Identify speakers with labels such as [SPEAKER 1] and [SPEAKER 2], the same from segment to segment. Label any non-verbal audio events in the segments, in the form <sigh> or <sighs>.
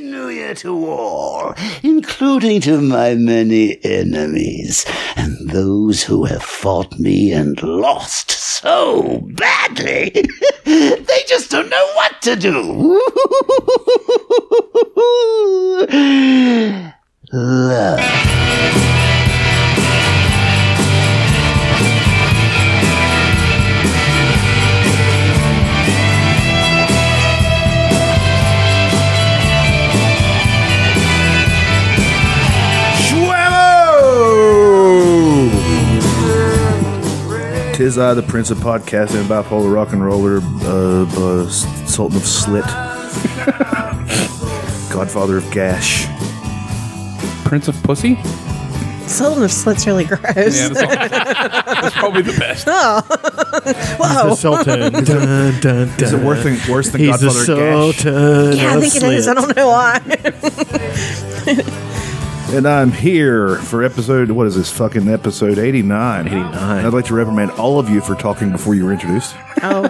[SPEAKER 1] New Year to all, including to my many enemies, and those who have fought me and lost so badly, <laughs> they just don't know what to do. <laughs> Love.
[SPEAKER 2] Tis I, the Prince of Podcasting, bipolar rock and roller, uh, uh, Sultan of Slit, <laughs> Godfather of Gash.
[SPEAKER 3] Prince of Pussy?
[SPEAKER 4] Sultan of Slit's really gross.
[SPEAKER 3] Yeah, that's, all- that's probably the best.
[SPEAKER 4] Whoa.
[SPEAKER 5] <laughs> Sultan. dun, dun, dun.
[SPEAKER 2] Is it worse than, worse than
[SPEAKER 5] He's the
[SPEAKER 2] Godfather of Gash?
[SPEAKER 5] Sultan.
[SPEAKER 4] Yeah, I
[SPEAKER 5] of
[SPEAKER 4] think it is.
[SPEAKER 5] Slit.
[SPEAKER 4] I don't know why.
[SPEAKER 2] And I'm here for episode, what is this, fucking episode 89.
[SPEAKER 5] 89.
[SPEAKER 2] I'd like to reprimand all of you for talking before you were introduced.
[SPEAKER 4] oh,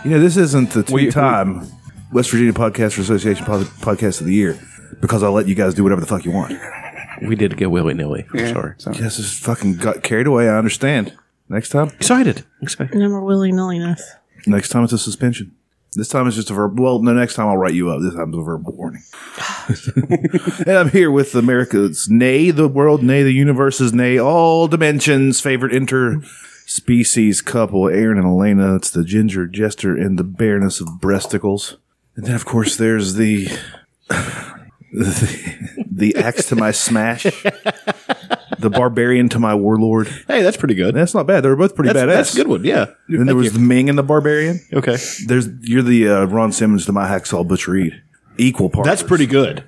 [SPEAKER 2] <laughs> You know, this isn't the
[SPEAKER 3] We-
[SPEAKER 2] two time West Virginia Podcaster Association pod- Podcast of the Year because I let you guys do whatever the fuck you
[SPEAKER 3] <laughs>
[SPEAKER 2] want.
[SPEAKER 5] We did get willy nilly.
[SPEAKER 3] Yeah,
[SPEAKER 5] Sorry.
[SPEAKER 3] so-
[SPEAKER 2] Yes, just fucking got carried away. I understand. Next time,
[SPEAKER 5] Excited. Excited.
[SPEAKER 4] no more willy nilliness.
[SPEAKER 2] next time it's a suspension. This time it's just a verbal. Well, no, next time I'll write you up. This time's a
[SPEAKER 5] <laughs>
[SPEAKER 2] verbal warning. and I'm here with America's nay, the world nay, the universe's nay, all dimensions favorite interspecies couple, Aaron and Elena. It's the ginger jester and the bareness of breasticles. And then, of course, there's the <laughs> the, the axe to my smash, the barbarian to my warlord.
[SPEAKER 5] Hey, that's pretty good.
[SPEAKER 2] That's not bad. They were both pretty
[SPEAKER 5] That's,
[SPEAKER 2] badass.
[SPEAKER 5] that's a good one. Yeah.
[SPEAKER 2] Then there was the Ming and the Barbarian.
[SPEAKER 5] Okay.
[SPEAKER 2] There's you're the uh, Ron Simmons to my hacksaw Butch Reed. Equal part.
[SPEAKER 5] That's pretty good.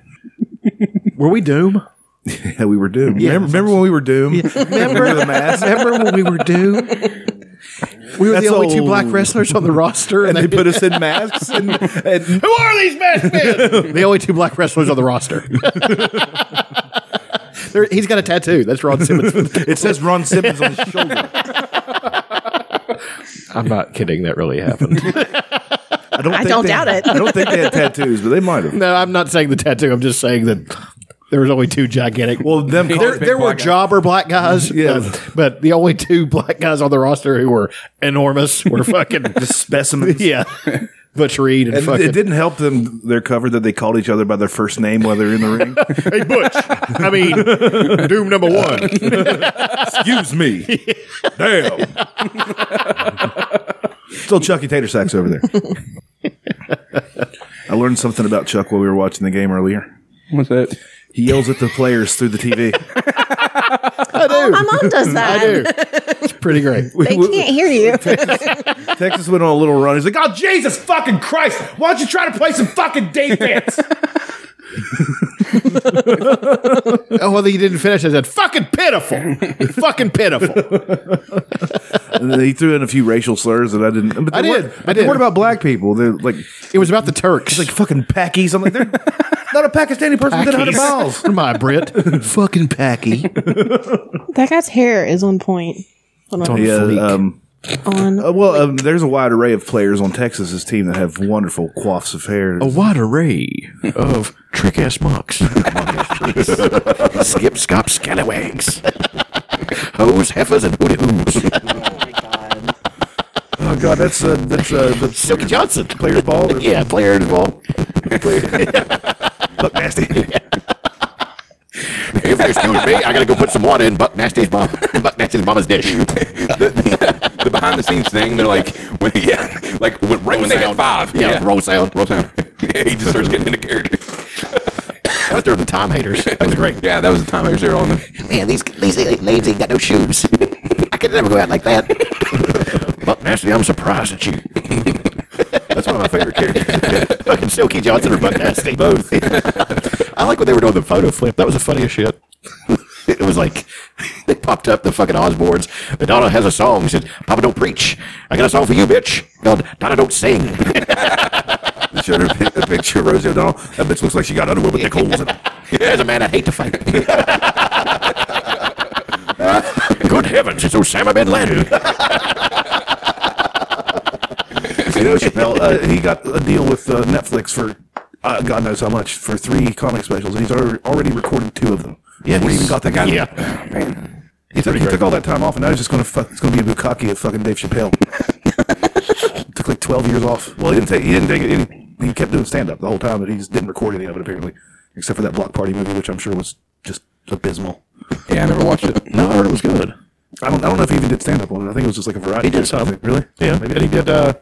[SPEAKER 5] Were we Doom?
[SPEAKER 2] Yeah, we were doomed. remember, remember when we were <laughs> doomed? remember the mask?
[SPEAKER 5] Remember when we were Doom? We were
[SPEAKER 2] That's
[SPEAKER 5] the only two
[SPEAKER 2] old.
[SPEAKER 5] black wrestlers on the roster, and,
[SPEAKER 2] And they
[SPEAKER 5] they,
[SPEAKER 2] put us in masks. And, and
[SPEAKER 5] <laughs> who are these masked men? <laughs> the only two black wrestlers on the roster. <laughs> There- he's got a tattoo. That's Ron Simmons.
[SPEAKER 2] it says Ron Simmons on his shoulder.
[SPEAKER 5] <laughs> I'm not kidding. That really happened.
[SPEAKER 2] I don't,
[SPEAKER 4] I
[SPEAKER 2] think
[SPEAKER 4] don't
[SPEAKER 2] they-
[SPEAKER 4] doubt it.
[SPEAKER 2] I don't think they had tattoos, but they might have.
[SPEAKER 5] no, I'm not saying the tattoo. I'm just saying that there was only two gigantic.
[SPEAKER 2] Well, them called
[SPEAKER 5] there,
[SPEAKER 2] big
[SPEAKER 5] there were
[SPEAKER 2] black guys.
[SPEAKER 5] jobber black guys.
[SPEAKER 2] Yeah.
[SPEAKER 5] but, but the only two black guys on the roster who were enormous were fucking
[SPEAKER 2] <laughs> The specimens.
[SPEAKER 5] <laughs> yeah, Butch Reed and,
[SPEAKER 2] And
[SPEAKER 5] fucking
[SPEAKER 2] it didn't help them their cover that they called each other by their first name while they're in the ring.
[SPEAKER 5] Hey Butch, I mean Doom number
[SPEAKER 2] <laughs>
[SPEAKER 5] one.
[SPEAKER 2] Excuse <laughs> me. Damn. <laughs> Still Chucky Tater Sacks E. over there. I learned something about Chuck while we were watching the game earlier.
[SPEAKER 3] What's that?
[SPEAKER 2] He yells at the players through the
[SPEAKER 5] <laughs>
[SPEAKER 2] TV.
[SPEAKER 5] I do.
[SPEAKER 4] Oh, My mom does that.
[SPEAKER 5] <laughs> I do. It's pretty great.
[SPEAKER 4] They can't hear you.
[SPEAKER 2] Texas went on a little run. He's like, oh, Jesus fucking Christ. Why don't you try to play some
[SPEAKER 5] <laughs>
[SPEAKER 2] fucking defense?
[SPEAKER 5] Oh, well, he didn't finish. I said, "Fucking pitiful, fucking pitiful."
[SPEAKER 2] and then he threw in a few racial slurs that I didn't. But
[SPEAKER 5] I
[SPEAKER 2] they
[SPEAKER 5] did.
[SPEAKER 2] weren't-
[SPEAKER 5] I
[SPEAKER 2] But they
[SPEAKER 5] did.
[SPEAKER 2] weren't about black people. They're like,
[SPEAKER 5] It was about the Turks.
[SPEAKER 2] like fucking Pakis. I'm
[SPEAKER 5] <laughs>
[SPEAKER 2] like, they're not a Pakistani person within 100 miles.
[SPEAKER 5] Come on,
[SPEAKER 2] <laughs>
[SPEAKER 5] Brit. fucking Packy.
[SPEAKER 4] That guy's hair is on point.
[SPEAKER 2] Yeah, um,
[SPEAKER 4] On
[SPEAKER 5] Oh.
[SPEAKER 2] Uh, well, um, there's a wide array of players on Texas's team that have wonderful coiffs of hair.
[SPEAKER 6] Oh,
[SPEAKER 5] A wide array of trick ass mocks. Skip, scop, scallywags. Hoes, heifers, and booty hoos.
[SPEAKER 2] Oh God, that's uh, that's uh, the
[SPEAKER 5] Silky Johnson.
[SPEAKER 2] players' ball.
[SPEAKER 5] Yeah, player involved.
[SPEAKER 2] Look nasty.
[SPEAKER 5] If you excuse me, I gotta go put some water in Buck Nasty's mom, Buck Nasty's mama's dish.
[SPEAKER 6] the, the behind the scenes thing, they're like,
[SPEAKER 7] <laughs>
[SPEAKER 6] when, yeah, like when, right when they had five.
[SPEAKER 5] Yeah, roll sound.
[SPEAKER 6] Roll
[SPEAKER 5] <laughs>
[SPEAKER 6] sound. yeah, he just starts getting into character.
[SPEAKER 5] Out there the time haters.
[SPEAKER 6] That was
[SPEAKER 7] <laughs>
[SPEAKER 6] great. Yeah, that was the time I was there on the.
[SPEAKER 8] Man, these these ladies ain't got no shoes. I could never go out like that.
[SPEAKER 5] <laughs> Buck Nasty, I'm surprised at you. <laughs>
[SPEAKER 6] That's one of my favorite characters.
[SPEAKER 5] Fucking Silky Johnson or Buck Nasty. <laughs> Both. I like when they were doing the photo flip. That was the funniest shit. <laughs> It was like <laughs> they popped up the fucking Osbournes. The Donna has a song. She said, Papa don't preach. I got a song for you, bitch. Called Donna don't
[SPEAKER 6] <laughs>
[SPEAKER 5] sing.
[SPEAKER 6] I showed her a pic- a picture of Rosie O'Donnell. That bitch looks like she got underwear with thick holes in it.
[SPEAKER 5] <laughs> There's a man I'd hate to fight. <laughs> Good heavens, it's Osama bin Laden.
[SPEAKER 2] You know, Chappelle, uh, he got a deal with uh, Netflix for
[SPEAKER 9] uh, God knows how much for three comic specials, and he's already, already recorded two of them.
[SPEAKER 6] Yeah,
[SPEAKER 9] we
[SPEAKER 6] he's-
[SPEAKER 9] even got that <sighs> guy.
[SPEAKER 6] yeah.
[SPEAKER 9] man, he took, he took all that time off, and now he's just gonna fuck. It's gonna be a bukkake of fucking Dave Chappelle. took like twelve years off. Well, he didn't take. He didn't take it. He, he kept doing stand up the whole time, but he just didn't record any of it apparently, except for that block party movie, which I'm sure was just abysmal.
[SPEAKER 7] Yeah, I never watched it.
[SPEAKER 6] No, I heard it was good.
[SPEAKER 9] I don't. I don't know if he even did stand up on it. I think it was just like a variety.
[SPEAKER 6] He did some.
[SPEAKER 9] Really?
[SPEAKER 6] Yeah, and he did. uh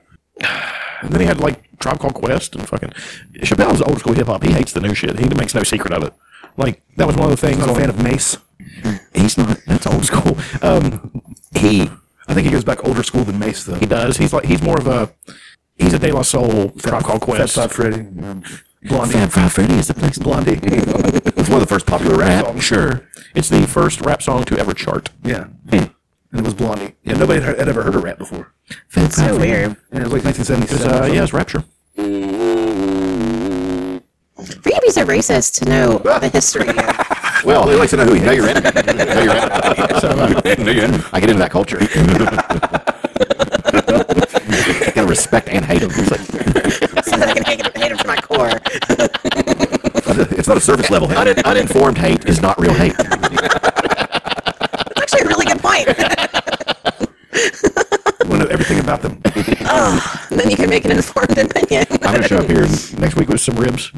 [SPEAKER 6] and <sighs> then he had like Tribe Called Quest and fucking Chappelle's old school hip hop. He hates the new shit. He makes no secret of it. Like that was one of the things.
[SPEAKER 9] I'm not a fan of Mace.
[SPEAKER 6] He's not. That's old school. Um, he
[SPEAKER 9] I think he goes back older school than Mace though.
[SPEAKER 6] he does. He's like he's more of a he's a De La Soul Tribe Called Quest.
[SPEAKER 9] Fat Five Freddy. Blondie.
[SPEAKER 6] Fab Five Freddy is the place. Blondie. <laughs> it's one of the first popular rap.
[SPEAKER 9] Song.
[SPEAKER 6] Sure, it's the first rap song to ever chart. Hmm.
[SPEAKER 9] Yeah. And it was Blondie. Yeah, nobody had, had ever heard of rap before.
[SPEAKER 10] That's so weird.
[SPEAKER 9] And it was like
[SPEAKER 6] It was,
[SPEAKER 9] 1977.
[SPEAKER 6] uh, yeah, it's Rapture.
[SPEAKER 10] For you to be so racist to know the history. of-
[SPEAKER 6] Well, they like to know who he
[SPEAKER 11] Know
[SPEAKER 6] is.
[SPEAKER 11] your
[SPEAKER 6] <laughs>
[SPEAKER 11] enemy. Know your enemy.
[SPEAKER 6] So,
[SPEAKER 9] <laughs>
[SPEAKER 6] uh,
[SPEAKER 7] No, you didn't.
[SPEAKER 11] I get into that
[SPEAKER 6] <laughs>
[SPEAKER 11] culture. Gotta respect and hate them. It's like,
[SPEAKER 10] so that I can hate him, hate him to my core.
[SPEAKER 6] it's not a surface level. <laughs>
[SPEAKER 11] un- uninformed hate is not real hate.
[SPEAKER 10] That's actually a really good point. <laughs>
[SPEAKER 6] We know everything about them. Um,
[SPEAKER 10] And then you can make an informed opinion.
[SPEAKER 6] I'm gonna show up here next week with some ribs.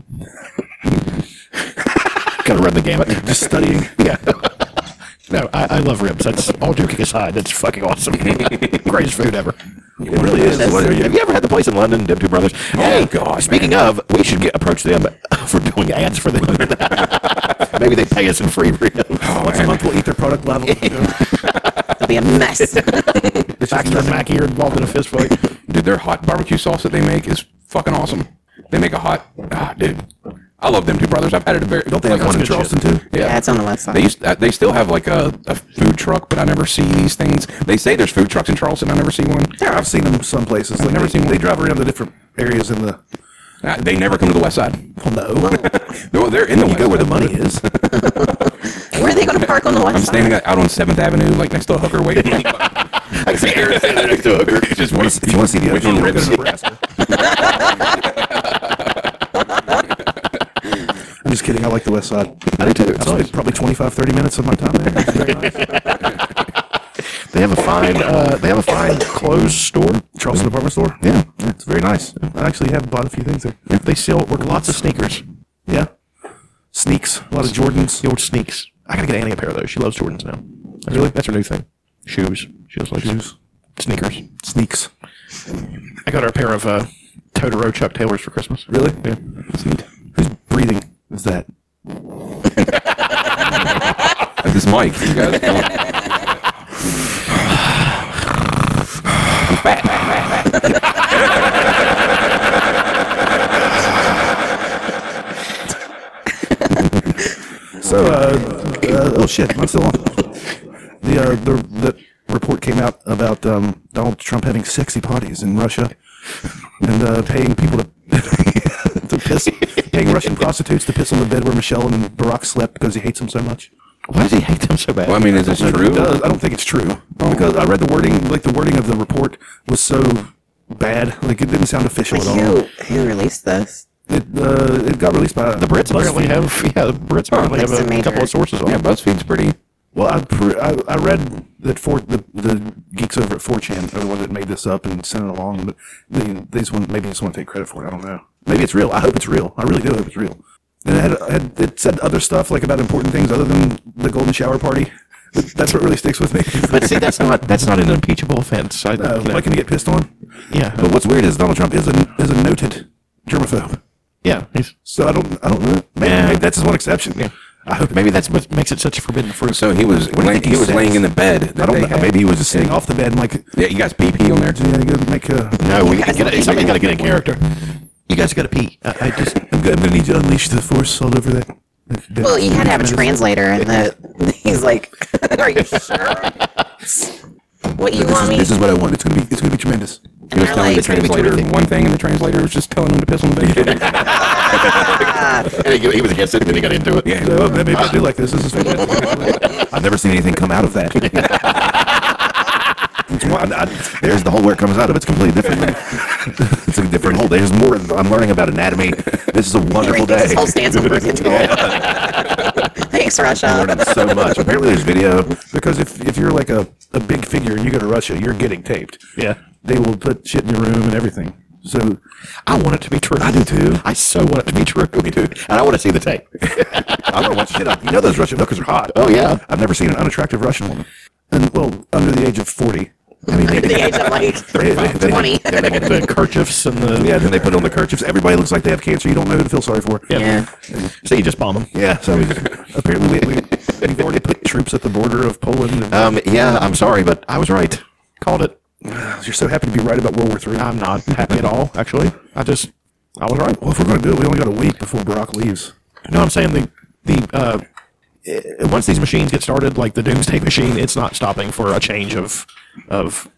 [SPEAKER 6] Gotta run the gamut. Just studying. Yeah. <laughs> No, I, I love ribs. That's all joking aside. That's fucking awesome. <laughs> Greatest food ever. It really is. What are you- Have you ever had the place in London, Dem Two Brothers? Oh, hey, God, speaking of, we should get approach them <laughs> for doing ads for them. <laughs> Maybe they pay us in free ribs. Once a month we'll eat their product level. <laughs>
[SPEAKER 10] It'll be a mess.
[SPEAKER 6] Baxter and Mackey are involved in a fist <laughs> fight.
[SPEAKER 7] Dude, their hot barbecue sauce that they make is fucking awesome. They make a hot, ah, dude. I love them two brothers. I've had it a very. Don't
[SPEAKER 6] they have one in Charleston, too?
[SPEAKER 7] Yeah.
[SPEAKER 10] That's on the website.
[SPEAKER 7] They used, uh, they still have like a, a food truck, but I never see these things. They say there's food trucks in Charleston. I never see one.
[SPEAKER 9] I've seen them some places. Like
[SPEAKER 7] never
[SPEAKER 9] they,
[SPEAKER 7] seen one.
[SPEAKER 9] they drive around the different areas in the.
[SPEAKER 7] Uh, They never come to the west side.
[SPEAKER 9] Well, no.
[SPEAKER 7] No, they're in the west
[SPEAKER 9] you go where the
[SPEAKER 7] side.
[SPEAKER 9] money
[SPEAKER 6] <laughs>
[SPEAKER 9] is.
[SPEAKER 10] Where are they going to park on the
[SPEAKER 7] I'm
[SPEAKER 10] website?
[SPEAKER 7] standing out on Seventh Avenue, like next to a
[SPEAKER 6] <laughs>
[SPEAKER 7] hooker, waiting. I can see Aaron standing next to a hooker. Just wait, if you want to see the waiting on ribs.
[SPEAKER 9] I'm just kidding. I like the West Side.
[SPEAKER 6] I do too. It's
[SPEAKER 9] I've spent
[SPEAKER 6] nice.
[SPEAKER 9] probably 25, 30 minutes of my time there. It's very nice.
[SPEAKER 6] They have a fine. Uh, they have a fine clothes store.
[SPEAKER 9] Charleston department store.
[SPEAKER 6] Yeah, it's very nice.
[SPEAKER 9] I actually have bought a few things there.
[SPEAKER 6] They sell lots of sneakers.
[SPEAKER 9] Yeah. Sneaks. A lot of Jordans.
[SPEAKER 6] The old sneaks. I gotta get Annie a pair of those. She loves Jordans now. That's really that's her new thing. Shoes. She just likes shoes. Sneakers.
[SPEAKER 9] Sneaks.
[SPEAKER 6] I got her a pair of uh, Totoro Chuck Taylors for Christmas.
[SPEAKER 9] Really?
[SPEAKER 6] Yeah.
[SPEAKER 9] Who's breathing? Is that?
[SPEAKER 7] <laughs> This is Mike. You guys don't-
[SPEAKER 9] So, uh, uh, oh shit, I'm still on. The, uh, the, the report came out about um, Donald Trump having sexy parties in Russia and uh, paying people to, <laughs> to piss, paying Russian prostitutes to piss on the bed where Michelle and Barack slept because he hates them so much.
[SPEAKER 6] Why does he hate them so bad? Oh.
[SPEAKER 7] Well, I mean, is this
[SPEAKER 9] It
[SPEAKER 7] true?
[SPEAKER 9] does. I don't think it's true because I read the wording, like the wording of the report was so bad, like it didn't sound official at all.
[SPEAKER 10] who, who released this?
[SPEAKER 9] It, uh, it got released by Oh,
[SPEAKER 6] the Brits apparently have yeah, the Brits apparently have
[SPEAKER 10] That's a
[SPEAKER 6] a
[SPEAKER 10] major-
[SPEAKER 6] couple of sources on
[SPEAKER 7] Yeah,
[SPEAKER 6] it.
[SPEAKER 7] BuzzFeed's pretty.
[SPEAKER 9] Well, I, pr I, I read that for the, the geeks over at 4chan are the ones that made this up and sent it along, but they, they just want, maybe just want to take credit for it. I don't know. Maybe it's real. I hope it's real. I really do hope it's real. And it, had, had, it said other stuff like about important things other than the golden shower party. But that's what really sticks with me. <laughs>
[SPEAKER 6] But see, that's not that's not an impeachable offense. I,
[SPEAKER 9] Uh,
[SPEAKER 6] you know,
[SPEAKER 9] like, can you get pissed on?
[SPEAKER 6] yeah,
[SPEAKER 9] But what's weird is Donald Trump is a, is a noted germaphobe.
[SPEAKER 6] yeah. he's-
[SPEAKER 9] So I don't, I don't know. Maybe,
[SPEAKER 6] Yeah.
[SPEAKER 9] maybe that's just one exception. I hope
[SPEAKER 6] Maybe that's what makes it such a forbidden fruit.
[SPEAKER 7] So he was laying, he was laying in the bed. That
[SPEAKER 9] I don't
[SPEAKER 7] they
[SPEAKER 9] know.
[SPEAKER 7] had.
[SPEAKER 9] Maybe he was just sitting off the bed and like,
[SPEAKER 7] Yeah, you guys PP on there too.
[SPEAKER 9] yeah, you gotta make a.
[SPEAKER 6] No,
[SPEAKER 7] <laughs>
[SPEAKER 6] we gotta get somebody gotta get in character. You guys gotta pee.
[SPEAKER 5] uh,
[SPEAKER 6] I, I just
[SPEAKER 9] I'm gonna, I'm gonna need to unleash the force all over that. that-
[SPEAKER 10] Well, you had to have a
[SPEAKER 9] that-
[SPEAKER 10] translator, and the, <laughs> he's like, "Are you sure? What you want me?"
[SPEAKER 9] This is what I want. It's gonna be. It's gonna be tremendous.
[SPEAKER 7] He
[SPEAKER 10] And
[SPEAKER 7] was
[SPEAKER 10] they're
[SPEAKER 7] telling the
[SPEAKER 10] like,
[SPEAKER 7] translator one thing, and the translator was just telling him to piss on the bed.
[SPEAKER 6] And he, he was against it, and then he got into it.
[SPEAKER 9] Yeah, well, maybe I do like this. This is
[SPEAKER 10] <laughs>
[SPEAKER 9] fantastic. I've never seen anything come out of that. It's wild. I-
[SPEAKER 6] There's the whole where it comes out of. It's completely different.
[SPEAKER 5] something different. Whole day is more. I'm learning about anatomy. This is a wonderful
[SPEAKER 10] This
[SPEAKER 5] day.
[SPEAKER 10] whole stance on
[SPEAKER 9] <laughs>
[SPEAKER 10] birth control. Thanks,
[SPEAKER 5] I'm
[SPEAKER 10] Russia.
[SPEAKER 5] learning so much. Apparently, there's video because if, if you're like a, a big figure and you go to Russia, you're getting taped. Yeah, they will put shit in your room and everything. So, I want it to be true. I do too. I so want it to be true. Me too. And I want to see the tape. I want to watch shit up. You know those Russian hookers are hot. Oh yeah. I've never seen an unattractive Russian woman, and well, under the age of forty. I mean,
[SPEAKER 10] The age of like
[SPEAKER 5] they- they- they-
[SPEAKER 10] 20.
[SPEAKER 5] they put on the kerchiefs and the yeah. Then they put on the kerchiefs. Everybody looks like they have cancer. You don't know who to feel sorry for.
[SPEAKER 10] Yeah.
[SPEAKER 5] So you just bomb them. Yeah. So we, apparently we, we, we've already put troops at the border of Poland. um. Yeah. I'm sorry, but I was right. Called it. <sighs> You're so happy to be right about World War Three. I'm not happy at all. Actually, I just I was right. Well, if we're gonna do it, we only got a week before Brock leaves. No, I'm saying the the uh, eh, once these machines get started, like the Doomsday machine, it's not stopping for a change of of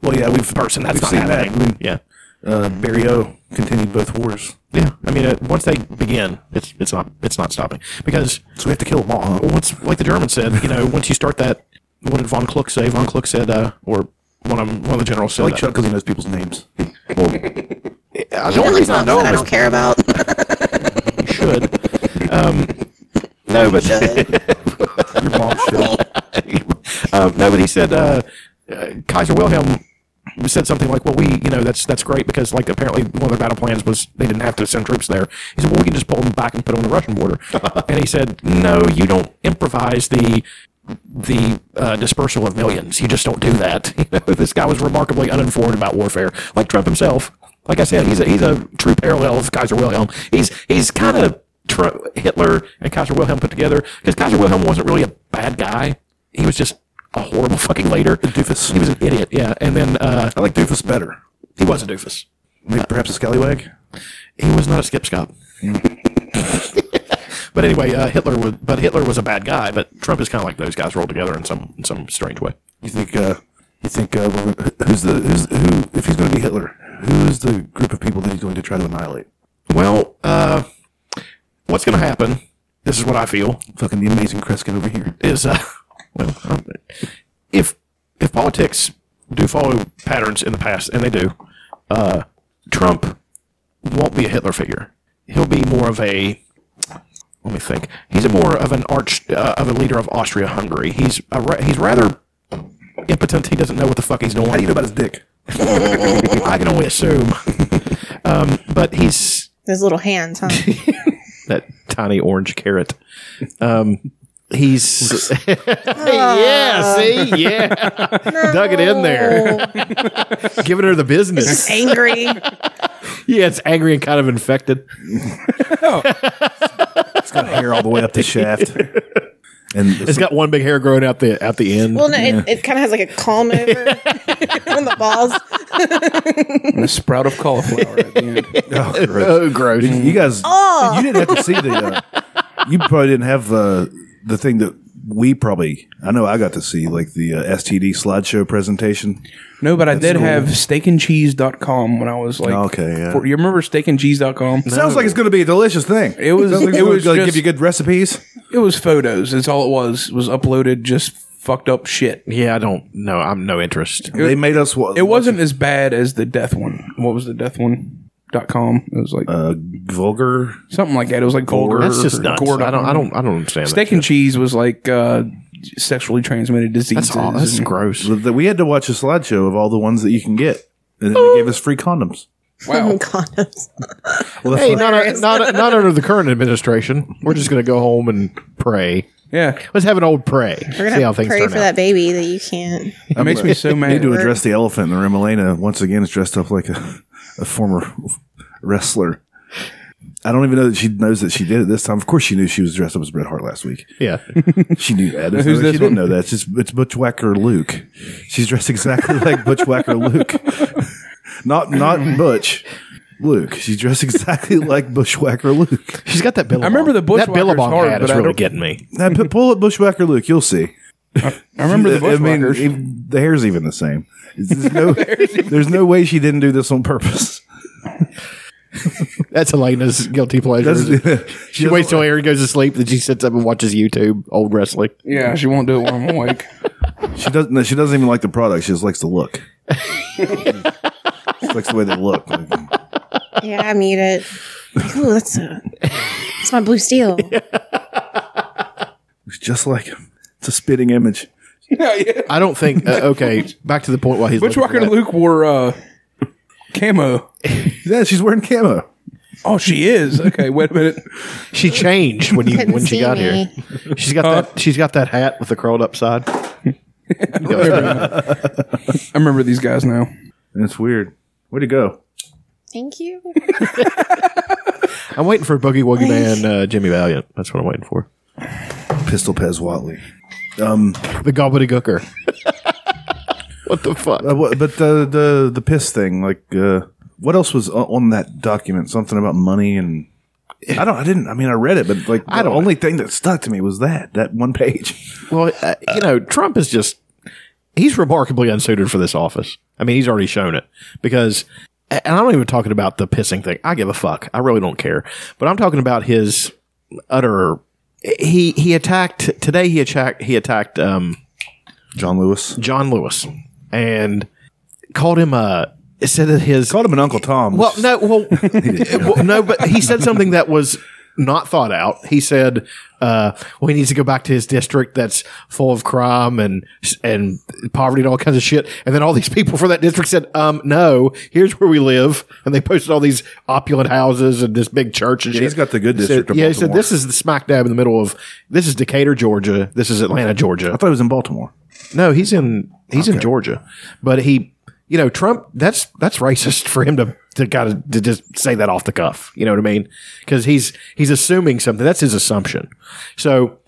[SPEAKER 5] well, yeah, we've person. That's not happening. Yeah, uh, Barry O continued both wars. Yeah, I mean, uh, once they begin, it's it's not it's not stopping because so we have to kill them all. Once, like the Germans said, you know, once you start that, what did von Kluck say? Von Kluck said, uh, or one of 'em- one of the generals said,
[SPEAKER 2] Like Chuck because he knows people's names.
[SPEAKER 5] uh, the only reason I know
[SPEAKER 10] I
[SPEAKER 5] him is
[SPEAKER 10] don't care about.
[SPEAKER 5] you should. Um, <laughs> no, but
[SPEAKER 2] Your bomb shit.
[SPEAKER 5] <laughs> um, no, but he said uh, uh, Kaiser Wilhelm said something like, "Well, we, you know, that's that's great because like apparently one of their battle plans was they didn't have to send troops there." He said, "Well, we can just pull them back and put them on the Russian border." <laughs> and he said, "No, you don't improvise the." The uh, dispersal of millions. You just don't do that. <laughs> You know, this guy was remarkably uninformed about warfare, like Trump himself. Like I said, he's a, he's a true parallel of Kaiser Wilhelm. He's he's kind of Tru- Hitler and Kaiser Wilhelm put together because Kaiser Wilhelm wasn't really a bad guy. He was just a horrible fucking leader.
[SPEAKER 2] doofus.
[SPEAKER 5] He was an idiot. Yeah, and then uh,
[SPEAKER 2] I like Doofus better.
[SPEAKER 5] he was a doofus.
[SPEAKER 2] Maybe perhaps a scallywag.
[SPEAKER 5] He was not a skip scop. but anyway, uh, Hitler was. But Hitler was a bad guy. But Trump is kind of like those guys rolled together in some in some strange way.
[SPEAKER 2] You think? Uh, you think? Uh, we're gonna- who's the? Who's who? If he's going to be Hitler, who is the group of people that he's going to try to annihilate?
[SPEAKER 5] Well, uh, what's going to happen? This is what I feel.
[SPEAKER 2] Fucking the amazing Kreskin over here.
[SPEAKER 5] is uh, <laughs> well, um, if if politics do follow patterns in the past, and they do, uh, Trump won't be a Hitler figure. He'll be more of a let me think. He's a more of an arch uh, of a leader of Austria Hungary. He's a, ra- he's rather impotent. He doesn't know what the fuck he's doing.
[SPEAKER 2] How do you know about his dick?
[SPEAKER 5] <laughs> I can only assume. um, but he's
[SPEAKER 4] His little
[SPEAKER 5] <laughs>
[SPEAKER 4] hands, huh?
[SPEAKER 5] that tiny orange carrot. Um, he's
[SPEAKER 4] yeah,
[SPEAKER 5] see, <laughs> yeah.
[SPEAKER 4] dug
[SPEAKER 5] it in there. <laughs> giving her the business.
[SPEAKER 4] Angry.
[SPEAKER 5] <laughs> Yeah, it's angry and kind of infected.
[SPEAKER 2] It's got hair all the way up the <laughs> shaft. And
[SPEAKER 5] It's got one big hair growing out the out the end.
[SPEAKER 4] Well, no, it, it kind of has like a
[SPEAKER 5] <laughs>
[SPEAKER 4] calm over on the <laughs> balls.
[SPEAKER 3] <laughs> And a sprout of cauliflower at the end.
[SPEAKER 2] oh, gross.
[SPEAKER 5] <laughs>
[SPEAKER 2] You guys, you didn't have to see the. Uh, you probably didn't have uh, the thing that we probably. I know I got to see like the uh, STD slideshow presentation.
[SPEAKER 3] No, but I did have steakandcheese.com when I was like,
[SPEAKER 2] Okay, yeah.
[SPEAKER 3] four- you remember steakandcheese.com?
[SPEAKER 2] Sounds like it's going to be a delicious thing.
[SPEAKER 3] It was-
[SPEAKER 2] Sounds like
[SPEAKER 3] it
[SPEAKER 2] it's
[SPEAKER 3] was
[SPEAKER 2] going to
[SPEAKER 3] just-
[SPEAKER 2] give you good recipes.
[SPEAKER 3] It was photos. That's all it was. It was uploaded just fucked up shit.
[SPEAKER 5] yeah, I don't know. I'm no interest.
[SPEAKER 2] they made us. Wa-
[SPEAKER 3] It wasn't as bad as the death one. What was the death one? Dot com. It was like
[SPEAKER 2] uh, vulgar.
[SPEAKER 3] something like that. It was like vulgar.
[SPEAKER 5] That's just
[SPEAKER 3] or
[SPEAKER 5] nuts.
[SPEAKER 3] gore
[SPEAKER 5] I don't. I don't. I don't understand.
[SPEAKER 3] Steak and cheese was like uh, sexually transmitted diseases.
[SPEAKER 5] That's all. That's
[SPEAKER 3] and- <laughs>
[SPEAKER 5] gross.
[SPEAKER 2] That we had to watch a slideshow of all the ones that you can get, and then they gave us free condoms.
[SPEAKER 3] Wow.
[SPEAKER 10] Condoms.
[SPEAKER 2] Well, that's
[SPEAKER 5] Hey, not,
[SPEAKER 2] what-
[SPEAKER 5] not not under the current administration. We're just going to go home and pray.
[SPEAKER 3] Yeah.
[SPEAKER 5] Let's have an old pray.
[SPEAKER 4] We're
[SPEAKER 5] See
[SPEAKER 4] gonna
[SPEAKER 5] how things
[SPEAKER 4] pray
[SPEAKER 5] turn
[SPEAKER 4] for
[SPEAKER 5] out.
[SPEAKER 4] that baby that you can't.
[SPEAKER 3] It makes me so
[SPEAKER 2] I need
[SPEAKER 3] mad.
[SPEAKER 2] to address the elephant in the room. Elena once again is dressed up like a, a former wrestler. I don't even know that she knows that she did it this time. Of course, she knew she was dressed up as Bret Hart last week.
[SPEAKER 5] Yeah.
[SPEAKER 2] She knew that. There's
[SPEAKER 3] Who's
[SPEAKER 2] no way
[SPEAKER 3] this
[SPEAKER 2] she didn't know
[SPEAKER 3] one?
[SPEAKER 2] that. It's just it's Butch Whacker Luke. She's dressed exactly like Butch Whacker Luke. Not not Butch. Luke. She's dressed exactly like Bushwhacker Luke.
[SPEAKER 5] She's got
[SPEAKER 3] <laughs>
[SPEAKER 5] that Billabong. I
[SPEAKER 3] remember the
[SPEAKER 5] that
[SPEAKER 3] Bushwhackers
[SPEAKER 5] Billabong
[SPEAKER 3] hard,
[SPEAKER 5] hat is
[SPEAKER 3] but I
[SPEAKER 5] really
[SPEAKER 3] don't-
[SPEAKER 5] getting me.
[SPEAKER 2] Now, p- pull up Bushwhacker Luke. You'll see.
[SPEAKER 3] I remember the
[SPEAKER 2] I mean,
[SPEAKER 3] Bushwhackers.
[SPEAKER 2] if- the hair's even the same. It's- There's
[SPEAKER 3] <laughs>
[SPEAKER 2] no, there's no way she didn't do this on purpose.
[SPEAKER 5] That's Elena's guilty pleasure.
[SPEAKER 2] That's-
[SPEAKER 5] She waits till Aaron goes to sleep, then she sits up and watches YouTube old wrestling.
[SPEAKER 3] yeah, she won't do it while I'm awake.
[SPEAKER 2] She doesn't. no, She doesn't even like the product. She just likes the look. It's like the way they look. Like,
[SPEAKER 4] Yeah, I mean it. Like, ooh, that's a, that's my
[SPEAKER 5] <laughs>
[SPEAKER 4] blue steel.
[SPEAKER 2] it's just like him. It's a spitting image.
[SPEAKER 5] I don't think. Uh, okay, back to the point why he's.
[SPEAKER 3] Butch
[SPEAKER 5] looking
[SPEAKER 3] Walker
[SPEAKER 5] for
[SPEAKER 3] and
[SPEAKER 5] that.
[SPEAKER 3] Luke wore uh, camo.
[SPEAKER 2] Yeah, she's wearing camo.
[SPEAKER 3] Oh, she is. Okay, wait a minute.
[SPEAKER 5] She changed when you
[SPEAKER 4] Couldn't
[SPEAKER 5] when she
[SPEAKER 4] see
[SPEAKER 5] got
[SPEAKER 4] me.
[SPEAKER 5] here. She's got that. She's got that hat with the curled up side.
[SPEAKER 3] I remember these guys now.
[SPEAKER 2] That's weird. Where'd he go?
[SPEAKER 4] Thank you.
[SPEAKER 5] I'm waiting for Boogie Woogie Man uh, Jimmy Valiant. That's what I'm waiting for.
[SPEAKER 2] Pistol Pez Watley.
[SPEAKER 5] The gobbledygooker. <laughs> what the fuck?
[SPEAKER 2] Uh, what, but the the the piss thing, like, uh, what else was o- on that document? Something about money and I don't. I didn't. I mean, I read it, but like,
[SPEAKER 5] I
[SPEAKER 2] the
[SPEAKER 5] don't-
[SPEAKER 2] only thing that stuck to me was that that one page.
[SPEAKER 5] Well, uh, you know, Trump is just, he's remarkably unsuited for this office. I mean, he's already shown it because, and I'm not even talking about the pissing thing. I give a fuck. I really don't care. But I'm talking about his utter, he, he attacked, today he attacked, he attacked, um,
[SPEAKER 2] John Lewis
[SPEAKER 5] John Lewis and called him a, said that his,
[SPEAKER 2] called him an Uncle Tom.
[SPEAKER 5] well, no,
[SPEAKER 2] <laughs>
[SPEAKER 5] well, well, no, but he said something that was not thought out. He said, uh, "Well, he needs to go back to his district that's full of crime and and poverty and all kinds of shit." And then all these people from that district said, "Um, no, here's where we live," and they posted all these opulent houses and this big church and shit.
[SPEAKER 2] he's got the good
[SPEAKER 5] He said-
[SPEAKER 2] district of
[SPEAKER 5] yeah, he said
[SPEAKER 2] Baltimore.
[SPEAKER 5] this is the smack dab in the middle of this is Decatur, Georgia. This is Atlanta, Georgia.
[SPEAKER 2] I thought he was in Baltimore.
[SPEAKER 5] No, he's in he's in Georgia, but he, you know, Trump. That's that's racist <laughs> for him to to kind of to just say that off the cuff. You know what I mean? Because he's he's assuming something. That's his assumption. So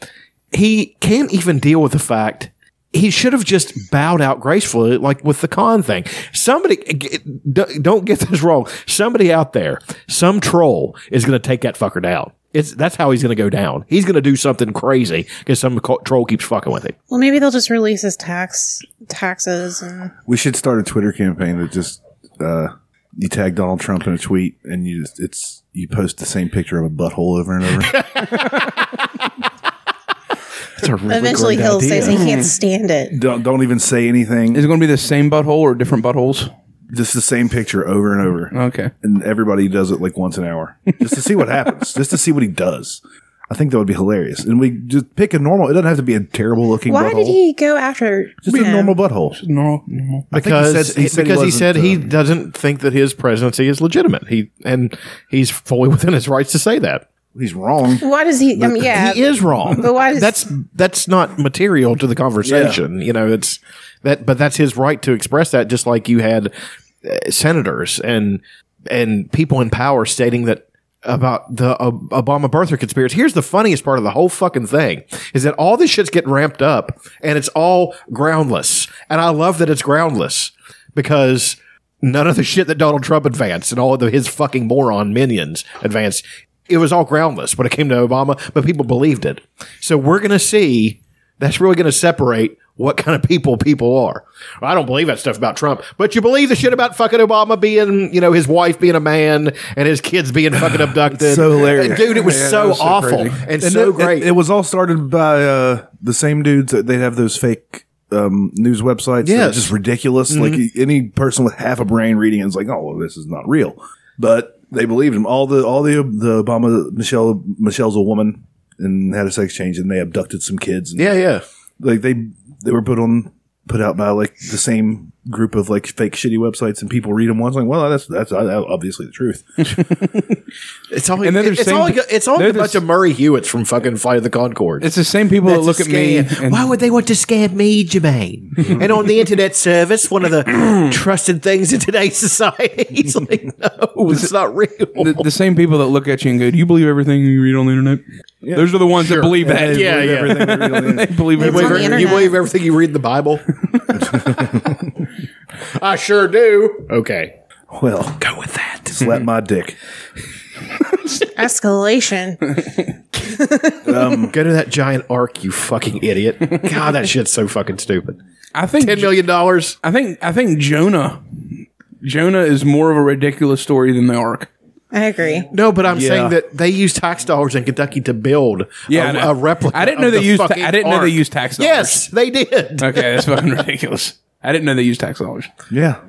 [SPEAKER 5] he can't even deal with the fact. He should have just bowed out gracefully, like with the con thing. Somebody, g- d- don't get this wrong. Somebody out there, some troll is going to take that fucker down. It's that's how he's going to go down. He's going to do something crazy because some co- troll keeps fucking with him.
[SPEAKER 4] Well, maybe they'll just release his tax taxes and
[SPEAKER 2] We should start a Twitter campaign that just uh, you tag Donald Trump in a tweet and you just it's you post the same picture of a butthole over and over.
[SPEAKER 5] That's a really
[SPEAKER 4] eventually
[SPEAKER 5] great
[SPEAKER 4] he'll
[SPEAKER 5] idea.
[SPEAKER 4] say he
[SPEAKER 2] Mm-hmm.
[SPEAKER 4] can't stand it.
[SPEAKER 2] don't don't even say anything.
[SPEAKER 3] Is it going to be the same butthole or different buttholes?
[SPEAKER 2] Just the same picture over and over.
[SPEAKER 3] Okay.
[SPEAKER 2] and everybody does it like once an hour just to see what happens, just to see what he does. I think that would be hilarious. And we just pick a normal. It doesn't have to be a terrible looking.
[SPEAKER 4] Why
[SPEAKER 2] butthole.
[SPEAKER 4] did he go after
[SPEAKER 2] Just a
[SPEAKER 4] him?
[SPEAKER 2] normal butthole.
[SPEAKER 3] No, no.
[SPEAKER 5] because
[SPEAKER 2] I think he said- he said he
[SPEAKER 5] because he
[SPEAKER 2] wasn't,
[SPEAKER 5] said he
[SPEAKER 2] uh,
[SPEAKER 5] doesn't think that his presidency is legitimate. He and he's fully <laughs> within his rights to say that.
[SPEAKER 2] He's wrong.
[SPEAKER 4] Why does he? I mean, yeah,
[SPEAKER 5] he is
[SPEAKER 4] <laughs>
[SPEAKER 5] wrong.
[SPEAKER 4] But why does-
[SPEAKER 5] that's that's not material to the conversation. You know, it's that, but that's his right to express that. Just like you had uh, senators and and people in power stating that about the uh, Obama birther conspiracy. Here's the funniest part of the whole fucking thing is that all this shit's getting ramped up and it's all groundless. And I love that it's groundless because none of the shit that Donald Trump advanced and all of the, his fucking moron minions advanced, it was all groundless when it came to Obama, but people believed it. So we're going to see that's really going to separate what kind of people people are. I don't believe that stuff about Trump, but you believe the shit about fucking Obama being, you know, his wife being a man and his kids being
[SPEAKER 2] <sighs>
[SPEAKER 5] fucking abducted.
[SPEAKER 2] So hilarious.
[SPEAKER 5] Dude, it was
[SPEAKER 2] Yeah,
[SPEAKER 5] so,
[SPEAKER 2] that was so
[SPEAKER 5] awful
[SPEAKER 2] crazy.
[SPEAKER 5] and, so
[SPEAKER 2] it,
[SPEAKER 5] great.
[SPEAKER 2] It, it was all started by uh, the same dudes that they have those fake um, news websites. that are
[SPEAKER 5] Yes. Mm-hmm.
[SPEAKER 2] just ridiculous. Like any person with half a brain reading is like, oh, well, this is not real. But they believed him. All the all the the Obama Michelle Michelle's a woman and had a sex change, and they abducted some kids. And
[SPEAKER 5] yeah, yeah.
[SPEAKER 2] like they they were put on put out by like the same group of like fake shitty websites and people read them once like well that's that's uh, obviously
[SPEAKER 5] <laughs>
[SPEAKER 2] the truth
[SPEAKER 5] It's all,
[SPEAKER 3] And then there's
[SPEAKER 5] it's,
[SPEAKER 3] same-
[SPEAKER 5] all, it's all
[SPEAKER 3] there's
[SPEAKER 5] a bunch
[SPEAKER 3] this-
[SPEAKER 5] of Murray Hewitts from fucking Flight of the Concord.
[SPEAKER 3] It's the same people that look
[SPEAKER 5] That's
[SPEAKER 3] at
[SPEAKER 5] a
[SPEAKER 3] me.
[SPEAKER 5] scam.
[SPEAKER 3] And
[SPEAKER 5] Why would they want to scam me,
[SPEAKER 3] <laughs>
[SPEAKER 5] Jermaine? and on the internet service, one of
[SPEAKER 3] <clears throat>
[SPEAKER 5] the trusted things in today's society.
[SPEAKER 3] <laughs>
[SPEAKER 5] He's like, no, it's not real.
[SPEAKER 3] the, the same people that look at you and go, "Do you believe everything you read on the internet?" Those are the ones that believe that.
[SPEAKER 5] Yeah,
[SPEAKER 2] Believe
[SPEAKER 5] yeah.
[SPEAKER 2] everything they read on the
[SPEAKER 3] They
[SPEAKER 2] internet.
[SPEAKER 3] believe
[SPEAKER 4] It's on the
[SPEAKER 3] everything.
[SPEAKER 4] internet.
[SPEAKER 5] you believe everything you read in the
[SPEAKER 3] <laughs>
[SPEAKER 5] Bible? I sure do. Okay.
[SPEAKER 2] well
[SPEAKER 5] <laughs>
[SPEAKER 2] go with that slap my dick
[SPEAKER 4] escalation.
[SPEAKER 5] Go to that giant arc, you fucking idiot. God, that shit's so fucking stupid.
[SPEAKER 3] I think
[SPEAKER 5] $10 million?
[SPEAKER 3] I think I think Jonah Jonah is more of a ridiculous story than the Ark.
[SPEAKER 4] I agree.
[SPEAKER 2] <laughs>
[SPEAKER 5] No, but I'm
[SPEAKER 2] Yeah.
[SPEAKER 5] saying that they used tax dollars in Kentucky to build
[SPEAKER 3] Yeah, I
[SPEAKER 5] a,
[SPEAKER 3] know.
[SPEAKER 5] a replica.
[SPEAKER 3] I didn't know
[SPEAKER 5] of
[SPEAKER 3] they
[SPEAKER 5] the
[SPEAKER 3] used ta-
[SPEAKER 5] fucking
[SPEAKER 3] I didn't know they
[SPEAKER 5] ark.
[SPEAKER 3] used tax dollars.
[SPEAKER 5] Yes, they did.
[SPEAKER 3] <laughs> Okay, that's fucking ridiculous. I didn't know they used tax dollars.
[SPEAKER 2] yeah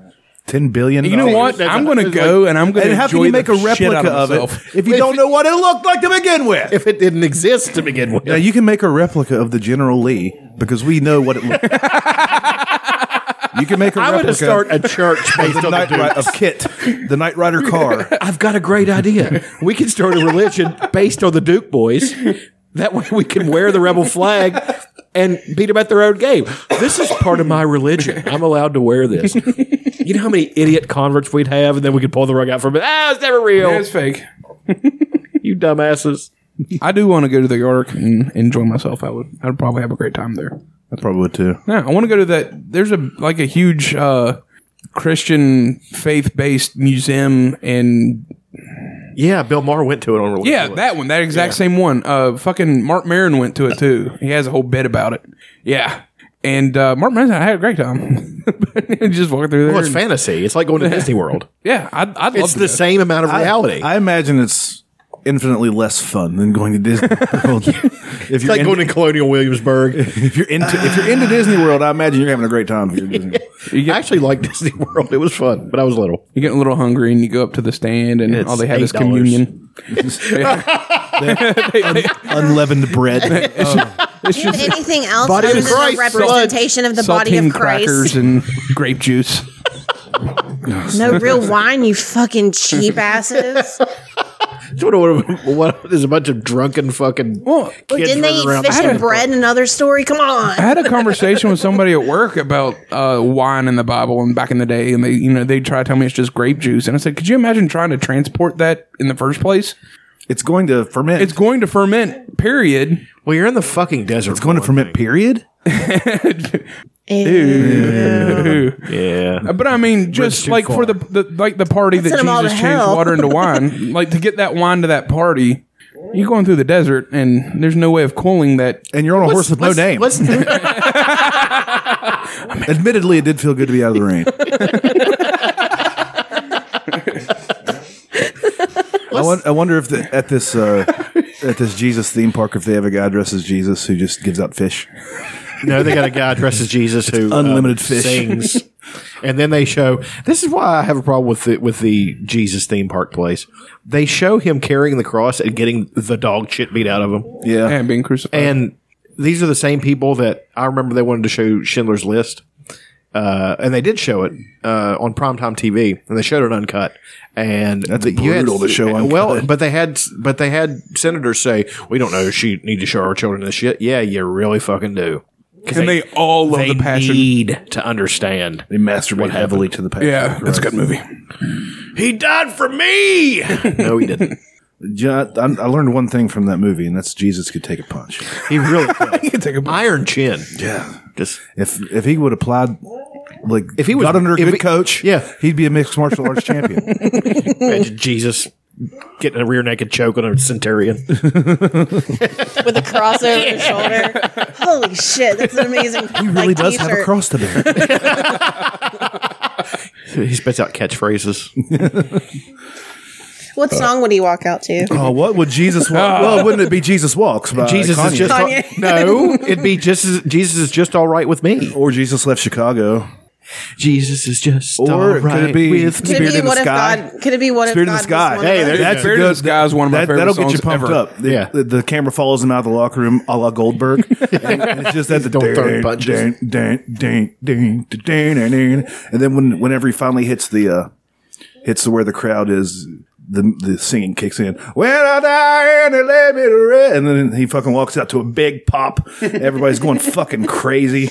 [SPEAKER 2] ten billion.
[SPEAKER 3] You know what? I'm going to go and I'm going
[SPEAKER 2] And
[SPEAKER 3] to
[SPEAKER 2] how can you make a replica of it if you don't know what it looked like to begin with?
[SPEAKER 5] If it didn't exist to begin with.
[SPEAKER 2] Now you can make a replica of the General Lee because we know what it looked. like. You can make a
[SPEAKER 5] I'm going
[SPEAKER 2] replica
[SPEAKER 5] to start a <laughs> church based
[SPEAKER 2] of the
[SPEAKER 5] on
[SPEAKER 2] Knight
[SPEAKER 5] the
[SPEAKER 2] Ri- of Kit, the Knight Rider <laughs> car.
[SPEAKER 5] I've got a great idea. We can start a religion based on the Duke boys. That way we can wear the rebel flag and beat them at their own game. This is part of my religion. I'm allowed to wear this. You know how many idiot converts we'd have, and then we could pull the rug out from it. Ah, it's never real.
[SPEAKER 3] It's fake.
[SPEAKER 5] You dumbasses.
[SPEAKER 3] I do want to go to the York and enjoy myself. I would. I'd probably have a great time there.
[SPEAKER 2] I probably would too.
[SPEAKER 3] No, I want to go to that. There's a like a huge uh, Christian faith based museum in
[SPEAKER 5] Yeah, Bill Maher went to it on religion.
[SPEAKER 3] yeah that one that exact same one. Uh, fucking Mark Maron went to it too. He has a whole bit about it. Yeah, and uh, Mark Maron, I had a great time. <laughs> Just walking through there.
[SPEAKER 5] Well, it's
[SPEAKER 3] and-
[SPEAKER 5] fantasy. It's like going <laughs> to Disney World.
[SPEAKER 3] yeah, I'd, I'd love
[SPEAKER 5] It's
[SPEAKER 3] to
[SPEAKER 5] the
[SPEAKER 3] go.
[SPEAKER 5] same amount of reality.
[SPEAKER 2] I imagine it's infinitely less fun than going to Disney World. if you're into,
[SPEAKER 5] to Colonial <laughs> Williamsburg.
[SPEAKER 2] <laughs> if you're into if you're into Disney World, I imagine you're having a great time. If you're Disney World.
[SPEAKER 5] I actually liked <laughs> Disney World. It was fun, but I was little.
[SPEAKER 3] You get a little hungry and you go up to the stand and all they have is
[SPEAKER 5] $8.
[SPEAKER 3] communion.
[SPEAKER 2] Unleavened bread.
[SPEAKER 3] It's
[SPEAKER 4] Do you have
[SPEAKER 3] just
[SPEAKER 4] anything else
[SPEAKER 5] Body
[SPEAKER 4] other
[SPEAKER 5] of
[SPEAKER 4] than
[SPEAKER 5] Christ,
[SPEAKER 4] a representation of the body
[SPEAKER 3] saltine
[SPEAKER 4] of Christ?
[SPEAKER 3] crackers and <laughs> grape juice.
[SPEAKER 4] No real
[SPEAKER 2] <laughs>
[SPEAKER 4] wine, you fucking cheap asses.
[SPEAKER 5] Sort of what, what there's a <laughs> bunch of drunken fucking.
[SPEAKER 3] Well,
[SPEAKER 5] kids
[SPEAKER 4] Didn't they
[SPEAKER 5] running
[SPEAKER 4] eat
[SPEAKER 5] around
[SPEAKER 4] fish
[SPEAKER 5] playing
[SPEAKER 4] and bread in another story? Come
[SPEAKER 3] I
[SPEAKER 4] on.
[SPEAKER 3] had a conversation with somebody at work about uh, wine in the Bible and back in the day, and they, you know, they try to tell me it's just grape juice, and I said, could you imagine trying to transport that in the first place?
[SPEAKER 2] it's going to ferment.
[SPEAKER 3] It's going to ferment. Period.
[SPEAKER 5] Well, you're in the fucking desert.
[SPEAKER 2] It's going to ferment. Period.
[SPEAKER 3] Uh-huh.
[SPEAKER 5] Yeah.
[SPEAKER 3] But I mean, just
[SPEAKER 5] too
[SPEAKER 3] like
[SPEAKER 5] far.
[SPEAKER 3] for the, the like the party that
[SPEAKER 4] send 'em all
[SPEAKER 3] Jesus
[SPEAKER 4] to
[SPEAKER 3] changed
[SPEAKER 4] hell.
[SPEAKER 3] water into
[SPEAKER 4] <laughs>
[SPEAKER 3] wine, like to get that wine to that party, you're going through the desert, and there's no way of cooling that.
[SPEAKER 2] And you're on a horse with no name.
[SPEAKER 5] <laughs>
[SPEAKER 2] Admittedly, it did feel good to be out of the rain. I, won- I wonder if the, at this uh, at this Jesus theme park, if they have a guy dressed as Jesus who just gives out fish.
[SPEAKER 5] no, they got a guy dressed as Jesus who um,
[SPEAKER 2] unlimited fish. <laughs>
[SPEAKER 5] sings, and then they show. This is why I have a problem with the, with the Jesus theme park place. They show him carrying the cross and getting the dog shit beat out of him,
[SPEAKER 2] Yeah,
[SPEAKER 3] and being crucified.
[SPEAKER 5] and these are the same people that I remember they wanted to show Schindler's List. Uh, and they did show it uh, on primetime TV, and they showed it uncut. And
[SPEAKER 2] That's
[SPEAKER 5] the- you
[SPEAKER 2] brutal to show uncut. <laughs>
[SPEAKER 5] Well, but they had, but they had senators say, "We don't know. if She need to show our children this shit." Yeah, you really fucking do.
[SPEAKER 3] And they, all love
[SPEAKER 5] They
[SPEAKER 3] the passion.
[SPEAKER 5] need to understand.
[SPEAKER 2] they masturbate heavily to the past.
[SPEAKER 3] yeah, that's a good movie.
[SPEAKER 5] He died for me. <laughs> no, he didn't.
[SPEAKER 2] John, I, I learned one thing from that movie, and that's Jesus could take a punch.
[SPEAKER 5] He
[SPEAKER 2] <laughs>
[SPEAKER 5] really could. iron chin.
[SPEAKER 2] Yeah,
[SPEAKER 5] Just
[SPEAKER 2] if if he would applied, like if
[SPEAKER 5] he was-
[SPEAKER 2] got under a
[SPEAKER 5] if
[SPEAKER 2] good
[SPEAKER 5] he-
[SPEAKER 2] coach,
[SPEAKER 5] yeah.
[SPEAKER 2] he'd be a mixed martial arts champion.
[SPEAKER 5] imagine Jesus getting a rear naked choke on a centurion.
[SPEAKER 4] With a cross
[SPEAKER 2] <laughs>
[SPEAKER 4] over his shoulder. Holy shit, that's an amazing. He
[SPEAKER 2] He really does have a cross to bear.
[SPEAKER 5] he spits out catchphrases.
[SPEAKER 4] What song would he walk out to?
[SPEAKER 2] Oh, what would Jesus
[SPEAKER 3] <laughs>
[SPEAKER 2] walk? well, wouldn't it be Jesus walks? By
[SPEAKER 5] Jesus
[SPEAKER 2] Uh, Kanye?
[SPEAKER 5] is just
[SPEAKER 4] Kanye.
[SPEAKER 5] no. It'd be just as, Jesus is just all right with me.
[SPEAKER 2] or Jesus left Chicago,
[SPEAKER 5] Jesus is just
[SPEAKER 2] or could it be
[SPEAKER 4] Could
[SPEAKER 2] Spirit
[SPEAKER 4] it be
[SPEAKER 2] in the
[SPEAKER 4] what if
[SPEAKER 2] Sky?
[SPEAKER 4] God? Could it be what
[SPEAKER 2] Spirit in the
[SPEAKER 4] if
[SPEAKER 2] Sky.
[SPEAKER 4] God? was one of
[SPEAKER 5] Hey,
[SPEAKER 4] us?
[SPEAKER 5] there you
[SPEAKER 2] That's
[SPEAKER 5] go.
[SPEAKER 2] a
[SPEAKER 3] Spirit in
[SPEAKER 2] good.
[SPEAKER 3] the Sky is one of my
[SPEAKER 2] that,
[SPEAKER 3] favorite
[SPEAKER 2] that'll get you
[SPEAKER 3] songs
[SPEAKER 2] pumped
[SPEAKER 3] ever.
[SPEAKER 2] up. The,
[SPEAKER 5] Yeah.
[SPEAKER 2] the, the camera follows him out of the locker room, a
[SPEAKER 5] <laughs>
[SPEAKER 2] la Goldberg. and it's just that
[SPEAKER 5] throwing punches.
[SPEAKER 2] Dun, dun, dun, dun, dun, dun, dun, dun. And then when whenever he finally hits the uh, hits where the crowd is. The, the singing kicks in. When I die and they lay me to rest, and then he fucking walks out to a
[SPEAKER 5] <laughs>
[SPEAKER 2] big pop. Everybody's going fucking crazy.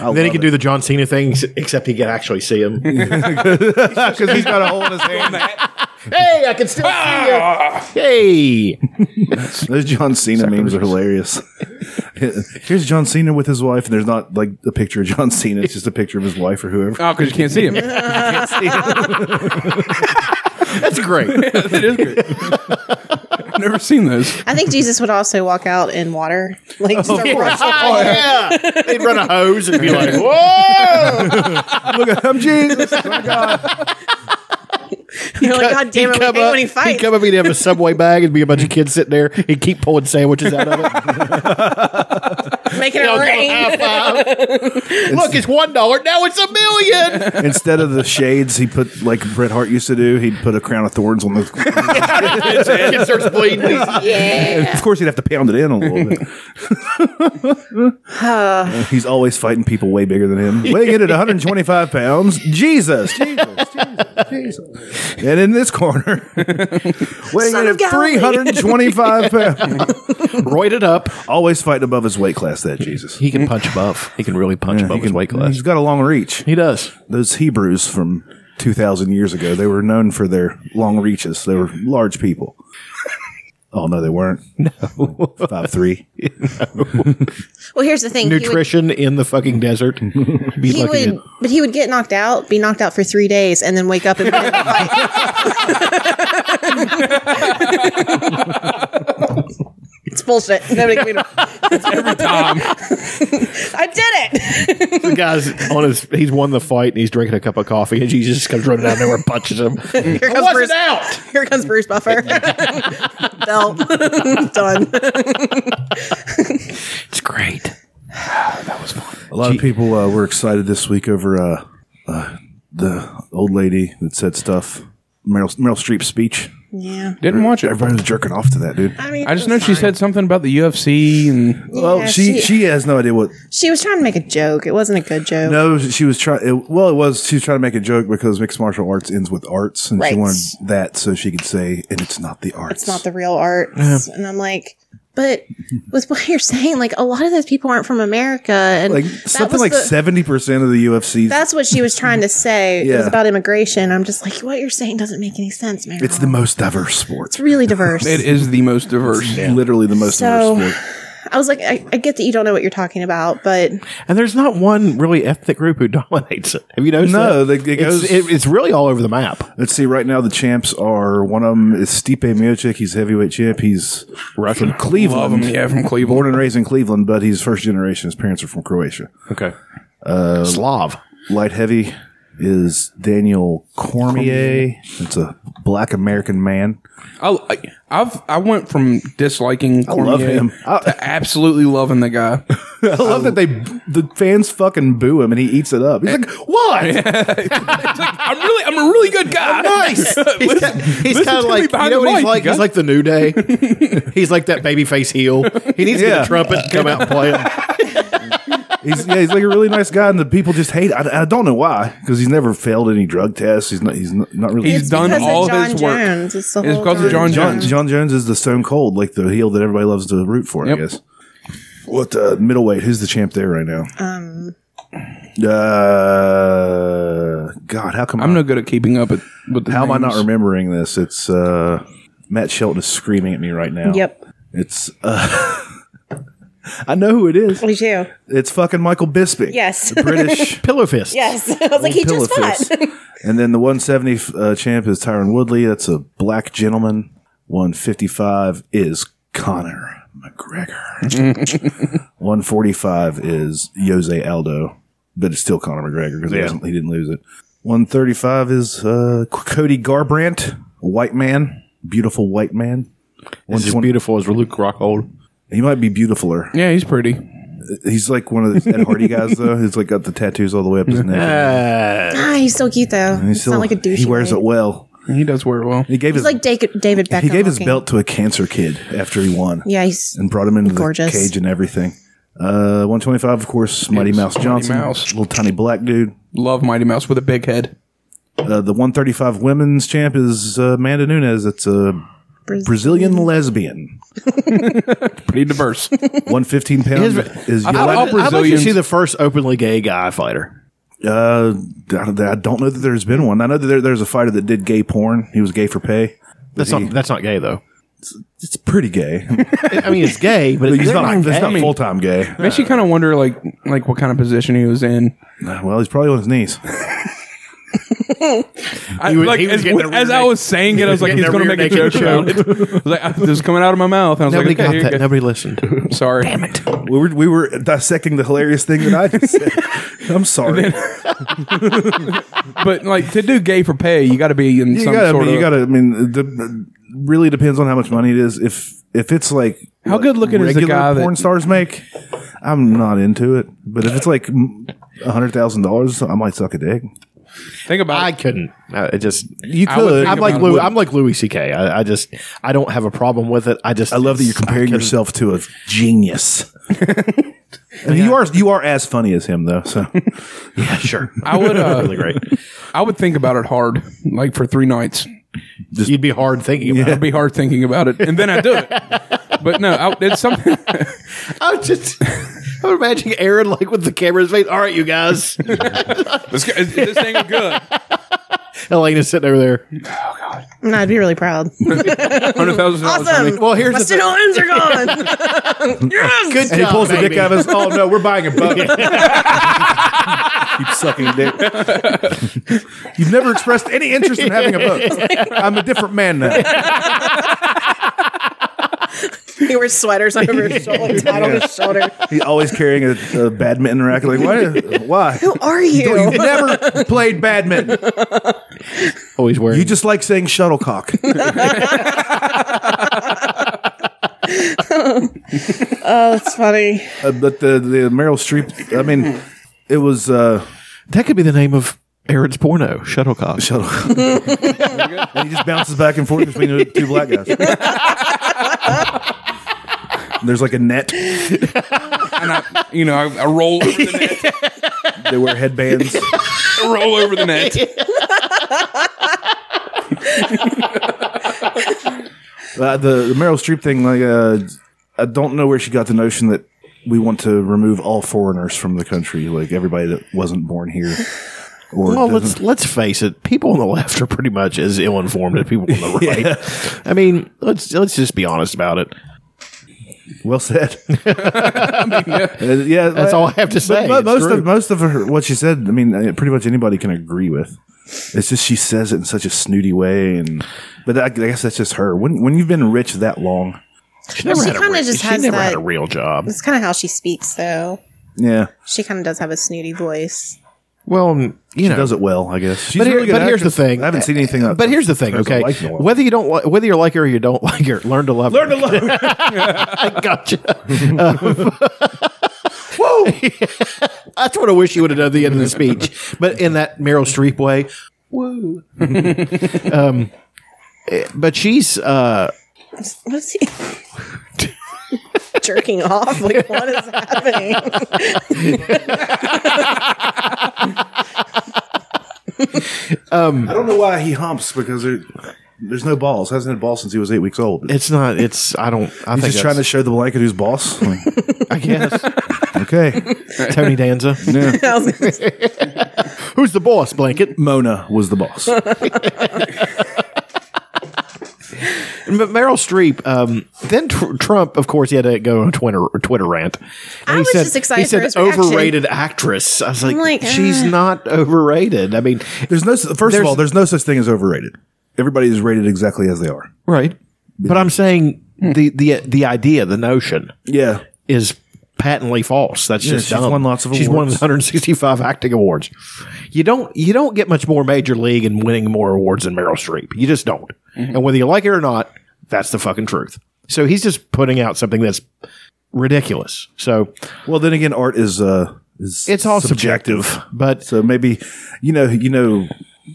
[SPEAKER 2] I
[SPEAKER 5] Then he
[SPEAKER 2] love
[SPEAKER 5] could
[SPEAKER 2] it.
[SPEAKER 5] do the John Cena thing, ex- except he could actually see him.
[SPEAKER 2] <laughs> because he's got a hole in his hand.
[SPEAKER 5] hey, I can still
[SPEAKER 2] Ah.
[SPEAKER 5] see you. Hey,
[SPEAKER 2] Those John Cena memes are hilarious. <laughs> Here's John Cena with his wife, and there's not like a picture of John Cena. It's just a picture of his wife or whoever.
[SPEAKER 3] <laughs>
[SPEAKER 10] <laughs>
[SPEAKER 3] Oh, because you
[SPEAKER 2] <laughs>
[SPEAKER 3] can't see him. it <laughs>
[SPEAKER 5] that's
[SPEAKER 2] <laughs>
[SPEAKER 5] great.
[SPEAKER 2] Oh,
[SPEAKER 3] is good. I've never seen those.
[SPEAKER 4] I think Jesus would also walk out in water,
[SPEAKER 2] <laughs> Oh,
[SPEAKER 4] like just a rush of
[SPEAKER 5] Ah, yeah. They'd run a hose and be like, whoa.
[SPEAKER 2] <laughs> Look, at him, Jesus.
[SPEAKER 4] You're like, God damn it, we
[SPEAKER 5] come
[SPEAKER 4] hate
[SPEAKER 5] up,
[SPEAKER 4] when he
[SPEAKER 5] he'd
[SPEAKER 4] fights.
[SPEAKER 5] come up, he'd have a
[SPEAKER 2] <laughs>
[SPEAKER 5] Subway bag, and be a bunch of kids sitting there. He'd keep pulling sandwiches out of it.
[SPEAKER 4] making it rain.
[SPEAKER 5] Look, it's one dollar. Now it's a million.
[SPEAKER 2] Instead of the shades, he put like Bret Hart used to do. He'd put a crown of thorns
[SPEAKER 10] <laughs>
[SPEAKER 2] on the. <laughs>
[SPEAKER 5] it starts bleeding. <laughs>
[SPEAKER 2] of course, he'd have to pound it in a little bit.
[SPEAKER 10] <laughs>
[SPEAKER 2] He's always fighting people way bigger than him. Weighing
[SPEAKER 10] <laughs>
[SPEAKER 2] in at 125 pounds, Jesus, Jesus, Jesus, Jesus. And in this
[SPEAKER 10] <laughs>
[SPEAKER 2] corner, weighing
[SPEAKER 10] Son
[SPEAKER 2] in
[SPEAKER 10] of
[SPEAKER 2] at
[SPEAKER 10] Galilee.
[SPEAKER 2] 325 pounds,
[SPEAKER 5] Roided up.
[SPEAKER 2] always fighting above his weight class. That Jesus,
[SPEAKER 5] He can punch above. He can really punch above his weight class.
[SPEAKER 2] he's got a long reach.
[SPEAKER 5] He does.
[SPEAKER 2] Those Hebrews from 2,000 years ago, they were known for their long reaches. They were large people. <laughs> Oh no, they weren't. No, five three.
[SPEAKER 4] Well, here's the thing. he would-
[SPEAKER 5] Nutrition in the fucking <laughs> desert. Be
[SPEAKER 4] He
[SPEAKER 5] lucky
[SPEAKER 4] would,
[SPEAKER 5] to-
[SPEAKER 4] but he would get knocked out, be knocked out for three days, and then wake up and win the fight. it's bullshit. Nobody can beat him. <laughs> I did it.
[SPEAKER 5] the guy's on his. He's won the fight and he's drinking a cup of coffee and Jesus just comes running down there and punches <laughs> him.
[SPEAKER 4] Here comes Bruce. Out. Here comes Bruce Buffer. Bell. <laughs> Done.
[SPEAKER 5] It's great.
[SPEAKER 2] A lot of people uh, were excited this week over uh, uh, the old lady that said stuff. Meryl, Meryl Streep's speech.
[SPEAKER 4] Yeah.
[SPEAKER 3] Didn't watch it.
[SPEAKER 2] Everybody was jerking off to that, dude.
[SPEAKER 4] I mean,
[SPEAKER 3] I just know she said something about the UFC and
[SPEAKER 2] Well,
[SPEAKER 4] Yeah,
[SPEAKER 2] she,
[SPEAKER 4] she-
[SPEAKER 2] she has no idea what.
[SPEAKER 4] she was trying to make a joke. It wasn't a good joke.
[SPEAKER 2] No, she was trying. Well, it was she was trying to make a joke because mixed martial arts ends with arts, and she
[SPEAKER 4] Right.
[SPEAKER 2] wanted that so she could say, "And it's not the arts.
[SPEAKER 4] it's not the real arts. And I'm like, but with what you're saying, like a lot of those people aren't from America, and
[SPEAKER 2] like
[SPEAKER 4] that
[SPEAKER 2] something
[SPEAKER 4] was
[SPEAKER 2] like
[SPEAKER 4] the-
[SPEAKER 2] seventy percent of the UFC. 's-
[SPEAKER 4] That's what she was trying to say. It was
[SPEAKER 2] Yeah.
[SPEAKER 4] about immigration. I'm just like, what you're saying doesn't make any sense, man.
[SPEAKER 2] it's the most diverse sport.
[SPEAKER 4] really diverse.
[SPEAKER 3] it is the most diverse.
[SPEAKER 2] Literally the most
[SPEAKER 4] So-
[SPEAKER 2] diverse
[SPEAKER 4] <laughs>
[SPEAKER 2] sport.
[SPEAKER 4] I was like, I, I get that you don't know what you're talking about, but
[SPEAKER 5] And there's not one really ethnic group who <laughs> dominates it. Have you noticed? that?
[SPEAKER 2] No, they- it
[SPEAKER 5] It's-
[SPEAKER 2] goes-
[SPEAKER 5] it- it's really all over the map.
[SPEAKER 2] Let's see. Right now, the champs are one of them is Stipe Miocic. He's heavyweight champ. He's from Cleveland.
[SPEAKER 3] Love them, yeah, from
[SPEAKER 2] born
[SPEAKER 3] Cleveland.
[SPEAKER 2] and raised in Cleveland, but he's first generation. His parents are from Croatia.
[SPEAKER 5] Okay. Uh, Slav.
[SPEAKER 2] Light heavy is Daniel Cormier. It's a black American man.
[SPEAKER 3] I, I've I went from disliking Cormier
[SPEAKER 2] love him. I-
[SPEAKER 3] to absolutely loving the guy.
[SPEAKER 2] I love that they the fans fucking boo him and he eats it up.
[SPEAKER 3] Eh.
[SPEAKER 2] He's like,
[SPEAKER 3] <laughs>
[SPEAKER 2] why?
[SPEAKER 3] I'm really I'm a really good guy. <laughs>
[SPEAKER 5] Nice. <laughs> he's
[SPEAKER 3] Listen-
[SPEAKER 5] kind of
[SPEAKER 3] listen to me
[SPEAKER 5] like you
[SPEAKER 3] behind
[SPEAKER 5] know
[SPEAKER 3] the
[SPEAKER 5] what he's
[SPEAKER 3] mic,
[SPEAKER 5] like.
[SPEAKER 3] you
[SPEAKER 5] He's
[SPEAKER 3] guys.
[SPEAKER 5] like the new day. he's like that babyface heel. He needs to get
[SPEAKER 2] Yeah.
[SPEAKER 5] a trumpet and come out and play him.
[SPEAKER 2] He's yeah, he's like a really nice guy, and the people just hate. I, I don't know why because he's never failed any drug tests. He's not. He's not, not really.
[SPEAKER 3] He's
[SPEAKER 4] it's
[SPEAKER 3] done
[SPEAKER 4] because of
[SPEAKER 3] all
[SPEAKER 4] John
[SPEAKER 3] his work.
[SPEAKER 4] Jones. It's, the
[SPEAKER 3] It's
[SPEAKER 4] whole
[SPEAKER 3] because of John
[SPEAKER 2] John,
[SPEAKER 3] Jones.
[SPEAKER 2] John Jones is the Stone Cold, like the heel that everybody loves to root for.
[SPEAKER 3] Yep.
[SPEAKER 2] I guess. What uh, middleweight? Who's the champ there right now? Um. Uh, God, how come
[SPEAKER 3] I'm no good at keeping up at, with the
[SPEAKER 2] How am I not
[SPEAKER 3] names.
[SPEAKER 2] remembering this? It's uh, Matt Shelton is screaming at me right now.
[SPEAKER 4] Yep,
[SPEAKER 2] It's. Uh, <laughs> I know who it is.
[SPEAKER 4] me too.
[SPEAKER 2] It's fucking Michael Bisping.
[SPEAKER 4] Yes.
[SPEAKER 2] The British.
[SPEAKER 5] Pillow fist.
[SPEAKER 4] <laughs> Yes, I was like, he
[SPEAKER 2] pillow
[SPEAKER 4] just fought.
[SPEAKER 2] fist.
[SPEAKER 4] <laughs>
[SPEAKER 2] and then the 170 uh, champ is Tyron Woodley. That's a black gentleman. 155 is Connor McGregor. 145 is Jose Aldo, but it's still Connor McGregor because he, didn't lose it. 135 is uh, Cody Garbrandt, a white man, beautiful white man.
[SPEAKER 5] This is
[SPEAKER 2] 120
[SPEAKER 5] beautiful as Luke Rockhold.
[SPEAKER 2] He might be beautifuler.
[SPEAKER 3] Yeah, he's pretty.
[SPEAKER 2] He's like one of the Ed Hardy guys though. He's like got the tattoos all the way up his neck.
[SPEAKER 4] Ah, he's so cute though.
[SPEAKER 2] He's
[SPEAKER 4] He's
[SPEAKER 2] still-
[SPEAKER 4] not like a douche.
[SPEAKER 2] He wears it well.
[SPEAKER 3] He does wear it well.
[SPEAKER 2] He gave
[SPEAKER 4] He's
[SPEAKER 2] his
[SPEAKER 4] like David David Beckham.
[SPEAKER 2] He gave his
[SPEAKER 4] looking.
[SPEAKER 2] belt to a cancer kid after he won
[SPEAKER 4] Yeah, he's
[SPEAKER 2] and brought him into
[SPEAKER 4] Gorgeous.
[SPEAKER 2] the cage and everything. Uh, 125, of course, Mighty Mouse Johnson,
[SPEAKER 3] Mouse.
[SPEAKER 2] little tiny black dude.
[SPEAKER 3] Love Mighty Mouse with a big head.
[SPEAKER 2] Uh, the 135 women's champ is uh, Amanda Nunes. It's a Brazilian lesbian.
[SPEAKER 3] Pretty diverse.
[SPEAKER 2] 115 pound is
[SPEAKER 3] thought all
[SPEAKER 2] Yolanda.
[SPEAKER 5] I'd like to
[SPEAKER 3] Brazilians-
[SPEAKER 5] see the first openly gay guy fighter.
[SPEAKER 2] Uh, I don't- I don't know that there's been one. I know that there, there's a fighter that did gay porn. He was gay for pay.
[SPEAKER 5] That's not that's not gay though.
[SPEAKER 2] It's pretty gay.
[SPEAKER 5] I mean, it's gay, <laughs> but
[SPEAKER 2] He's
[SPEAKER 5] it's
[SPEAKER 2] not,
[SPEAKER 5] not,
[SPEAKER 2] it's not
[SPEAKER 5] gay.
[SPEAKER 2] full time gay.
[SPEAKER 3] Makes you kind of wonder, like, like what kind of position he was in.
[SPEAKER 2] Uh, Well, he's probably on his knees.
[SPEAKER 3] I,
[SPEAKER 5] was-
[SPEAKER 3] like,
[SPEAKER 5] he was
[SPEAKER 3] as,
[SPEAKER 5] getting the rear
[SPEAKER 3] as I
[SPEAKER 5] naked-
[SPEAKER 3] was saying it, I was like,
[SPEAKER 5] getting the
[SPEAKER 3] he's going to
[SPEAKER 5] rear
[SPEAKER 3] make a joke
[SPEAKER 5] naked
[SPEAKER 3] about it. <laughs> I was like, I, this was coming out of my mouth, and I was
[SPEAKER 5] Nobody
[SPEAKER 3] like, okay,
[SPEAKER 5] got
[SPEAKER 3] here
[SPEAKER 5] that.
[SPEAKER 3] you go.
[SPEAKER 5] Nobody listened.
[SPEAKER 3] sorry. <laughs> Damn it.
[SPEAKER 2] We were we were dissecting the hilarious thing that I just said. <laughs> I'm sorry.
[SPEAKER 3] But like to do gay for pay, you got to be in
[SPEAKER 2] You
[SPEAKER 3] some
[SPEAKER 2] gotta,
[SPEAKER 3] sort
[SPEAKER 2] I mean,
[SPEAKER 3] of.
[SPEAKER 2] you gotta. I mean, the, really depends on how much money it is. If if it's like
[SPEAKER 3] How good looking is the
[SPEAKER 2] regular
[SPEAKER 3] guy that-
[SPEAKER 2] porn stars make, I'm not into it. But if it's like a hundred thousand dollars, I might suck a dick.
[SPEAKER 3] Think about
[SPEAKER 5] I
[SPEAKER 3] it.
[SPEAKER 5] couldn't. I it just
[SPEAKER 2] You
[SPEAKER 3] I would
[SPEAKER 2] could.
[SPEAKER 3] think
[SPEAKER 5] I'm like
[SPEAKER 3] about
[SPEAKER 5] Louis,
[SPEAKER 3] wood.
[SPEAKER 5] I'm like Louis C.K. I, I just I don't have a problem with it. I just
[SPEAKER 2] I love that you're comparing yourself to a genius. <laughs> I mean, You are you are as funny as him though. <laughs> So
[SPEAKER 5] Yeah, <laughs> sure.
[SPEAKER 3] I would uh,
[SPEAKER 5] <laughs> really great.
[SPEAKER 3] I would think about it hard, like for three nights.
[SPEAKER 5] You'd be hard thinking about.
[SPEAKER 3] It'd be hard thinking about it, and then
[SPEAKER 5] <laughs>
[SPEAKER 3] I do it. But no, I, it's something. <laughs>
[SPEAKER 5] it. I'm just I'm imagining Aaron like with the camera's face. All right, you <laughs> guys.
[SPEAKER 3] This, guy- this thing is good.
[SPEAKER 5] Elena's sitting over there.
[SPEAKER 4] And I'd be really proud.
[SPEAKER 3] Hundred thousand dollars.
[SPEAKER 4] Awesome.
[SPEAKER 5] Well, here's
[SPEAKER 4] My
[SPEAKER 5] the thing.
[SPEAKER 4] student loans are gone. yes.
[SPEAKER 5] Good
[SPEAKER 2] and he
[SPEAKER 5] job,
[SPEAKER 2] pulls the dick
[SPEAKER 5] baby.
[SPEAKER 2] out of his. Oh no, we're buying a <laughs> bucket. Keep sucking dick. <laughs> You've never expressed any interest in having a <laughs> boat. I'm a different man now.
[SPEAKER 4] He wears sweaters over his shoulder, tied on his shoulder.
[SPEAKER 2] He's always carrying a, a badminton racket. Like why? Why?
[SPEAKER 4] Who are you?
[SPEAKER 2] <laughs> You've never played badminton.
[SPEAKER 5] Always wearing.
[SPEAKER 2] You just like saying shuttlecock.
[SPEAKER 4] <laughs> Oh, that's funny.
[SPEAKER 2] Uh, but the the Meryl Streep. I mean, it was. uh
[SPEAKER 5] that could be the name of Aaron's porno shuttlecock.
[SPEAKER 2] Shuttle. and he just bounces back and forth between the two black
[SPEAKER 4] <laughs>
[SPEAKER 2] guys. There's like a net.
[SPEAKER 3] And I, you know, I, I roll over the net.
[SPEAKER 5] <laughs>
[SPEAKER 2] They wear headbands.
[SPEAKER 3] I roll over the net.
[SPEAKER 2] Uh, the, the Meryl Streep thing, like, uh, I don't know where she got the notion that we want to remove all foreigners from the country, like everybody that wasn't born here. Or
[SPEAKER 5] Well, let's
[SPEAKER 2] doesn't-
[SPEAKER 5] let's face it. People on the left are pretty much as ill informed as people on the <laughs> right. I mean, let's let's just be honest about it.
[SPEAKER 2] <laughs>
[SPEAKER 5] <laughs>
[SPEAKER 2] well said. Uh, yeah,
[SPEAKER 5] That's
[SPEAKER 2] uh,
[SPEAKER 5] all I have to say.
[SPEAKER 2] But
[SPEAKER 5] It's
[SPEAKER 2] most
[SPEAKER 5] true.
[SPEAKER 2] of most of her, what she said, I mean, uh, pretty much anybody can agree with. It's just she says it in such a snooty way, and but I, I guess that's just her. When when you've been rich that long,
[SPEAKER 5] she never,
[SPEAKER 4] she
[SPEAKER 5] had, a
[SPEAKER 4] kinda
[SPEAKER 5] re-
[SPEAKER 4] just
[SPEAKER 5] she
[SPEAKER 4] has
[SPEAKER 5] never had
[SPEAKER 4] that-
[SPEAKER 5] a real job.
[SPEAKER 4] That's kind of how she speaks, though.
[SPEAKER 2] yeah,
[SPEAKER 4] She kind of does have a snooty voice.
[SPEAKER 5] Well, um, you know,
[SPEAKER 2] does it well, I guess. She's
[SPEAKER 5] but,
[SPEAKER 2] a
[SPEAKER 5] here,
[SPEAKER 2] really good
[SPEAKER 5] but here's the
[SPEAKER 2] actress.
[SPEAKER 5] thing.
[SPEAKER 2] I haven't seen anything.
[SPEAKER 5] But here's the thing.
[SPEAKER 2] There's a
[SPEAKER 5] Okay,
[SPEAKER 2] light in the world.
[SPEAKER 5] whether you don't li- whether you like her or you don't <laughs> like her, learn to love learn her. Learn to <laughs> love her. gotcha. Um, <laughs> Whoa! That's what I wish you would have done at the end of the speech, but in that Meryl Streep way. Whoa. <laughs> um, eh, but she's uh,
[SPEAKER 4] What is he? <laughs> Jerking off? Like, what is
[SPEAKER 2] <laughs>
[SPEAKER 4] happening?
[SPEAKER 2] I don't know why he humps because there, there's no balls. Hasn't had balls since he was eight weeks old.
[SPEAKER 5] it's not. It's I don't. I think
[SPEAKER 2] He's just trying to show the blanket who's boss. Like,
[SPEAKER 5] <laughs> I guess
[SPEAKER 2] okay,
[SPEAKER 5] Tony Danza.
[SPEAKER 4] I was gonna say,
[SPEAKER 5] Who's the boss? Blanket.
[SPEAKER 2] Mona was the boss.
[SPEAKER 5] But Meryl Streep. Um, then tr- Trump, of course, he had to go on Twitter Twitter rant. And
[SPEAKER 4] I
[SPEAKER 5] he
[SPEAKER 4] was just excited
[SPEAKER 5] He said
[SPEAKER 4] for his reaction.
[SPEAKER 5] overrated actress. I was like,
[SPEAKER 4] I'm like,
[SPEAKER 5] she's
[SPEAKER 4] ah.
[SPEAKER 5] not overrated. I mean,
[SPEAKER 2] There's no s- first of
[SPEAKER 5] There's-
[SPEAKER 2] all, there's no such thing as overrated. Everybody is rated exactly as they are.
[SPEAKER 5] right? But I'm saying the the the idea, the notion
[SPEAKER 2] Yeah,
[SPEAKER 5] is patently false. That's just
[SPEAKER 2] she's
[SPEAKER 5] dumb.
[SPEAKER 2] won lots of
[SPEAKER 5] She's won
[SPEAKER 2] awards.
[SPEAKER 5] 165 acting awards. You don't you don't get much more major league and winning more awards than Meryl Streep. You just don't.
[SPEAKER 2] Mm-hmm.
[SPEAKER 5] And whether you like it or not, that's the fucking truth. So he's just putting out something that's ridiculous. So
[SPEAKER 2] Well, then again, art is uh, is
[SPEAKER 5] It's all subjective, but-
[SPEAKER 2] so maybe you know, you know,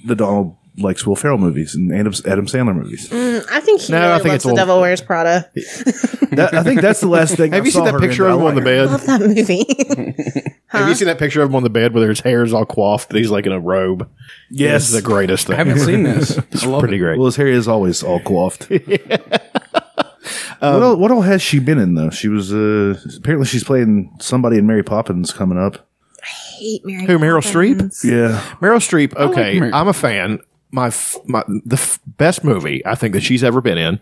[SPEAKER 2] the Donald likes Will Ferrell movies and Adam, Adam Sandler movies.
[SPEAKER 4] Mm, I think he
[SPEAKER 5] No, I
[SPEAKER 4] really
[SPEAKER 5] think
[SPEAKER 4] loves
[SPEAKER 5] it's
[SPEAKER 4] The
[SPEAKER 5] old.
[SPEAKER 4] Devil Wears Prada.
[SPEAKER 2] That- I think that's the last thing.
[SPEAKER 5] <laughs> have
[SPEAKER 2] I
[SPEAKER 5] you seen
[SPEAKER 2] saw
[SPEAKER 5] that
[SPEAKER 2] her in
[SPEAKER 5] picture
[SPEAKER 2] I
[SPEAKER 5] of him on the
[SPEAKER 2] like her.
[SPEAKER 5] bed?
[SPEAKER 4] Love that
[SPEAKER 2] <laughs>
[SPEAKER 4] movie.
[SPEAKER 5] Have you seen that picture of him on the bed where his hair is all coiffed? He's like in a robe.
[SPEAKER 2] Yes.
[SPEAKER 5] It's the greatest thing.
[SPEAKER 3] I haven't seen
[SPEAKER 5] <laughs>
[SPEAKER 3] this. I love
[SPEAKER 5] Pretty
[SPEAKER 3] it.
[SPEAKER 5] great.
[SPEAKER 2] Well, his hair is always
[SPEAKER 5] <laughs>
[SPEAKER 2] all coiffed.
[SPEAKER 5] Um,
[SPEAKER 2] what, all, what all has she been in though? She was uh, apparently she's playing somebody in Mary Poppins coming up.
[SPEAKER 4] Hate Mary
[SPEAKER 5] Who, Meryl
[SPEAKER 4] Poppins.
[SPEAKER 2] Yeah,
[SPEAKER 5] Meryl Streep. Okay,
[SPEAKER 3] Meryl.
[SPEAKER 5] I'm a fan. My f- my the f- best movie I think that she's ever been in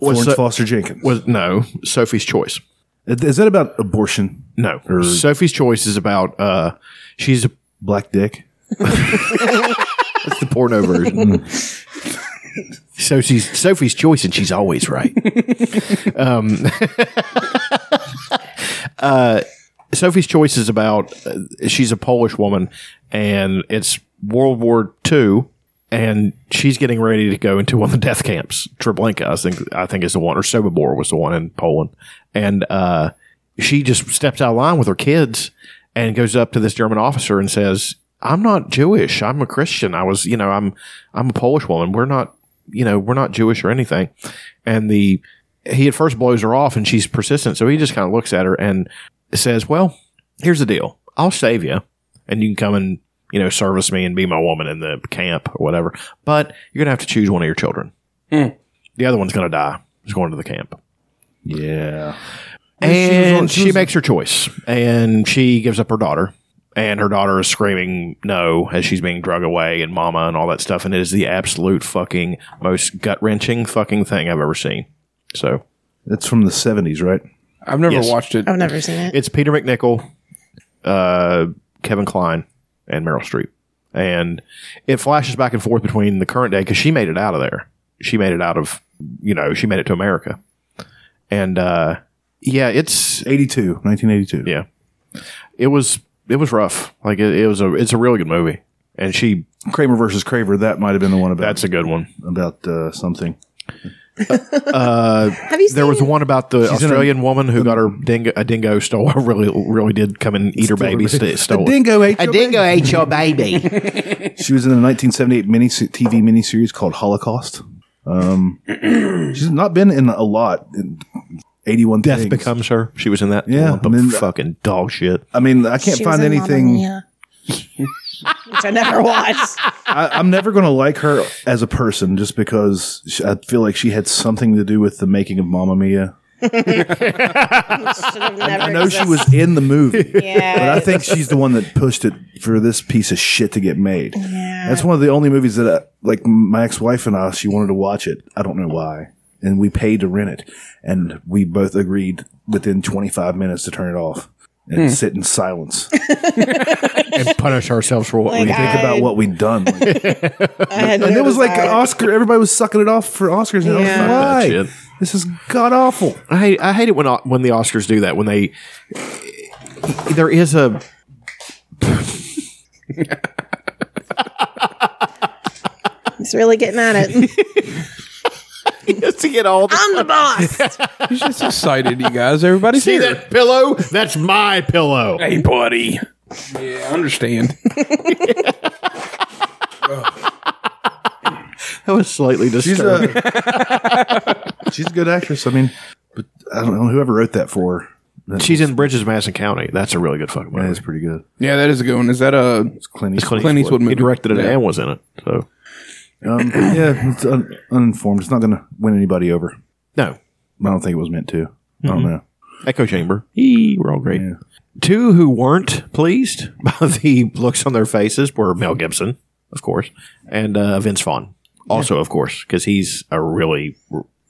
[SPEAKER 5] was
[SPEAKER 2] Florence
[SPEAKER 5] So-
[SPEAKER 2] Foster Jenkins.
[SPEAKER 5] was no Sophie's Choice.
[SPEAKER 2] is that about abortion?
[SPEAKER 5] No,
[SPEAKER 2] Or-
[SPEAKER 5] Sophie's Choice is about uh she's a,
[SPEAKER 2] Black dick.
[SPEAKER 5] that's the porno
[SPEAKER 2] <laughs>
[SPEAKER 5] version. so she's Sophie's Choice, and she's always right. Sophie's Choice is about uh, she's a Polish woman and it's World War II and she's getting ready to go into one of the death camps. Treblinka, I think I think is the one or Sobibor was the one in Poland. And uh she just steps out of line with her kids and goes up to this German officer and says, "I'm not Jewish. I'm a Christian. I was, you know, I'm I'm a Polish woman. We're not, you know, we're not Jewish or anything." And the he at first blows her off, and she's persistent, so he just kind of looks at her and says, "Well, here's the deal. I'll save you, and you can come and you know service me and be my woman in the camp or whatever. But you're gonna have to choose one of your children. The other one's gonna die. Is going to the camp."
[SPEAKER 2] Yeah.
[SPEAKER 5] and
[SPEAKER 2] she
[SPEAKER 5] she,
[SPEAKER 2] was-
[SPEAKER 5] makes her choice and she gives up her daughter and her daughter is screaming no as she's being drug away and mama and all that stuff and it is the absolute fucking most gut-wrenching fucking thing i've ever seen so
[SPEAKER 2] That's from the 70s, right?
[SPEAKER 3] I've never
[SPEAKER 5] Yes.
[SPEAKER 3] watched it.
[SPEAKER 4] I've never seen it.
[SPEAKER 5] it's peter mcnichol uh, kevin klein and meryl streep and it flashes back and forth between the current day because she made it out of there she made it out of you know she made it to america and uh, yeah it's
[SPEAKER 2] 82, 1982.
[SPEAKER 5] Yeah. it was it was rough. Like it, it was a it's a really good movie, and she
[SPEAKER 2] Kramer versus Kraver, that might have been the one about
[SPEAKER 5] that's a good one.
[SPEAKER 2] about uh, something.
[SPEAKER 4] Have you seen?
[SPEAKER 5] There was one about the
[SPEAKER 2] in a-
[SPEAKER 5] Australian woman who got her dingo a dingo stole <laughs> really really did come and eat her baby st-
[SPEAKER 2] A
[SPEAKER 5] stole it.
[SPEAKER 2] dingo ate your baby.
[SPEAKER 12] ate your baby.
[SPEAKER 2] <laughs> She was in a 1978 mini TV miniseries called Holocaust.
[SPEAKER 12] <clears throat>
[SPEAKER 2] Um, she's not been in a lot. In 81
[SPEAKER 5] Death
[SPEAKER 2] things.
[SPEAKER 5] becomes her. She was in that
[SPEAKER 2] Yeah,
[SPEAKER 5] lump of
[SPEAKER 2] I mean-
[SPEAKER 5] fucking dog shit.
[SPEAKER 2] I mean, I can't
[SPEAKER 4] She was
[SPEAKER 2] find
[SPEAKER 4] in Mamma
[SPEAKER 2] anything.
[SPEAKER 4] Mia, which I never
[SPEAKER 2] <laughs>
[SPEAKER 4] watched.
[SPEAKER 2] I, I'm never going to like her as a person just because she, I feel like she had something to do with the making of Mamma Mia.
[SPEAKER 4] Should have never
[SPEAKER 2] I know she was in the
[SPEAKER 4] <laughs>
[SPEAKER 2] movie. <laughs>
[SPEAKER 4] Yeah,
[SPEAKER 2] But I think she's the one that pushed it for this piece of shit to get made.
[SPEAKER 4] Yeah.
[SPEAKER 2] That's one of the only movies that, I, like, my ex wife and I, she wanted to watch it. I don't know why. And we paid to rent it. And we both agreed within 25 minutes to turn it off and sit in silence. Think
[SPEAKER 5] and punish ourselves for what
[SPEAKER 4] Like,
[SPEAKER 5] we
[SPEAKER 4] I-
[SPEAKER 5] think.
[SPEAKER 2] about what we'd done. Like,
[SPEAKER 4] I had
[SPEAKER 2] and
[SPEAKER 4] no
[SPEAKER 2] it was like uh,
[SPEAKER 4] desire.
[SPEAKER 2] Oscar. Everybody was sucking it off for Oscars. And I
[SPEAKER 4] Yeah.
[SPEAKER 2] was
[SPEAKER 5] That
[SPEAKER 2] like,
[SPEAKER 5] shit.
[SPEAKER 2] why? This is god awful.
[SPEAKER 5] I hate, I hate it when o- when the Oscars do that when they there is a
[SPEAKER 4] It's really getting at
[SPEAKER 2] <laughs>
[SPEAKER 4] it.
[SPEAKER 5] to get all the
[SPEAKER 4] I'm the boss.
[SPEAKER 3] He's just excited, you guys. Everybody's
[SPEAKER 5] see
[SPEAKER 3] here.
[SPEAKER 5] that pillow that's my pillow
[SPEAKER 3] Hey, buddy. Yeah, I understand.
[SPEAKER 5] that was slightly
[SPEAKER 2] She's
[SPEAKER 5] disturbing
[SPEAKER 2] a <laughs> she's a good actress. I mean, but I don't know whoever wrote that for. her. That
[SPEAKER 5] She's in Bridges, of Madison County. That's a really good fucking movie.
[SPEAKER 2] that is pretty good.
[SPEAKER 3] Yeah, that is a good one. Is that uh, a?
[SPEAKER 2] It's Clint Eastwood.
[SPEAKER 5] Clint
[SPEAKER 3] Eastwood movie.
[SPEAKER 5] He directed it
[SPEAKER 3] Yeah.
[SPEAKER 5] and was in it. So
[SPEAKER 2] Um, yeah, it's un- uninformed. It's not going to win anybody over.
[SPEAKER 5] no,
[SPEAKER 2] I don't think it was meant to. I don't know.
[SPEAKER 5] Echo Chamber. He, we're all great. Two who weren't pleased <laughs> by the looks on their faces were Mel Gibson, of course, and uh, Vince Vaughn, also of course, because he's a really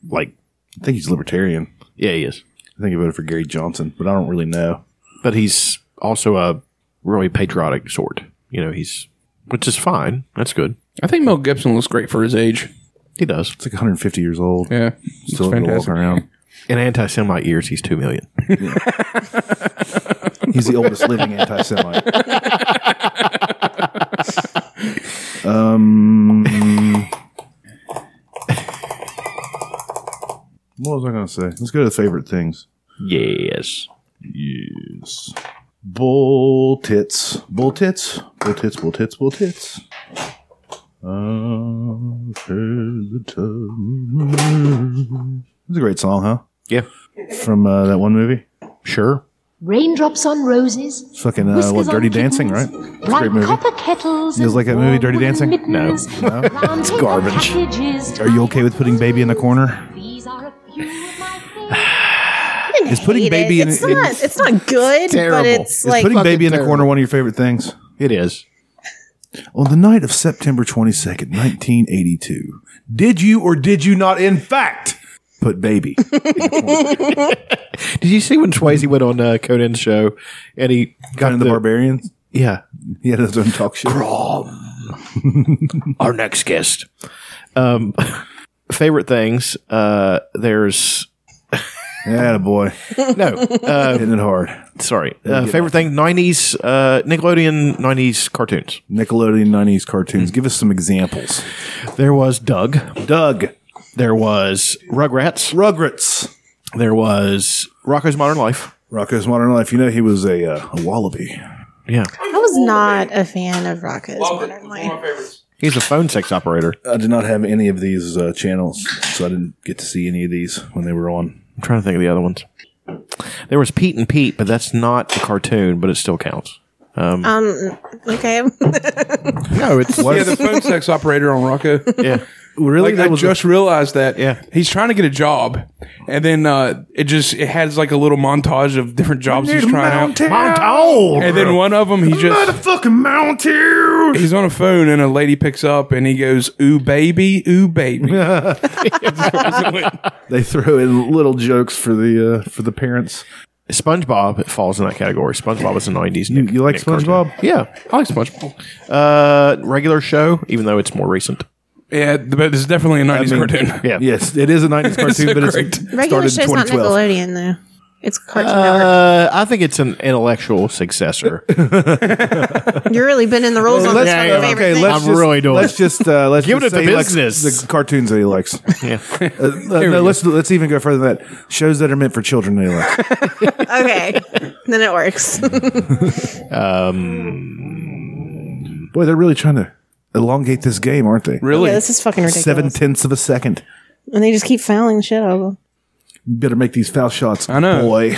[SPEAKER 5] like
[SPEAKER 2] I think he's libertarian.
[SPEAKER 5] yeah he is,
[SPEAKER 2] I think he voted for Gary Johnson, but I don't really know.
[SPEAKER 5] but he's also a really patriotic sort. You know, he's which is fine. That's good.
[SPEAKER 3] I think Mel Gibson looks great for his age.
[SPEAKER 5] He does.
[SPEAKER 2] It's like 150 years old.
[SPEAKER 3] Yeah,
[SPEAKER 2] still able to walk around.
[SPEAKER 5] In anti-Semite years, he's two million.
[SPEAKER 2] He's the oldest living anti Semite. um, what was I going to say? Let's go to favorite things.
[SPEAKER 5] yes.
[SPEAKER 2] Yes. Bull tits. Bull tits. Bull tits, bull tits, bull tits. I've heard the time. It's a great song, huh?
[SPEAKER 5] Yeah.
[SPEAKER 2] From uh, that one movie.
[SPEAKER 5] Sure.
[SPEAKER 13] Raindrops on roses.
[SPEAKER 2] It's fucking, uh, what,
[SPEAKER 13] Whiskers on
[SPEAKER 2] Dirty Dancing, right?
[SPEAKER 13] kittens,
[SPEAKER 2] It's a
[SPEAKER 13] Black
[SPEAKER 2] great movie.
[SPEAKER 13] copper kettles.
[SPEAKER 2] You guys
[SPEAKER 13] and
[SPEAKER 2] like that movie, Dirty
[SPEAKER 13] wool
[SPEAKER 2] Dancing? No.
[SPEAKER 13] mittens, brown paper
[SPEAKER 5] garbage.
[SPEAKER 13] packages,
[SPEAKER 2] Are you okay with putting baby in the corner?
[SPEAKER 13] These are a few of
[SPEAKER 2] <sighs>
[SPEAKER 13] my favorites.
[SPEAKER 2] Is putting
[SPEAKER 4] Hate
[SPEAKER 2] baby
[SPEAKER 4] it.
[SPEAKER 2] in-
[SPEAKER 4] it's
[SPEAKER 2] in-
[SPEAKER 4] not it's not good, but
[SPEAKER 5] Terrible.
[SPEAKER 4] it's
[SPEAKER 2] Is
[SPEAKER 4] like
[SPEAKER 2] putting
[SPEAKER 5] fucking
[SPEAKER 2] baby in the
[SPEAKER 5] terrible.
[SPEAKER 2] corner one of your favorite things?
[SPEAKER 5] It is.
[SPEAKER 2] On the night of September 22nd, 1982, did you or did you not, in fact, put baby?
[SPEAKER 5] Did you see when Swayze went on uh, Conan's show and he got
[SPEAKER 2] Conan the Barbarians?
[SPEAKER 5] Yeah.
[SPEAKER 2] He had his own talk show.
[SPEAKER 5] <laughs> Our next guest. Um, <laughs> favorite things. Uh, there's
[SPEAKER 2] Yeah, boy.
[SPEAKER 5] no. uh, <laughs>
[SPEAKER 2] Hitting it hard.
[SPEAKER 5] Sorry. Uh, favorite thing. Nineties. Uh, Nickelodeon. Nineties cartoons.
[SPEAKER 2] Nickelodeon 90s cartoons. Give us some examples.
[SPEAKER 5] There was Doug.
[SPEAKER 2] Doug.
[SPEAKER 5] There was Rugrats.
[SPEAKER 2] Rugrats.
[SPEAKER 5] There was Rocco's Modern Life.
[SPEAKER 2] Rocco's Modern Life. You know, he was a, uh, a wallaby.
[SPEAKER 4] I was not a fan of Rocco's Modern Life.
[SPEAKER 5] He's a phone sex operator.
[SPEAKER 2] I did not have any of these uh, channels, so I didn't get to see any of these when they were on.
[SPEAKER 5] I'm trying to think of the other ones. There was Pete and Pete, but that's not a cartoon, but it still counts.
[SPEAKER 4] Um,
[SPEAKER 2] <laughs>
[SPEAKER 4] okay.
[SPEAKER 5] No, it's
[SPEAKER 3] Yeah, the phone sex operator on Rocco.
[SPEAKER 5] <laughs> yeah. Really,
[SPEAKER 3] Like,
[SPEAKER 5] that
[SPEAKER 3] I
[SPEAKER 5] was
[SPEAKER 3] just realized that.
[SPEAKER 5] Yeah.
[SPEAKER 3] he's trying to get a job, and then uh, it just it has like a little montage of different jobs he's trying out. And then one of them, he just
[SPEAKER 2] Motherfucking Mountaineer!
[SPEAKER 3] he's on a phone, and a lady picks up, and he goes, "Ooh baby, ooh baby."
[SPEAKER 2] They throw in little jokes for the uh, for the parents.
[SPEAKER 5] SpongeBob. It falls in that category. SpongeBob was a '90s.
[SPEAKER 2] You,
[SPEAKER 5] Nick-
[SPEAKER 2] you like
[SPEAKER 5] Nick cartoon.
[SPEAKER 2] SpongeBob?
[SPEAKER 5] Yeah,
[SPEAKER 3] I like SpongeBob.
[SPEAKER 5] uh, regular show, even though it's more recent.
[SPEAKER 3] Yeah, th- but this is definitely a nineties
[SPEAKER 2] mean-
[SPEAKER 3] cartoon. <laughs>
[SPEAKER 5] Yeah,
[SPEAKER 2] Yes, it is a '90s cartoon,
[SPEAKER 3] so
[SPEAKER 2] but
[SPEAKER 3] great.
[SPEAKER 2] it's
[SPEAKER 4] Regular
[SPEAKER 2] started
[SPEAKER 4] show's
[SPEAKER 2] in
[SPEAKER 4] not
[SPEAKER 2] 2012.
[SPEAKER 4] Nickelodeon though. It's Cartoon Network.
[SPEAKER 5] Uh, I think it's an intellectual
[SPEAKER 2] <laughs>
[SPEAKER 5] successor.
[SPEAKER 4] You're really been in the roles on this
[SPEAKER 5] yeah,
[SPEAKER 4] one.
[SPEAKER 5] yeah,
[SPEAKER 4] of my favorite
[SPEAKER 2] Okay, <laughs>
[SPEAKER 4] thing.
[SPEAKER 2] let's
[SPEAKER 5] I'm
[SPEAKER 2] just,
[SPEAKER 5] really doing
[SPEAKER 2] Let's
[SPEAKER 5] it.
[SPEAKER 2] just uh, let's
[SPEAKER 5] Give it
[SPEAKER 2] just
[SPEAKER 5] to
[SPEAKER 2] say he likes
[SPEAKER 5] business.
[SPEAKER 2] the cartoons that he likes.
[SPEAKER 5] yeah,
[SPEAKER 2] Uh, uh, no, let's let's even go further than that. Shows that are meant for children. That he likes.
[SPEAKER 4] okay, <laughs> then
[SPEAKER 2] <laughs>
[SPEAKER 4] it works.
[SPEAKER 2] Boy, they're really trying to elongate this game, aren't they?
[SPEAKER 3] Really? <laughs>
[SPEAKER 4] Yeah, this is fucking ridiculous.
[SPEAKER 2] Seven tenths of a second.
[SPEAKER 4] And they just keep fouling the shit out of them.
[SPEAKER 2] Better make these foul shots. I
[SPEAKER 3] know.
[SPEAKER 2] Boy,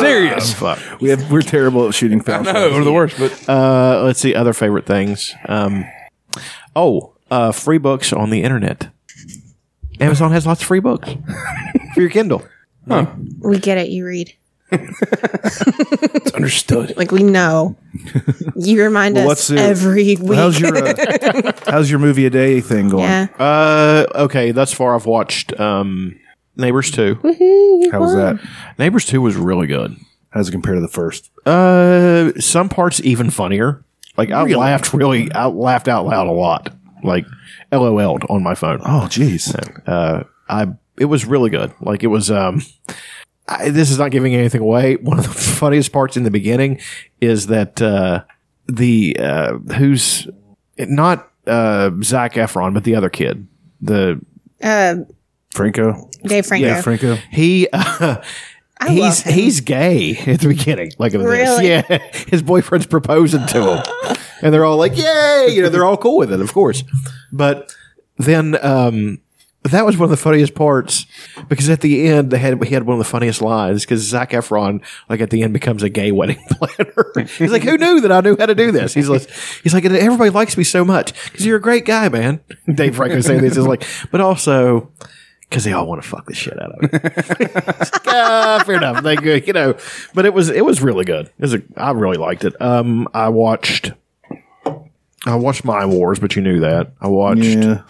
[SPEAKER 3] serious.
[SPEAKER 5] fuck.
[SPEAKER 2] we have we're terrible at shooting foul
[SPEAKER 3] No,
[SPEAKER 2] shots.
[SPEAKER 3] we're the worst, but
[SPEAKER 5] Uh, let's see other favorite things. Um, oh, uh, free books on the internet. Amazon has lots of free books for your Kindle.
[SPEAKER 4] We get it. You read.
[SPEAKER 3] it's understood.
[SPEAKER 4] Like
[SPEAKER 2] <laughs>
[SPEAKER 4] we know. You remind
[SPEAKER 2] Well,
[SPEAKER 4] us
[SPEAKER 2] what's it-
[SPEAKER 4] every week.
[SPEAKER 2] How's your uh,
[SPEAKER 5] <laughs>
[SPEAKER 2] how's your movie a day thing going?
[SPEAKER 4] <laughs> yeah.
[SPEAKER 5] Uh, okay, thus far I've watched um, Neighbors Two.
[SPEAKER 2] How was that?
[SPEAKER 5] Neighbors Two was really good.
[SPEAKER 2] How does it compare to the first?
[SPEAKER 5] Uh, some parts even funnier. Like I laughed really, I laughed out loud a lot. Like LOL'd on my phone.
[SPEAKER 2] Oh, jeez.
[SPEAKER 5] uh, I it was really good. Like it was. Um, I, this is not giving anything away. One of the <laughs> funniest parts in the beginning is that uh, the uh, who's not uh, Zach Efron, but the other kid. The
[SPEAKER 4] Uh,
[SPEAKER 2] Franco.
[SPEAKER 4] Dave Franco.
[SPEAKER 2] Yeah, Franco.
[SPEAKER 5] he. <laughs> Uh,
[SPEAKER 4] I
[SPEAKER 5] He's
[SPEAKER 4] love him.
[SPEAKER 5] he's gay <laughs> at the beginning, like of this.
[SPEAKER 4] Really?
[SPEAKER 5] Yeah, <laughs> his boyfriend's proposing to
[SPEAKER 4] <laughs>
[SPEAKER 5] him, and they're all like, "Yay!" You know, they're all cool with it, of course. But then um, that was one of the funniest parts because at the end they had he had one of the funniest lines because Zach Efron like at the end becomes a gay wedding <laughs> planner. he's like, "Who knew that I knew how to do this?" He's like, "He's like, "And everybody likes me so much because you're a great guy, man." <laughs> Dave Franco saying this is like, but also because they all want to fuck the shit out of <laughs> it uh, fair enough. Like, uh, you know, but it was it was really good. It was a, I really liked it. Um, I watched, I watched My Wars, but you knew that. I watched,
[SPEAKER 2] Yeah.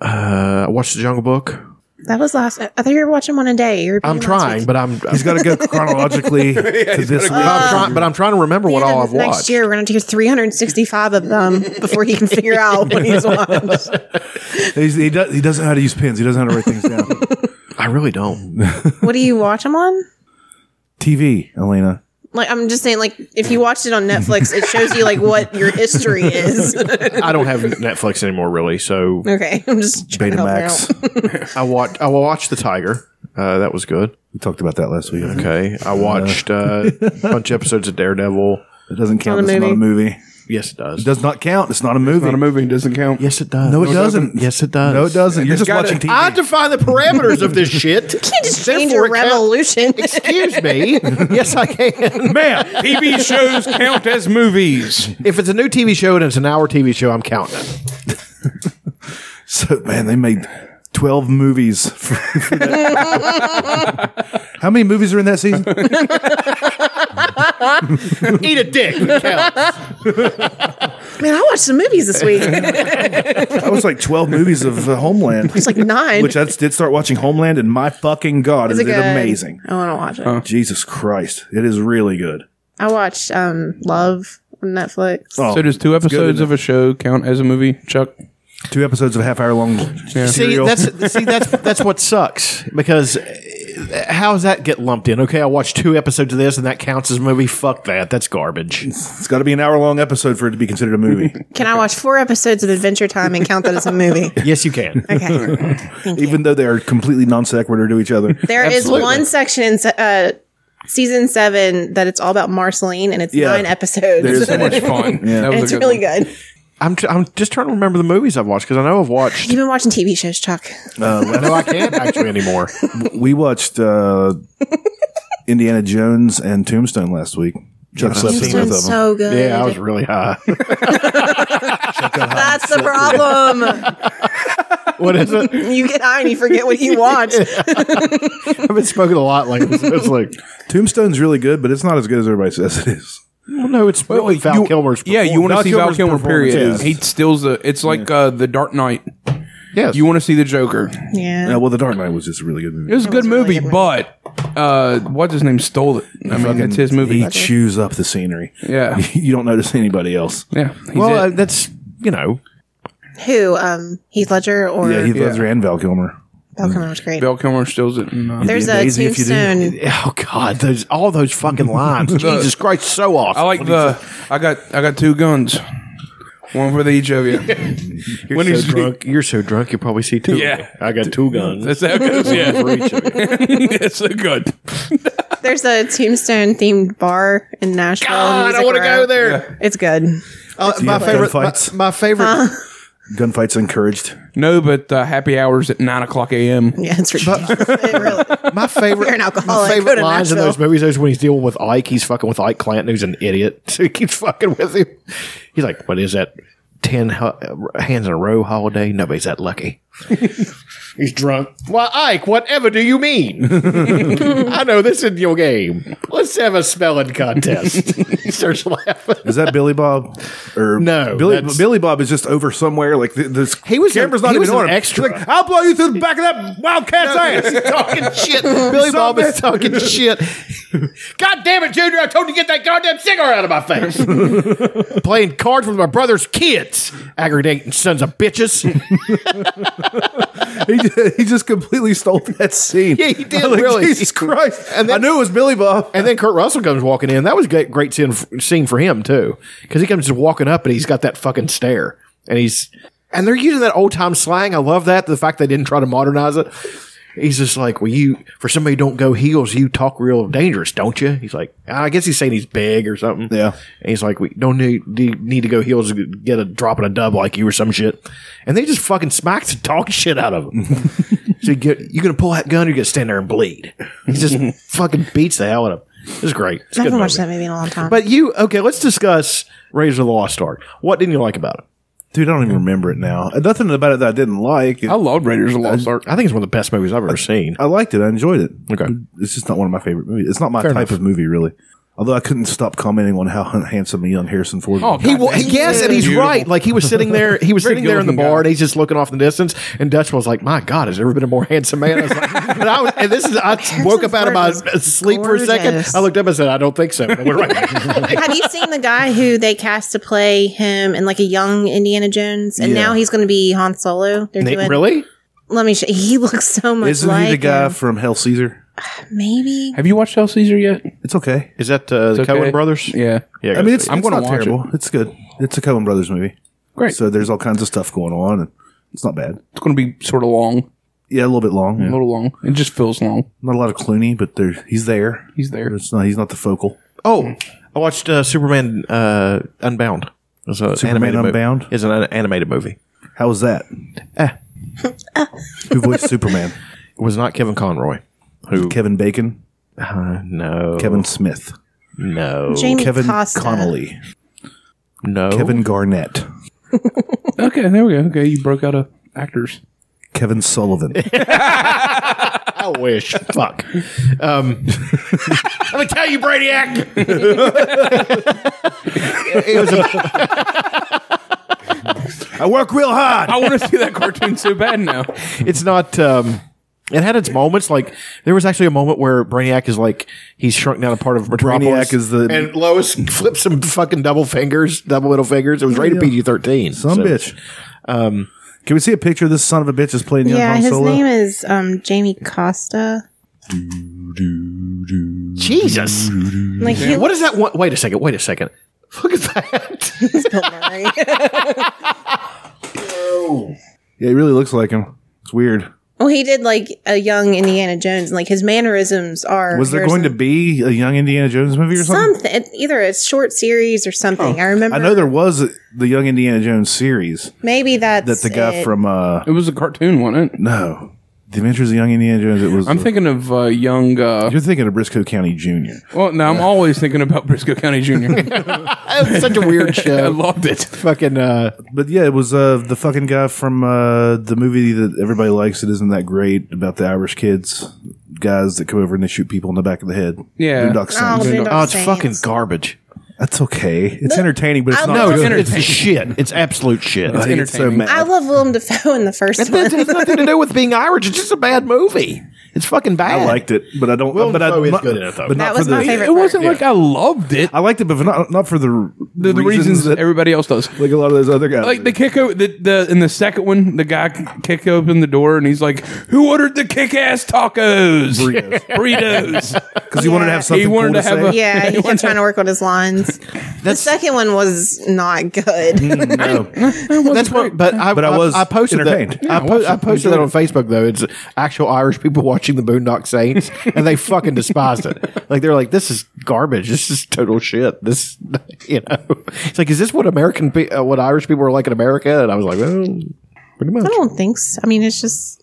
[SPEAKER 5] uh, I watched The Jungle Book.
[SPEAKER 4] That was last. I thought you were watching one a day. You were
[SPEAKER 5] I'm trying, but I'm, I'm
[SPEAKER 2] He's got to
[SPEAKER 5] <laughs>
[SPEAKER 2] go chronologically to this week.
[SPEAKER 5] I'm trying, but I'm trying to remember what all I've
[SPEAKER 4] next
[SPEAKER 5] watched.
[SPEAKER 4] year we're gonna do 365 of <laughs> them before he can figure out what he's watched.
[SPEAKER 2] He's, he, does, he doesn't know how to use pens. He doesn't know how to write things down.
[SPEAKER 5] I really don't.
[SPEAKER 4] What do you watch them on?
[SPEAKER 2] TV, Elena.
[SPEAKER 4] Like I'm just saying, like if you watched it on Netflix, it shows you like what your history <laughs> is.
[SPEAKER 5] I don't have Netflix anymore, really. So
[SPEAKER 4] okay, I'm just trying to help her out.
[SPEAKER 2] Betamax.
[SPEAKER 5] I watched, I watched The Tiger. Uh, that was good.
[SPEAKER 2] We talked about that last week.
[SPEAKER 5] Okay, I watched uh, a bunch of episodes of Daredevil.
[SPEAKER 2] It doesn't count.
[SPEAKER 4] Not a
[SPEAKER 2] It's not a movie.
[SPEAKER 5] Yes, it
[SPEAKER 2] It
[SPEAKER 5] does.
[SPEAKER 2] does not count. It's not a movie.
[SPEAKER 3] Not a movie doesn't count.
[SPEAKER 5] Yes, it does.
[SPEAKER 2] No, it doesn't.
[SPEAKER 5] Yes, it does.
[SPEAKER 2] No, it doesn't. You're
[SPEAKER 3] It's
[SPEAKER 2] just
[SPEAKER 3] gotta-
[SPEAKER 2] watching TV.
[SPEAKER 5] I define the parameters of this shit. You
[SPEAKER 4] Can't just change your revolution.
[SPEAKER 5] Excuse me. yes, I can.
[SPEAKER 3] Ma'am, <laughs> TV shows count as movies.
[SPEAKER 5] If it's a new TV show and it's an hour TV show, I'm counting it.
[SPEAKER 2] So man, they made twelve movies. For, for that. How many movies are in that season?
[SPEAKER 5] Eat a dick. It counts.
[SPEAKER 4] <laughs> Man, I watched some movies this week. It's
[SPEAKER 2] I was like twelve movies of uh, Homeland,
[SPEAKER 4] like nine.
[SPEAKER 2] which I did start watching Homeland, and my fucking god, is it
[SPEAKER 4] Is it good? Oh.
[SPEAKER 2] amazing?
[SPEAKER 4] I want to watch it.
[SPEAKER 2] Jesus Christ, it is really good.
[SPEAKER 4] I watched um Love on Netflix.
[SPEAKER 2] Oh,
[SPEAKER 3] So does two episodes of a show count as a movie, Chuck?
[SPEAKER 2] two episodes of half hour long.
[SPEAKER 5] see,
[SPEAKER 2] serial.
[SPEAKER 5] that's see,
[SPEAKER 3] <laughs>
[SPEAKER 5] that's that's what sucks because uh, how does that get lumped in? Okay, I watched two episodes of this and that counts as a movie. Fuck that. That's
[SPEAKER 3] <laughs>
[SPEAKER 5] garbage.
[SPEAKER 2] it's got to be an hour long episode for it to be considered a movie.
[SPEAKER 4] Can I watch four episodes of Adventure Time and count that as a <laughs> movie?
[SPEAKER 5] Yes, you can.
[SPEAKER 4] Okay.
[SPEAKER 2] even though they are completely non sequitur to each other.
[SPEAKER 4] There is one section in se- uh, season seven that it's all about Marceline and it's
[SPEAKER 2] Yeah.
[SPEAKER 4] nine episodes.
[SPEAKER 3] It's
[SPEAKER 4] <laughs>
[SPEAKER 3] so much fun. That was
[SPEAKER 4] it's
[SPEAKER 3] a good
[SPEAKER 4] really
[SPEAKER 3] one.
[SPEAKER 4] good.
[SPEAKER 5] I'm, tr- I'm just trying to remember the movies I've watched because I know I've watched. uh,
[SPEAKER 4] You've been watching TV shows, Chuck.
[SPEAKER 5] I know I can't actually anymore.
[SPEAKER 2] We watched uh, Indiana Jones and Tombstone last week. Chuck slept
[SPEAKER 4] It's
[SPEAKER 2] through
[SPEAKER 4] doing
[SPEAKER 2] both of them.
[SPEAKER 4] so good.
[SPEAKER 5] Yeah, I was really high. <laughs>
[SPEAKER 4] That's the problem.
[SPEAKER 5] what is it?
[SPEAKER 4] you get high and you forget what you watched.
[SPEAKER 5] I've been smoking a lot lately. So it's like,
[SPEAKER 2] Tombstone's really good, but it's not as good as everybody says it is.
[SPEAKER 5] well, no, it's really Val
[SPEAKER 3] you-
[SPEAKER 5] Kilmer's.
[SPEAKER 3] Yeah, you want to
[SPEAKER 5] performance.
[SPEAKER 3] see Val Kilmer. Period.
[SPEAKER 2] performance
[SPEAKER 3] He
[SPEAKER 2] is-
[SPEAKER 3] steals the. It's like uh, the Dark Knight.
[SPEAKER 5] Yes.
[SPEAKER 3] You want to see the Joker.
[SPEAKER 4] Yeah.
[SPEAKER 2] Yeah, Uh, well, The Dark Knight was just a really good movie.
[SPEAKER 3] It was a good movie,
[SPEAKER 4] really good
[SPEAKER 3] but uh, what's his name stole it. I mean,
[SPEAKER 2] Fucking-
[SPEAKER 3] that's his movie.
[SPEAKER 2] He chews up the scenery. <laughs>
[SPEAKER 3] Yeah.
[SPEAKER 2] you don't notice anybody else.
[SPEAKER 3] yeah. he's
[SPEAKER 5] well, uh,
[SPEAKER 3] it.
[SPEAKER 5] that's you know.
[SPEAKER 4] Who? Um, Heath Ledger or
[SPEAKER 2] Yeah, Heath
[SPEAKER 3] Yeah.
[SPEAKER 2] Ledger and Val Kilmer.
[SPEAKER 4] Val Kilmer was great.
[SPEAKER 3] Val Kilmer steals it. And, uh,
[SPEAKER 4] There's a
[SPEAKER 2] amazing if you
[SPEAKER 5] <laughs>
[SPEAKER 2] didn't-
[SPEAKER 4] tombstone.
[SPEAKER 5] Oh God, those all those fucking
[SPEAKER 3] <laughs>
[SPEAKER 5] lines. Jesus Christ, so awesome.
[SPEAKER 3] I like the. I got. I got two guns. One for the each
[SPEAKER 5] <laughs>
[SPEAKER 3] of you.
[SPEAKER 5] You're
[SPEAKER 3] when
[SPEAKER 5] so
[SPEAKER 3] he's-
[SPEAKER 5] drunk. You're so drunk. You probably see two. of
[SPEAKER 3] Yeah.
[SPEAKER 5] them. I got two guns. <laughs>
[SPEAKER 3] That's how it goes. Yeah,
[SPEAKER 5] for each of you.
[SPEAKER 3] <laughs> it's a good.
[SPEAKER 4] There's a tombstone themed bar in Nashville.
[SPEAKER 5] God, I
[SPEAKER 4] Music
[SPEAKER 5] want to
[SPEAKER 4] Row.
[SPEAKER 5] go there.
[SPEAKER 4] It's good.
[SPEAKER 5] Uh, my,
[SPEAKER 2] have
[SPEAKER 5] favorite, my,
[SPEAKER 2] gunfights?
[SPEAKER 5] my favorite.
[SPEAKER 2] Gunfights encouraged.
[SPEAKER 3] No, but uh, happy hours at nine o'clock a.m.
[SPEAKER 4] Yeah, it's ridiculous. It really-
[SPEAKER 5] My favorite.
[SPEAKER 4] <laughs> You're an alcoholic.
[SPEAKER 5] My
[SPEAKER 4] Go
[SPEAKER 5] favorite
[SPEAKER 4] to
[SPEAKER 5] lines in
[SPEAKER 4] Nashville.
[SPEAKER 5] those movies is when he's dealing with Ike. He's fucking with Ike Clanton, who's an idiot. <laughs> So he keeps fucking with him. He's like, "What is that? Ten ho- hands in a row holiday? Nobody's that lucky." <laughs> he's drunk. Why, Ike? Whatever do you <laughs> mean? I know this isn't your game. Let's have a spelling <laughs> contest. he starts laughing.
[SPEAKER 2] Is that Billy Bob? Or
[SPEAKER 5] No,
[SPEAKER 2] Billy
[SPEAKER 5] that's-
[SPEAKER 2] Billy Bob is just over somewhere. Like th- this,
[SPEAKER 5] He was
[SPEAKER 2] camera's
[SPEAKER 5] a-
[SPEAKER 2] not
[SPEAKER 5] he
[SPEAKER 2] even
[SPEAKER 5] was an
[SPEAKER 2] on him.
[SPEAKER 5] extra.
[SPEAKER 2] He's like, I'll blow you through the back of that wildcat's ass.
[SPEAKER 5] talking <laughs> shit. Billy Bob is talking shit. God damn it, Junior! I told you to get that goddamn cigar out of my face. <laughs> Playing cards with my brother's kids, aggregating sons of bitches.
[SPEAKER 2] <laughs> he, ju- he just completely stole that scene.
[SPEAKER 5] Yeah, he did,
[SPEAKER 2] I'm like,
[SPEAKER 5] really.
[SPEAKER 2] Jesus Christ!
[SPEAKER 5] And then-
[SPEAKER 2] I knew it was Billy Bob.
[SPEAKER 5] And then Kurt Russell comes walking in. That was a great, great scene, scene for him too, because he comes just walking up and he's got that fucking stare, and he's and they're using that old time slang. I love that. The fact they didn't try to modernize it. He's just like, well, you for somebody who don't go heels, you talk real dangerous, don't you? He's like, I guess he's saying he's big or something.
[SPEAKER 2] Yeah.
[SPEAKER 5] And he's like, we don't need do need to go heels to get a drop and a dub like you or some shit. And they just fucking smacks the dog <laughs> shit out of him. So you get, you're gonna pull that gun, or you're gonna stand there and bleed. He <laughs> just fucking beats the hell out of him. It's great. It's a
[SPEAKER 4] I
[SPEAKER 5] good
[SPEAKER 4] haven't watched
[SPEAKER 5] movie.
[SPEAKER 4] that movie in a long time.
[SPEAKER 5] But you okay? Let's discuss Razor the Lost Ark. What didn't you like about it?
[SPEAKER 2] Dude, I don't even remember it now. And Nothing about it that I didn't like.
[SPEAKER 3] I love Raiders of the Lost Ark.
[SPEAKER 5] I think it's one of the best movies I've ever seen.
[SPEAKER 2] I liked it. I enjoyed it.
[SPEAKER 5] Okay.
[SPEAKER 2] It's just not one of my favorite movies. It's not my type
[SPEAKER 5] enough.
[SPEAKER 2] of movie, really. Although I couldn't stop commenting on how <laughs> handsome and young Harrison Ford.
[SPEAKER 3] Oh,
[SPEAKER 2] was.
[SPEAKER 5] He
[SPEAKER 3] God,
[SPEAKER 5] wa-
[SPEAKER 3] that's
[SPEAKER 5] yes, and he's
[SPEAKER 3] beautiful.
[SPEAKER 5] right. Like he was sitting there, he was
[SPEAKER 3] Very
[SPEAKER 5] sitting there in the
[SPEAKER 3] good-looking
[SPEAKER 5] bar, and
[SPEAKER 3] guy.
[SPEAKER 5] he's just looking off in the distance. And Dutch was like, "My God, has there ever been a more handsome man?" I was like, <laughs> and, I was, and this is, I woke up out of my
[SPEAKER 4] Ford was
[SPEAKER 5] sleep for a second.
[SPEAKER 4] gorgeous.
[SPEAKER 5] I looked up and said, "I don't think so."
[SPEAKER 4] <laughs>
[SPEAKER 5] And I went right back.
[SPEAKER 4] Have you seen the guy who they cast to play him in like a young Indiana Jones, and now he's going to be Han Solo? They're
[SPEAKER 5] Nate, really?
[SPEAKER 4] Let me. Show, he looks so much
[SPEAKER 2] Isn't
[SPEAKER 4] like
[SPEAKER 2] he the guy
[SPEAKER 4] him.
[SPEAKER 2] from Hell Caesar?
[SPEAKER 4] Maybe
[SPEAKER 3] Have you watched Hell Caesar yet?
[SPEAKER 2] It's okay.
[SPEAKER 5] Is that uh, the
[SPEAKER 3] okay.
[SPEAKER 5] Cohen brothers?
[SPEAKER 3] Yeah.
[SPEAKER 5] Yeah,
[SPEAKER 2] I mean, it's,
[SPEAKER 3] I'm
[SPEAKER 2] it's
[SPEAKER 3] gonna
[SPEAKER 2] not
[SPEAKER 3] watch
[SPEAKER 2] terrible. It's good. It's a Coen Brothers movie.
[SPEAKER 3] Great.
[SPEAKER 2] So there's all kinds of stuff going on, and it's not bad.
[SPEAKER 3] It's going to be sort of long,
[SPEAKER 2] Yeah, a little bit long.
[SPEAKER 3] a
[SPEAKER 2] yeah.
[SPEAKER 3] little long. It just feels long.
[SPEAKER 2] Not a lot of Clooney, but there he's there.
[SPEAKER 3] He's there.
[SPEAKER 2] It's not. He's not the focal.
[SPEAKER 5] Oh, I watched uh, Superman uh, Unbound. It's a
[SPEAKER 2] Superman
[SPEAKER 5] animated movie.
[SPEAKER 2] Unbound?
[SPEAKER 5] is an an animated movie.
[SPEAKER 2] How was that?
[SPEAKER 5] Eh.
[SPEAKER 2] <laughs> Who voiced Superman?
[SPEAKER 5] It was not Kevin Conroy. Who?
[SPEAKER 2] Kevin Bacon.
[SPEAKER 5] uh, no.
[SPEAKER 3] Oh.
[SPEAKER 2] Kevin Smith.
[SPEAKER 5] No.
[SPEAKER 4] Jamie
[SPEAKER 2] Kevin
[SPEAKER 4] Costa.
[SPEAKER 2] Connolly.
[SPEAKER 5] no.
[SPEAKER 3] Oh.
[SPEAKER 2] Kevin Garnett.
[SPEAKER 3] Okay, there we go. Okay, you broke out of actors.
[SPEAKER 2] Kevin
[SPEAKER 3] <laughs>
[SPEAKER 2] Sullivan.
[SPEAKER 5] I
[SPEAKER 2] <laughs>
[SPEAKER 5] wish. Fuck. Um, <laughs> Let me tell you,
[SPEAKER 2] <laughs>
[SPEAKER 5] Brainiac. it was a,
[SPEAKER 2] I work real hard.
[SPEAKER 3] I want to see that cartoon so bad now.
[SPEAKER 5] it's not. Um, it had its moments. Like there was actually a moment where Brainiac is like he's shrunk down a part of Metropolis.
[SPEAKER 2] Brainiac is the-
[SPEAKER 5] and Lois <laughs> flips some fucking double fingers, double middle fingers. It was rated
[SPEAKER 2] yeah.
[SPEAKER 5] PG thirteen.
[SPEAKER 2] Some bitch.
[SPEAKER 3] um,
[SPEAKER 2] Can we see a picture of this son of a bitch is playing young
[SPEAKER 4] Yeah,
[SPEAKER 2] Han
[SPEAKER 4] his
[SPEAKER 2] Solo?
[SPEAKER 4] name is um, Jamie Costa.
[SPEAKER 5] Jesus.
[SPEAKER 2] Mm-hmm.
[SPEAKER 4] Like he
[SPEAKER 5] What is that one? Wait a second. Wait a second. Look at <laughs> that.
[SPEAKER 4] looks Bill Murray.
[SPEAKER 2] yeah, he really looks like him. It's weird.
[SPEAKER 4] <laughs> Well, he did like a young Indiana Jones, and like his mannerisms are.
[SPEAKER 2] Was there
[SPEAKER 4] Harrison-
[SPEAKER 2] going to be a young Indiana Jones movie or something?
[SPEAKER 4] something? Either a short series or something. I remember.
[SPEAKER 2] I know there was the young Indiana Jones series
[SPEAKER 4] Maybe that's
[SPEAKER 2] that the guy
[SPEAKER 4] it.
[SPEAKER 2] from uh
[SPEAKER 3] It was a cartoon, wasn't it?
[SPEAKER 2] no, The Adventures of Young Indiana Jones. It was.
[SPEAKER 3] I'm
[SPEAKER 2] the-
[SPEAKER 3] thinking of uh, young. Uh,
[SPEAKER 2] You're thinking of Briscoe County Jr.
[SPEAKER 3] well, no, I'm always thinking about Briscoe County Jr.
[SPEAKER 5] It's such a <laughs> weird show.
[SPEAKER 3] I loved it.
[SPEAKER 5] Fucking uh,
[SPEAKER 2] But yeah, it was uh, the fucking guy from uh, the movie that everybody likes. It isn't that great about the Irish kids, guys that come over and they shoot people in the back of the head.
[SPEAKER 3] Yeah.
[SPEAKER 2] Boondock
[SPEAKER 4] Oh,
[SPEAKER 2] Saints.
[SPEAKER 4] Boondock
[SPEAKER 5] oh, it's
[SPEAKER 4] Saints.
[SPEAKER 5] fucking garbage.
[SPEAKER 2] that's okay. It's entertaining, but it's
[SPEAKER 4] I
[SPEAKER 2] not.
[SPEAKER 4] love-
[SPEAKER 2] good.
[SPEAKER 5] it's, it's shit. It's absolute shit.
[SPEAKER 2] I think it's so
[SPEAKER 3] entertaining.
[SPEAKER 2] mad.
[SPEAKER 4] I love Willem Dafoe in
[SPEAKER 5] <laughs>
[SPEAKER 4] the first
[SPEAKER 5] It
[SPEAKER 4] one.
[SPEAKER 5] has nothing to do with being Irish. It's just a bad movie. It's fucking bad.
[SPEAKER 2] I liked it, but I don't.
[SPEAKER 5] Willem
[SPEAKER 2] but I,
[SPEAKER 5] Dafoe is
[SPEAKER 2] not-
[SPEAKER 5] good in it, though.
[SPEAKER 2] But
[SPEAKER 4] That
[SPEAKER 2] not
[SPEAKER 4] was
[SPEAKER 2] for
[SPEAKER 4] my
[SPEAKER 2] the,
[SPEAKER 4] favorite.
[SPEAKER 3] It wasn't
[SPEAKER 4] part.
[SPEAKER 3] <laughs> like I loved it.
[SPEAKER 2] I liked it, but for not not for the
[SPEAKER 3] The, the reasons that everybody else does.
[SPEAKER 2] like a lot of those other guys.
[SPEAKER 3] Like the kick o the, the in the second one, the guy kick open the door and he's like, "Who ordered the kick ass tacos? <laughs>
[SPEAKER 2] Burritos.
[SPEAKER 3] Burritos."
[SPEAKER 2] because he wanted to have
[SPEAKER 3] He
[SPEAKER 2] something
[SPEAKER 3] wanted
[SPEAKER 2] cool
[SPEAKER 3] to have
[SPEAKER 2] say.
[SPEAKER 3] a-
[SPEAKER 4] Yeah, he kept trying to work on his lines. the second one was not good.
[SPEAKER 5] That's what. But I,
[SPEAKER 2] But I
[SPEAKER 5] I
[SPEAKER 2] was
[SPEAKER 5] I posted that.
[SPEAKER 2] entertained.
[SPEAKER 5] I, po- I posted that on Facebook though. It's actual Irish people <laughs> watching the Boondock Saints, and they fucking despised it. Like they're like, "This is garbage. This is total shit. This, <laughs> you know." It's like, is this what American, pe- uh, what Irish people are like in America? And I was like, well, pretty much
[SPEAKER 4] I don't think so. I mean, it's just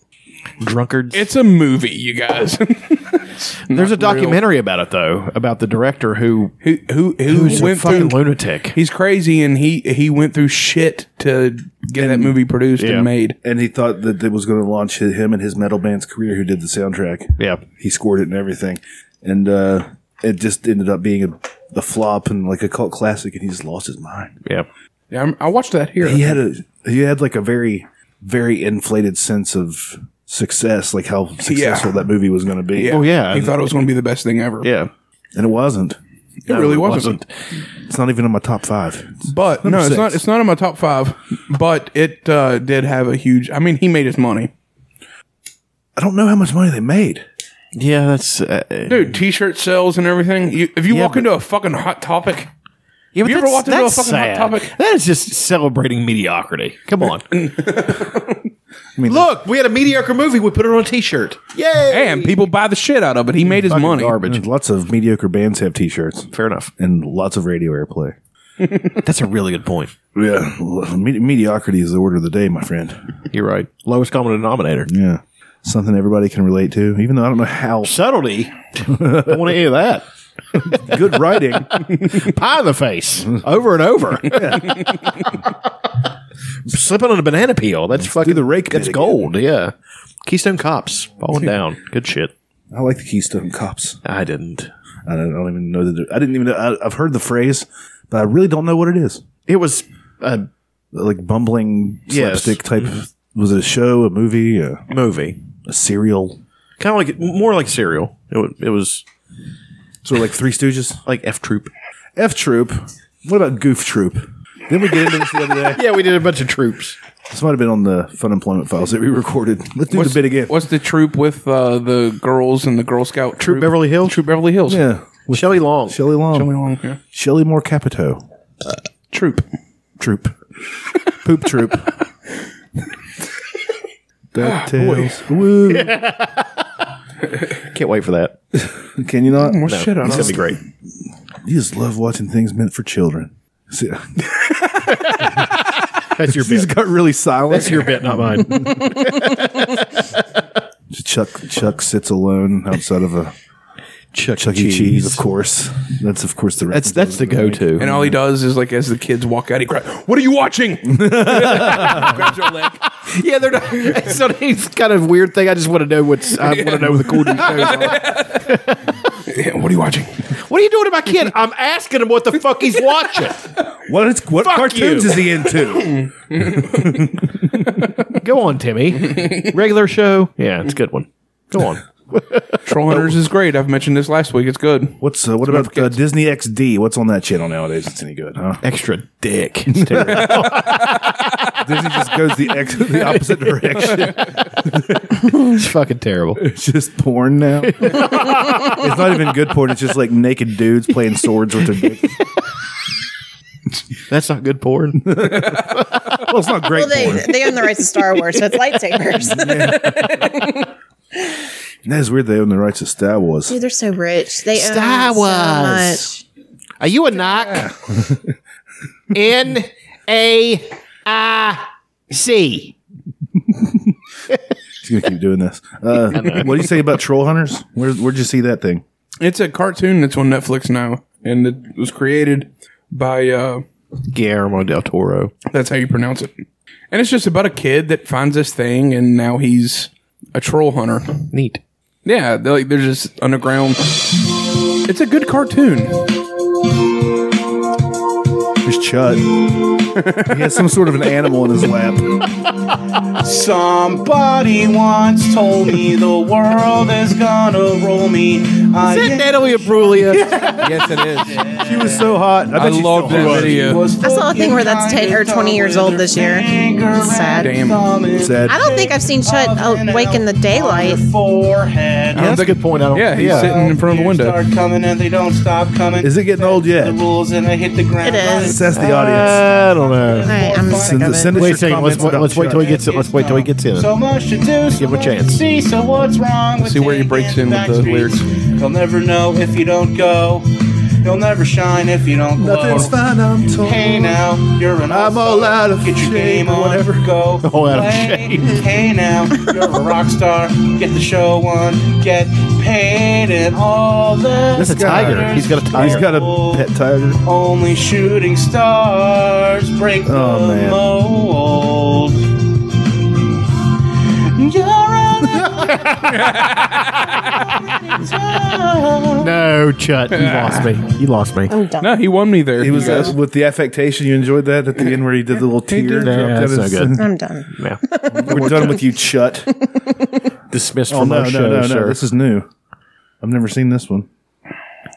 [SPEAKER 5] drunkards.
[SPEAKER 3] It's a movie, you guys. <laughs>
[SPEAKER 5] There's a documentary about it though, about the director who
[SPEAKER 3] who who,
[SPEAKER 5] who's
[SPEAKER 3] who
[SPEAKER 5] a
[SPEAKER 3] went
[SPEAKER 5] fucking
[SPEAKER 3] through?
[SPEAKER 5] lunatic.
[SPEAKER 3] He's crazy, and he he went through shit to get that movie produced
[SPEAKER 5] Yeah.
[SPEAKER 3] and made.
[SPEAKER 2] and he thought that it was going to launch hi- him and his metal band's career. Who did the soundtrack?
[SPEAKER 5] Yeah.
[SPEAKER 2] he scored it and everything, and uh, it just ended up being a, a flop and like a cult classic. And he just lost his mind.
[SPEAKER 5] yeah.
[SPEAKER 3] Yeah, I'm, I watched that here.
[SPEAKER 2] He had a he had like a very very inflated sense of success, like how successful that movie was going to be.
[SPEAKER 5] Well, Oh, yeah.
[SPEAKER 3] he thought it was going to be the best thing ever.
[SPEAKER 5] Yeah.
[SPEAKER 2] and it wasn't.
[SPEAKER 3] it really wasn't.
[SPEAKER 2] It's not even in my top five.
[SPEAKER 3] But no, it's
[SPEAKER 2] six.
[SPEAKER 3] not. It's not in my top five. But it uh, did have a huge. I mean, he made his money,
[SPEAKER 2] I don't know how much money they made.
[SPEAKER 5] Yeah, that's uh,
[SPEAKER 3] dude. T-shirt sales and everything. You, if you
[SPEAKER 5] Yeah,
[SPEAKER 3] walk
[SPEAKER 5] but-
[SPEAKER 3] into a fucking hot topic,
[SPEAKER 5] Yeah,
[SPEAKER 3] You
[SPEAKER 5] but
[SPEAKER 3] ever
[SPEAKER 5] that's-
[SPEAKER 3] walked into a
[SPEAKER 5] that's
[SPEAKER 3] fucking Hot Topic?
[SPEAKER 5] That is just celebrating mediocrity. Come on. Look, we had a mediocre movie. We put it on a T-shirt. Yay!
[SPEAKER 3] and people buy the shit out of it. He made his money.
[SPEAKER 5] Garbage.
[SPEAKER 2] Lots of mediocre bands have T-shirts. Fair enough, and lots of radio airplay.
[SPEAKER 5] That's a really good point.
[SPEAKER 2] Yeah, well, medi- mediocrity is the order of the day, my friend.
[SPEAKER 5] You're right. Lowest common denominator.
[SPEAKER 2] Yeah, something everybody can relate to. Even though I don't know how
[SPEAKER 5] Subtlety. I want to hear that.
[SPEAKER 2] good writing. <laughs>
[SPEAKER 5] Pie in the face, over and <laughs> over. Slipping on a banana peel. That's fucking
[SPEAKER 2] the rake
[SPEAKER 5] That's
[SPEAKER 2] bit
[SPEAKER 5] gold. Yeah. Keystone Cops falling down. Good shit.
[SPEAKER 2] I like the Keystone Cops.
[SPEAKER 5] I didn't.
[SPEAKER 2] I don't, I don't even know that. I didn't even. Know, I, I've heard the phrase, but I really don't know what it is.
[SPEAKER 5] It was. Uh,
[SPEAKER 2] Like bumbling
[SPEAKER 5] Yes.
[SPEAKER 2] slapstick type. Was it a show, a movie, a,
[SPEAKER 5] movie.
[SPEAKER 2] a serial?
[SPEAKER 5] Kind of like more like cereal. It, wa- it was
[SPEAKER 2] Sort of like Three Stooges.
[SPEAKER 5] like F Troop.
[SPEAKER 2] F Troop. What about Goof Troop? Then we get into this the other day.
[SPEAKER 5] Yeah, we did a bunch of troops.
[SPEAKER 2] This might have been on the Fun Employment Files that we recorded. Let's do
[SPEAKER 3] What's,
[SPEAKER 2] the bit again.
[SPEAKER 3] what's the troop with uh, the girls and the Girl Scout
[SPEAKER 5] Troop Beverly Hills.
[SPEAKER 3] Troop Beverly Hills.
[SPEAKER 2] Yeah,
[SPEAKER 5] With Shelley Long.
[SPEAKER 2] Shelley Long, Shelley,
[SPEAKER 3] Long, yeah.
[SPEAKER 2] Moore Capito
[SPEAKER 3] Troop.
[SPEAKER 2] Troop, Poop Troop. Ah, DuckTales. <laughs> Woo.
[SPEAKER 5] Can't wait for that.
[SPEAKER 2] Can you not?
[SPEAKER 3] More shit out
[SPEAKER 5] It's
[SPEAKER 3] of
[SPEAKER 5] gonna be
[SPEAKER 3] it.
[SPEAKER 5] great.
[SPEAKER 2] You just love watching things meant for children. See, <laughs>
[SPEAKER 5] That's your
[SPEAKER 2] he's
[SPEAKER 5] bit.
[SPEAKER 2] got really silent.
[SPEAKER 5] That's your bit, not mine.
[SPEAKER 2] Chuck Chuck sits alone outside of a
[SPEAKER 5] Chuck,
[SPEAKER 2] <laughs> Chuck E. Cheese, of course. That's of course the
[SPEAKER 5] That's that's the go-to.
[SPEAKER 3] And all he does is like, as the kids walk out, he cries, "What are you watching?" Grabs her leg.
[SPEAKER 5] <laughs> yeah, they're not. It's not any kind of weird thing. I just want to know what's. I want to know the cool new shows. <laughs> are.
[SPEAKER 3] Yeah, <laughs> what are you watching?
[SPEAKER 5] What are you doing to my kid? I'm asking him what the fuck he's watching.
[SPEAKER 2] what it's, what
[SPEAKER 5] Fuck
[SPEAKER 2] cartoons
[SPEAKER 5] you.
[SPEAKER 2] is he into?
[SPEAKER 5] Go on, Timmy. Regular show. Yeah, it's a good one. Go on.
[SPEAKER 3] Troll Hunters is great. I've mentioned this last week. It's good.
[SPEAKER 2] <laughs> What's uh, what about uh, Disney XD? What's on that channel nowadays? It's any good? Huh?
[SPEAKER 5] Extra dick. It's terrible.
[SPEAKER 2] <laughs> Disney just goes the ex- the opposite <laughs> direction.
[SPEAKER 5] it's fucking terrible.
[SPEAKER 2] <laughs> It's just porn now. <laughs> it's not even good porn. It's just like naked dudes playing swords with their dicks.
[SPEAKER 5] That's not good porn.
[SPEAKER 2] Well, it's not great
[SPEAKER 4] Well, they,
[SPEAKER 2] porn.
[SPEAKER 4] they own the rights to Star Wars, so it's lightsabers.
[SPEAKER 2] That is weird. They own the rights to Star Wars.
[SPEAKER 4] <laughs> Dude, they're so rich. They own
[SPEAKER 8] Star
[SPEAKER 4] so
[SPEAKER 8] Wars.
[SPEAKER 4] much.
[SPEAKER 8] Are you a
[SPEAKER 5] <laughs>
[SPEAKER 8] knock? N A I C.
[SPEAKER 2] He's gonna keep doing this. Uh, what do you say about troll hunters? Where where'd you see that thing?
[SPEAKER 3] It's a cartoon that's on Netflix now, and it was created by uh,
[SPEAKER 5] Guillermo del Toro.
[SPEAKER 3] that's how you pronounce it. And it's just about a kid that finds this thing, and now he's a troll hunter.
[SPEAKER 5] Neat.
[SPEAKER 3] Yeah, they're like they're just underground. It's a good cartoon.
[SPEAKER 2] There's Chud. he has some sort of an animal in his lap.
[SPEAKER 1] Somebody once told me the world is gonna roll me. I
[SPEAKER 5] Natalia
[SPEAKER 3] <laughs>
[SPEAKER 5] Brulia.
[SPEAKER 3] Yes, it is.
[SPEAKER 2] She was so hot. I,
[SPEAKER 3] I
[SPEAKER 2] bet she's
[SPEAKER 3] love
[SPEAKER 2] still
[SPEAKER 3] that
[SPEAKER 2] hot.
[SPEAKER 3] video.
[SPEAKER 4] I saw a thing where that's 10 or 20 years old this year. It's sad.
[SPEAKER 3] Damn.
[SPEAKER 2] Sad.
[SPEAKER 4] I don't think I've seen Shut Awake in the Daylight.
[SPEAKER 1] forehead.
[SPEAKER 5] That's a good point. I don't.
[SPEAKER 3] Yeah, he's sitting in front of a
[SPEAKER 1] Years
[SPEAKER 3] window.
[SPEAKER 1] Start coming and they don't stop coming.
[SPEAKER 2] Is it getting old yet?
[SPEAKER 1] The rules and I hit the ground.
[SPEAKER 4] It
[SPEAKER 1] running.
[SPEAKER 4] is.
[SPEAKER 2] That's the audience.
[SPEAKER 5] I don't know.
[SPEAKER 4] Alright, I'm sick
[SPEAKER 2] Send-
[SPEAKER 4] of it.
[SPEAKER 2] send us
[SPEAKER 5] Wait
[SPEAKER 2] your
[SPEAKER 5] a second. Let's,
[SPEAKER 2] comments
[SPEAKER 5] wait-
[SPEAKER 2] about
[SPEAKER 5] let's wait
[SPEAKER 2] Chud.
[SPEAKER 5] till he gets in. Let's wait till he gets in.
[SPEAKER 1] So much to do. So
[SPEAKER 5] Give him a
[SPEAKER 1] much
[SPEAKER 5] chance.
[SPEAKER 1] to See, so what's wrong with
[SPEAKER 3] See where he breaks in with the lyrics.
[SPEAKER 1] You'll never know if you don't go. You'll never shine if you don't glow.
[SPEAKER 2] Nothing's fine. I'm told.
[SPEAKER 1] Hey now, you're an
[SPEAKER 2] I'm
[SPEAKER 1] all-star.
[SPEAKER 2] all out of
[SPEAKER 1] Get your
[SPEAKER 2] shape
[SPEAKER 1] game
[SPEAKER 2] or
[SPEAKER 1] on,
[SPEAKER 2] whatever.
[SPEAKER 1] go
[SPEAKER 5] <laughs> All out of
[SPEAKER 1] play.
[SPEAKER 5] shape.
[SPEAKER 1] Hey now, you're a rock star. Get the show on, get paid, and all that.
[SPEAKER 5] That's a tiger. He's got a tiger.
[SPEAKER 2] Oh, He's got a pet tiger.
[SPEAKER 1] Only shooting stars break
[SPEAKER 2] Oh,
[SPEAKER 1] the
[SPEAKER 2] man.
[SPEAKER 1] mold. You're on
[SPEAKER 5] No, Chut, you lost me. You lost me.
[SPEAKER 4] I'm done.
[SPEAKER 3] No, he won me there.
[SPEAKER 2] He was uh, with the affectation. You enjoyed that at the end where he did the little tear.
[SPEAKER 5] did. Yeah,
[SPEAKER 2] dropped
[SPEAKER 5] that's
[SPEAKER 2] down
[SPEAKER 5] not <laughs>
[SPEAKER 2] his-
[SPEAKER 4] I'm done.
[SPEAKER 5] Yeah.
[SPEAKER 2] We're done with you, Chut. <laughs>
[SPEAKER 5] Dismissed
[SPEAKER 2] Oh
[SPEAKER 5] from
[SPEAKER 2] no,
[SPEAKER 5] our
[SPEAKER 2] no,
[SPEAKER 5] show,
[SPEAKER 2] no,
[SPEAKER 5] sir.
[SPEAKER 2] no! This is new. I've never seen this one.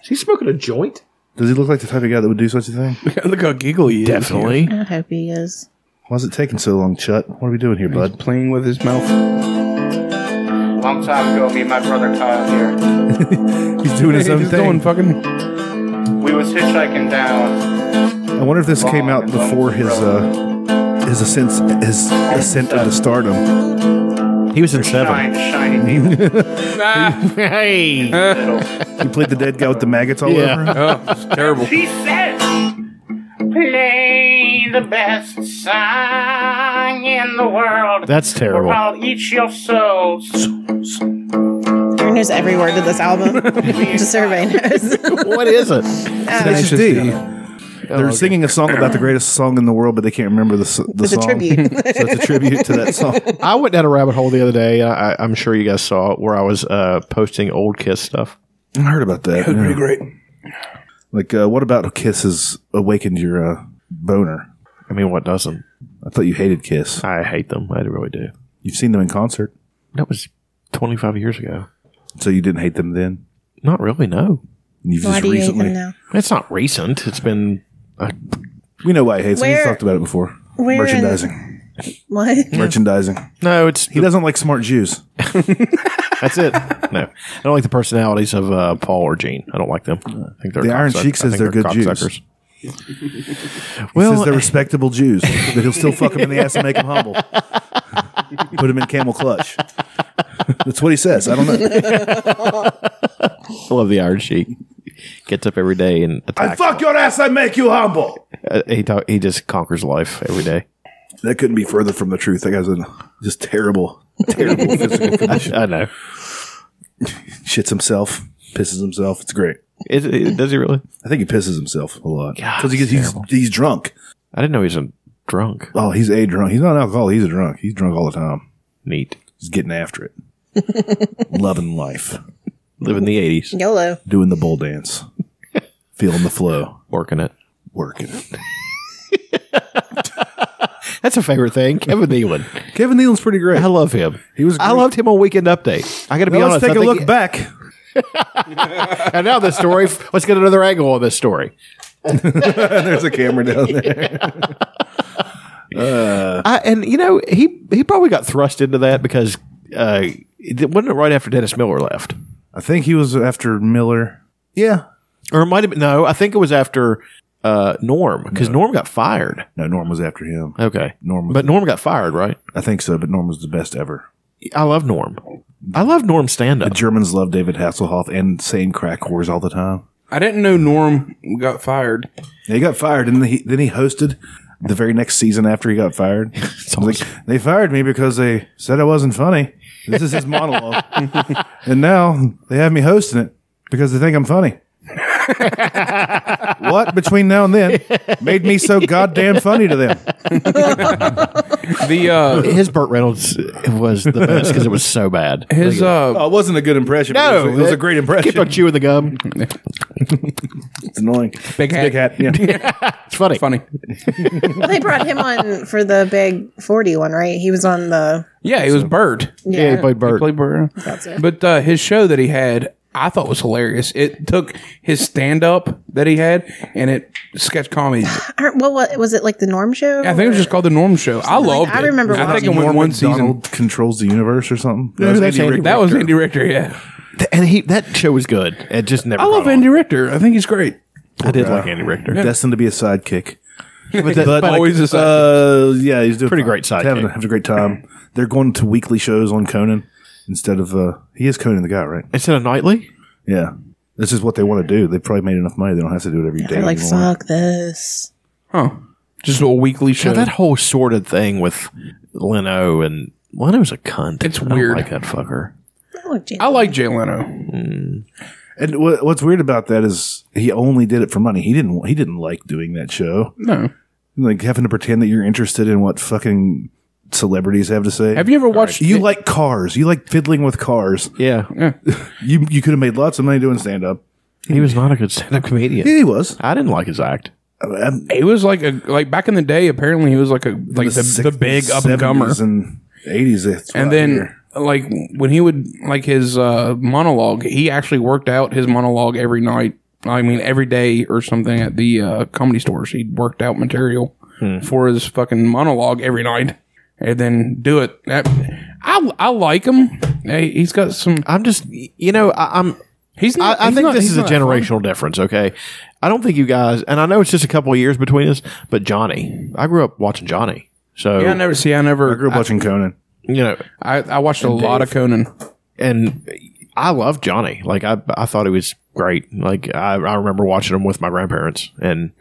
[SPEAKER 5] He's smoking a joint.
[SPEAKER 2] Does he look like the type of guy that would do such a thing?
[SPEAKER 3] <laughs> Look how giggly he is.
[SPEAKER 5] Definitely.
[SPEAKER 4] I hope he is.
[SPEAKER 2] Why is it taking so long, Chut? What are we doing here,
[SPEAKER 3] He's
[SPEAKER 2] bud?
[SPEAKER 3] playing with his mouth.
[SPEAKER 1] a long time ago, me and my brother Kyle here.
[SPEAKER 2] He's doing his own
[SPEAKER 3] He's
[SPEAKER 2] thing.
[SPEAKER 3] going fucking.
[SPEAKER 1] We was hitchhiking down.
[SPEAKER 2] I wonder if this came out before his uh, his ascent his ascent into stardom.
[SPEAKER 5] He was in seven.
[SPEAKER 1] Shine, shiny deep
[SPEAKER 5] <laughs> Hey.
[SPEAKER 1] middle.
[SPEAKER 2] He played the dead guy with the maggots all
[SPEAKER 5] Yeah.
[SPEAKER 2] over. Him.
[SPEAKER 3] Oh, it's terrible.
[SPEAKER 1] She says, play the best song in the world.
[SPEAKER 5] That's
[SPEAKER 1] or
[SPEAKER 5] terrible.
[SPEAKER 1] I'll eat your souls.
[SPEAKER 4] Darren knows every word of this <laughs> album. Just so everybody knows.
[SPEAKER 5] What is it?
[SPEAKER 2] Tenacious D. They're singing a song about the greatest song in the world, but they can't remember the s- the
[SPEAKER 4] It's a
[SPEAKER 2] song.
[SPEAKER 4] tribute.
[SPEAKER 2] <laughs> So it's a tribute to
[SPEAKER 4] <laughs>
[SPEAKER 2] that song.
[SPEAKER 5] I went down a rabbit hole the other day. I, I- I'm sure you guys saw it, where I was uh, posting old Kiss stuff.
[SPEAKER 2] I heard about that. yeah.
[SPEAKER 3] Pretty great.
[SPEAKER 2] Like, uh, what about Kiss has awakened your uh, boner?
[SPEAKER 5] I mean, what doesn't?
[SPEAKER 2] I thought you hated Kiss.
[SPEAKER 5] I hate them. I really do.
[SPEAKER 2] You've seen them in concert,
[SPEAKER 5] That was 25 years ago.
[SPEAKER 2] so you didn't hate them then.
[SPEAKER 5] Not really. No,
[SPEAKER 2] You've
[SPEAKER 4] Why
[SPEAKER 2] just
[SPEAKER 4] do you hate
[SPEAKER 2] recently.
[SPEAKER 4] them now?
[SPEAKER 5] it's not recent. It's been
[SPEAKER 2] We know why he hates them. He's
[SPEAKER 4] Where-
[SPEAKER 2] talked about it before.
[SPEAKER 4] where in-
[SPEAKER 2] Merchandising.
[SPEAKER 4] What? <laughs>
[SPEAKER 2] Merchandising.
[SPEAKER 5] no. It's
[SPEAKER 2] He doesn't like smart Jews.
[SPEAKER 5] that's it. No, I don't like the personalities of uh, Paul or Gene. I don't like them. I think they're
[SPEAKER 2] The Iron
[SPEAKER 5] cocksuck-
[SPEAKER 2] Sheik
[SPEAKER 5] I
[SPEAKER 2] says
[SPEAKER 5] think
[SPEAKER 2] they're good Jews.
[SPEAKER 5] cocksuckers.
[SPEAKER 2] He
[SPEAKER 5] well, eh.
[SPEAKER 2] says they're respectable Jews, but he'll still fuck them in the ass and make
[SPEAKER 5] <laughs>
[SPEAKER 2] them humble. Put them in camel clutch. That's what he says. I don't know.
[SPEAKER 5] <laughs> I love the Iron Sheik. Gets up every day and
[SPEAKER 2] I
[SPEAKER 5] attacks.
[SPEAKER 2] fuck your ass. I make you humble.
[SPEAKER 5] Uh, he talk, he just conquers life every day.
[SPEAKER 2] That couldn't be further from the truth. That guy's in just terrible, terrible physical condition.
[SPEAKER 5] I know.
[SPEAKER 2] Shits himself, pisses himself. It's great.
[SPEAKER 5] Is, it- does he really?
[SPEAKER 2] I think he pisses himself a lot
[SPEAKER 5] God,
[SPEAKER 2] because he gets he's, he's drunk.
[SPEAKER 5] I didn't know he was a drunk.
[SPEAKER 2] Oh, he's a drunk. He's not an alcoholic. He's a drunk. He's drunk all the time.
[SPEAKER 5] Neat.
[SPEAKER 2] He's getting after
[SPEAKER 5] <laughs>
[SPEAKER 2] it, loving life,
[SPEAKER 5] Living the 80s.
[SPEAKER 4] YOLO.
[SPEAKER 2] doing the
[SPEAKER 5] <laughs>
[SPEAKER 2] bull dance, feeling the flow,
[SPEAKER 5] Working it.
[SPEAKER 2] working.
[SPEAKER 5] That's a favorite thing. Kevin Nealon.
[SPEAKER 2] Kevin Nealon's pretty great.
[SPEAKER 5] I love him.
[SPEAKER 2] He was
[SPEAKER 5] I
[SPEAKER 2] great.
[SPEAKER 5] loved him on Weekend Update. I got to be
[SPEAKER 2] Now
[SPEAKER 5] honest.
[SPEAKER 2] let's take
[SPEAKER 5] I
[SPEAKER 2] a
[SPEAKER 5] think-
[SPEAKER 2] look back. <laughs>
[SPEAKER 5] And now this story. Let's get another angle on this story.
[SPEAKER 2] There's a camera down there.
[SPEAKER 5] <laughs>
[SPEAKER 2] Uh,
[SPEAKER 5] I, and you know he he probably got thrust into that because uh, it wasn't it right after Dennis Miller left,
[SPEAKER 2] I think he was after Miller. Yeah,
[SPEAKER 5] or it might have been no. I think it was after uh, Norm because Norm got fired.
[SPEAKER 2] No, Norm was after him.
[SPEAKER 5] Okay,
[SPEAKER 2] Norm, was
[SPEAKER 5] but Norm got fired, right?
[SPEAKER 2] I think so. But Norm was the best ever.
[SPEAKER 5] I love Norm. I love Norm stand up.
[SPEAKER 2] The Germans love David Hasselhoff and same crack whores all the time.
[SPEAKER 3] I didn't know Norm got fired.
[SPEAKER 2] He got fired, and he, then he hosted the very next season after he got
[SPEAKER 3] <laughs>
[SPEAKER 2] fired. He's like, they fired me because they said I wasn't funny. This is his
[SPEAKER 3] <laughs>
[SPEAKER 2] monologue, and now they have me hosting it because they think I'm
[SPEAKER 3] <laughs>
[SPEAKER 2] funny. what between now and then made me so goddamn funny to <laughs> them?
[SPEAKER 3] The uh,
[SPEAKER 5] his Burt Reynolds was the best because it was so <laughs> bad.
[SPEAKER 3] His uh,
[SPEAKER 2] oh, it wasn't a good impression. but it was, it was a great impression.
[SPEAKER 5] Keep on chewing the gum.
[SPEAKER 2] It's <laughs> annoying.
[SPEAKER 3] Big
[SPEAKER 2] Big hat.
[SPEAKER 3] <laughs>
[SPEAKER 2] Yeah.
[SPEAKER 5] It's funny.
[SPEAKER 3] <laughs> funny.
[SPEAKER 4] well, they brought him on for the big 40 one, right? He was on the.
[SPEAKER 3] Yeah, he was Bird.
[SPEAKER 4] Yeah, Yeah, he
[SPEAKER 5] played Bird.
[SPEAKER 3] played Bird.
[SPEAKER 4] That's it.
[SPEAKER 3] But uh, his show that he had, I thought was hilarious. It took his stand up that he had and it sketch comedy.
[SPEAKER 4] Aren't- What, what was it like the Norm show?
[SPEAKER 3] I think it was just called the Norm Show. I loved
[SPEAKER 4] I
[SPEAKER 3] it.
[SPEAKER 4] remember
[SPEAKER 3] I think
[SPEAKER 4] watching
[SPEAKER 3] it went
[SPEAKER 2] Norm
[SPEAKER 3] one season.
[SPEAKER 2] Macdonald controls the universe or something.
[SPEAKER 5] No, that's Andy
[SPEAKER 2] Richter.
[SPEAKER 3] That was Andy Richter. Yeah,
[SPEAKER 5] And he that show was good. It just never.
[SPEAKER 3] I love
[SPEAKER 5] caught on.
[SPEAKER 3] Andy Richter. I think he's great.
[SPEAKER 5] I did like Andy Richter.
[SPEAKER 2] destined to be a sidekick.
[SPEAKER 3] <laughs>
[SPEAKER 5] But, that,
[SPEAKER 2] But
[SPEAKER 5] but
[SPEAKER 3] Always a side.
[SPEAKER 2] Uh, yeah, he's doing
[SPEAKER 5] Pretty
[SPEAKER 2] fine.
[SPEAKER 5] great
[SPEAKER 2] He's Having,
[SPEAKER 5] sidekick.
[SPEAKER 2] having a great time. <laughs> They're going to weekly shows on Conan instead of uh, he is Conan the guy, right?
[SPEAKER 5] instead of nightly,
[SPEAKER 2] Yeah, this is what they want to do. They probably made enough money; they don't have to do it every day
[SPEAKER 4] They're like,
[SPEAKER 2] anymore.
[SPEAKER 4] fuck this.
[SPEAKER 3] huh? Just a weekly show.
[SPEAKER 5] God, that whole sordid thing with Leno and Leno's a cunt. It's
[SPEAKER 3] weird.
[SPEAKER 5] I don't like that fucker.
[SPEAKER 4] Oh, Jane.
[SPEAKER 3] I like Jay Leno.
[SPEAKER 2] And wha- what's weird about that is he only did it for money. He didn't. He didn't like doing that show.
[SPEAKER 3] No,
[SPEAKER 2] Like having to pretend that you're interested in what fucking celebrities have to say.
[SPEAKER 3] have you ever watched?
[SPEAKER 2] You like cars. You like fiddling with cars.
[SPEAKER 5] Yeah,
[SPEAKER 2] You you could have made lots of money doing stand up.
[SPEAKER 5] he was not a good stand up comedian.
[SPEAKER 3] <laughs>
[SPEAKER 2] Yeah, he was.
[SPEAKER 5] I didn't like his act.
[SPEAKER 2] Um,
[SPEAKER 3] He was like a like back in the day. Apparently, he was like a like the, the,
[SPEAKER 2] six-
[SPEAKER 3] big up and comer.
[SPEAKER 2] 70s and eighties. eh,
[SPEAKER 3] and then like when he would like his uh monologue he actually worked out his monologue every night i mean every day or something at the uh comedy stores he'd worked out material
[SPEAKER 5] Hmm.
[SPEAKER 3] for his fucking monologue every night and then do it That- i i like him Hey, he's got some
[SPEAKER 5] I'm just, you know, I, I'm.
[SPEAKER 3] he's not,
[SPEAKER 5] I, I
[SPEAKER 3] he's
[SPEAKER 5] think
[SPEAKER 3] not-
[SPEAKER 5] this
[SPEAKER 3] he's
[SPEAKER 5] is a
[SPEAKER 3] not funny.
[SPEAKER 5] generational difference. Okay, I don't think you guys, and I know it's just a couple of years between us, but Johnny, I grew up watching Johnny, so
[SPEAKER 3] yeah, I never see. I
[SPEAKER 2] I grew
[SPEAKER 3] never.
[SPEAKER 2] up watching Conan.
[SPEAKER 5] you know,
[SPEAKER 3] I, I watched a lot of Conan.
[SPEAKER 5] and I love Johnny. Like I, I thought he was great. Like I, I remember watching him with my grandparents, and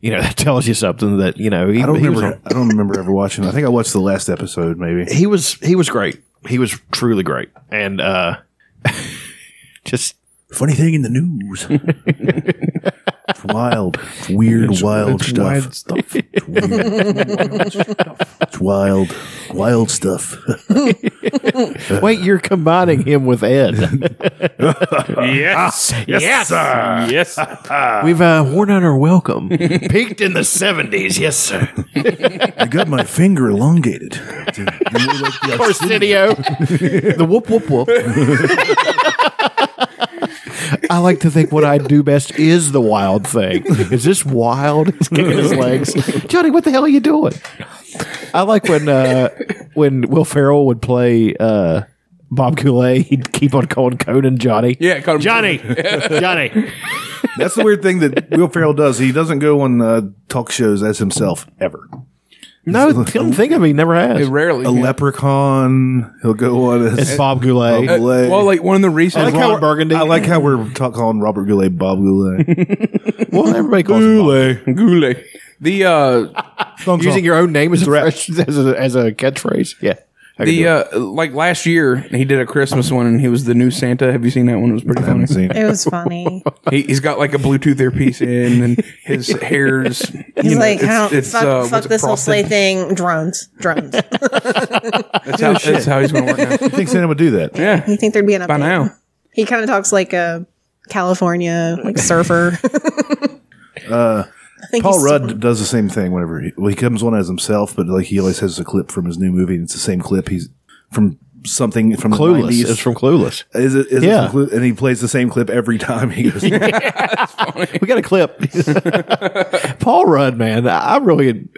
[SPEAKER 5] you know <laughs> that tells you something that you know. He,
[SPEAKER 2] I don't
[SPEAKER 5] he was
[SPEAKER 2] remember. I don't remember ever watching. I think I watched the last episode. Maybe
[SPEAKER 5] he was he was great. He was truly great, and uh, <laughs> just
[SPEAKER 2] funny thing in the news. <laughs> It's wild, It's weird, wild stuff. Wild stuff. It's, wild, wild stuff.
[SPEAKER 5] wait, you're combining him with Ed. <laughs>
[SPEAKER 2] yes, yes, sir.
[SPEAKER 5] yes, we've uh, worn out our welcome. <laughs> Peaked in the seventies, yes sir.
[SPEAKER 2] I got my finger elongated. You know, like the
[SPEAKER 5] Arsenio. <laughs> the whoop whoop whoop. I like to think what I do best is the wild thing. Is this wild? He's kicking his legs. Johnny, what the hell are you doing? I like when uh, when Will Ferrell would play uh, Bob Goulet. He'd keep on calling Conan Johnny.
[SPEAKER 3] Yeah, called him
[SPEAKER 5] Johnny, Johnny.
[SPEAKER 2] <laughs> That's the weird thing that Will Ferrell does. He doesn't go on uh, talk shows as himself ever.
[SPEAKER 5] No, come think of it. He never has.
[SPEAKER 3] Rarely.
[SPEAKER 2] A
[SPEAKER 3] yeah.
[SPEAKER 2] leprechaun. He'll go on
[SPEAKER 5] It's
[SPEAKER 2] as
[SPEAKER 5] Bob Goulet.
[SPEAKER 2] Bob Goulet.
[SPEAKER 3] Well, like one of the recent.
[SPEAKER 5] like how Ron Burgundy.
[SPEAKER 2] I like how
[SPEAKER 5] <laughs>
[SPEAKER 2] we're ta- calling Robert Goulet Bob Goulet.
[SPEAKER 5] well, everybody calls him Bob.
[SPEAKER 3] Goulet. The uh,
[SPEAKER 5] Using your own name as a, fresh, as a as a catchphrase. Yeah. I can do
[SPEAKER 3] The
[SPEAKER 5] it.
[SPEAKER 3] uh, like last year, he did a Christmas one, and he was the new Santa. Have you seen that one? It was pretty
[SPEAKER 4] <laughs>
[SPEAKER 3] funny.
[SPEAKER 4] It
[SPEAKER 3] <laughs>
[SPEAKER 4] was funny.
[SPEAKER 3] He, he's got like a Bluetooth earpiece in, and
[SPEAKER 4] <laughs>
[SPEAKER 3] his hair's.
[SPEAKER 4] He's like, I don't, fuck,
[SPEAKER 3] uh,
[SPEAKER 4] fuck
[SPEAKER 3] what's it,
[SPEAKER 4] this whole
[SPEAKER 3] frosted?
[SPEAKER 4] sleigh thing. Drones.
[SPEAKER 3] <laughs>
[SPEAKER 4] Drones.
[SPEAKER 3] That's how, that's how he's going to work now.
[SPEAKER 2] I think Santa would
[SPEAKER 5] <laughs>
[SPEAKER 2] do that.
[SPEAKER 3] Yeah,
[SPEAKER 4] you think there'd be an update?
[SPEAKER 3] by
[SPEAKER 4] <laughs>
[SPEAKER 3] now.
[SPEAKER 4] He kind of talks like a California
[SPEAKER 3] <laughs>
[SPEAKER 4] like surfer. I think
[SPEAKER 2] Uh, Paul
[SPEAKER 4] he's-
[SPEAKER 2] Rudd does the same thing whenever he, well, he comes on as himself, but like he always has a clip from his new movie, and it's the same clip he's from something from
[SPEAKER 5] Clueless.
[SPEAKER 2] The 90s.
[SPEAKER 5] It's from Clueless.
[SPEAKER 2] Is it? Is
[SPEAKER 5] Yeah.
[SPEAKER 2] It from Clue- and he plays the same clip every time. He
[SPEAKER 5] <laughs>
[SPEAKER 2] goes,
[SPEAKER 5] We got a
[SPEAKER 2] <laughs>
[SPEAKER 5] clip. Paul Rudd, man, I really ad-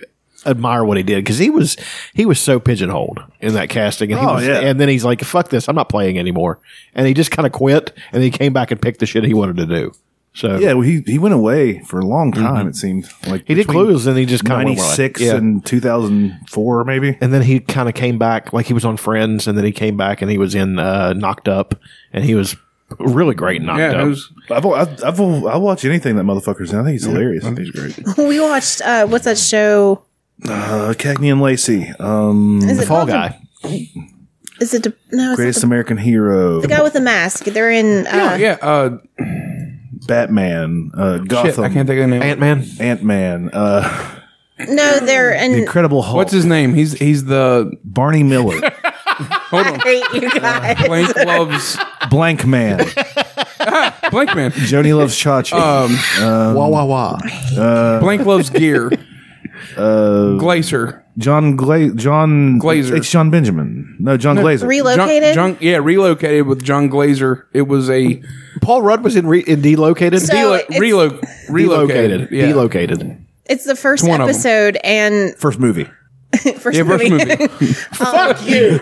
[SPEAKER 5] admire what he did because he was he was so pigeonholed in that casting, and he
[SPEAKER 2] Oh,
[SPEAKER 5] was,
[SPEAKER 2] yeah.
[SPEAKER 5] and then he's like, "Fuck this, I'm not playing anymore," and he just kind of quit, and he came back and picked the shit he wanted to do. So
[SPEAKER 2] yeah, well, he he went away for a long time. It seemed like
[SPEAKER 5] Mm-hmm. He did Clueless, and he just kinda went
[SPEAKER 2] ninety
[SPEAKER 5] away.
[SPEAKER 2] six
[SPEAKER 5] Yeah.
[SPEAKER 2] and two thousand four maybe.
[SPEAKER 5] And then he kind of came back, like he was on Friends, and then he came back and he was in uh, Knocked Up, and he was really great in Knocked Up.
[SPEAKER 2] I've, I've, I've, I'll watch anything that motherfucker's in. I think he's hilarious. I think he's great.
[SPEAKER 4] <laughs> we watched uh, what's that show?
[SPEAKER 2] Uh, Cagney and Lacey. Um,
[SPEAKER 4] Is it Fall called Guy. Is it de- no? It's
[SPEAKER 2] Greatest
[SPEAKER 4] not
[SPEAKER 2] American Hero.
[SPEAKER 4] the, the guy with the mask. They're in. Uh,
[SPEAKER 3] yeah, yeah. Uh,
[SPEAKER 2] Batman. Uh, Gotham.
[SPEAKER 3] I can't think of the name.
[SPEAKER 5] Ant Man.
[SPEAKER 2] Ant Man.
[SPEAKER 3] <laughs>
[SPEAKER 2] Uh,
[SPEAKER 4] No, they're in.
[SPEAKER 2] Hulk.
[SPEAKER 3] What's his name? He's he's the
[SPEAKER 2] Barney
[SPEAKER 3] <laughs>
[SPEAKER 2] Miller.
[SPEAKER 3] Hold
[SPEAKER 4] <laughs> I
[SPEAKER 3] <laughs>
[SPEAKER 4] hate you guys. <laughs>
[SPEAKER 3] Blank loves
[SPEAKER 2] Blank Man.
[SPEAKER 3] Blank Man.
[SPEAKER 2] Joni loves Cha
[SPEAKER 3] Uh,
[SPEAKER 2] Cha. Um,
[SPEAKER 5] wah wah wah.
[SPEAKER 2] Uh,
[SPEAKER 3] Blank loves gear.
[SPEAKER 2] Uh,
[SPEAKER 3] Glazer.
[SPEAKER 2] John Gla- John
[SPEAKER 3] Glazer.
[SPEAKER 2] It's John Benjamin. No, John Glazer.
[SPEAKER 4] Relocated?
[SPEAKER 3] John, John- yeah, relocated with John Glazer. It was a
[SPEAKER 5] Paul Rudd was in, re- in Delocated.
[SPEAKER 4] So
[SPEAKER 3] Delo-
[SPEAKER 4] Oh, it's-
[SPEAKER 3] relo- relocated.
[SPEAKER 5] Delocated.
[SPEAKER 3] Yeah.
[SPEAKER 5] Delocated.
[SPEAKER 4] It's the first
[SPEAKER 3] It's one of 'em.
[SPEAKER 4] episode and
[SPEAKER 2] First movie.
[SPEAKER 4] <laughs> first,
[SPEAKER 3] Yeah, first
[SPEAKER 4] Fuck you, <laughs>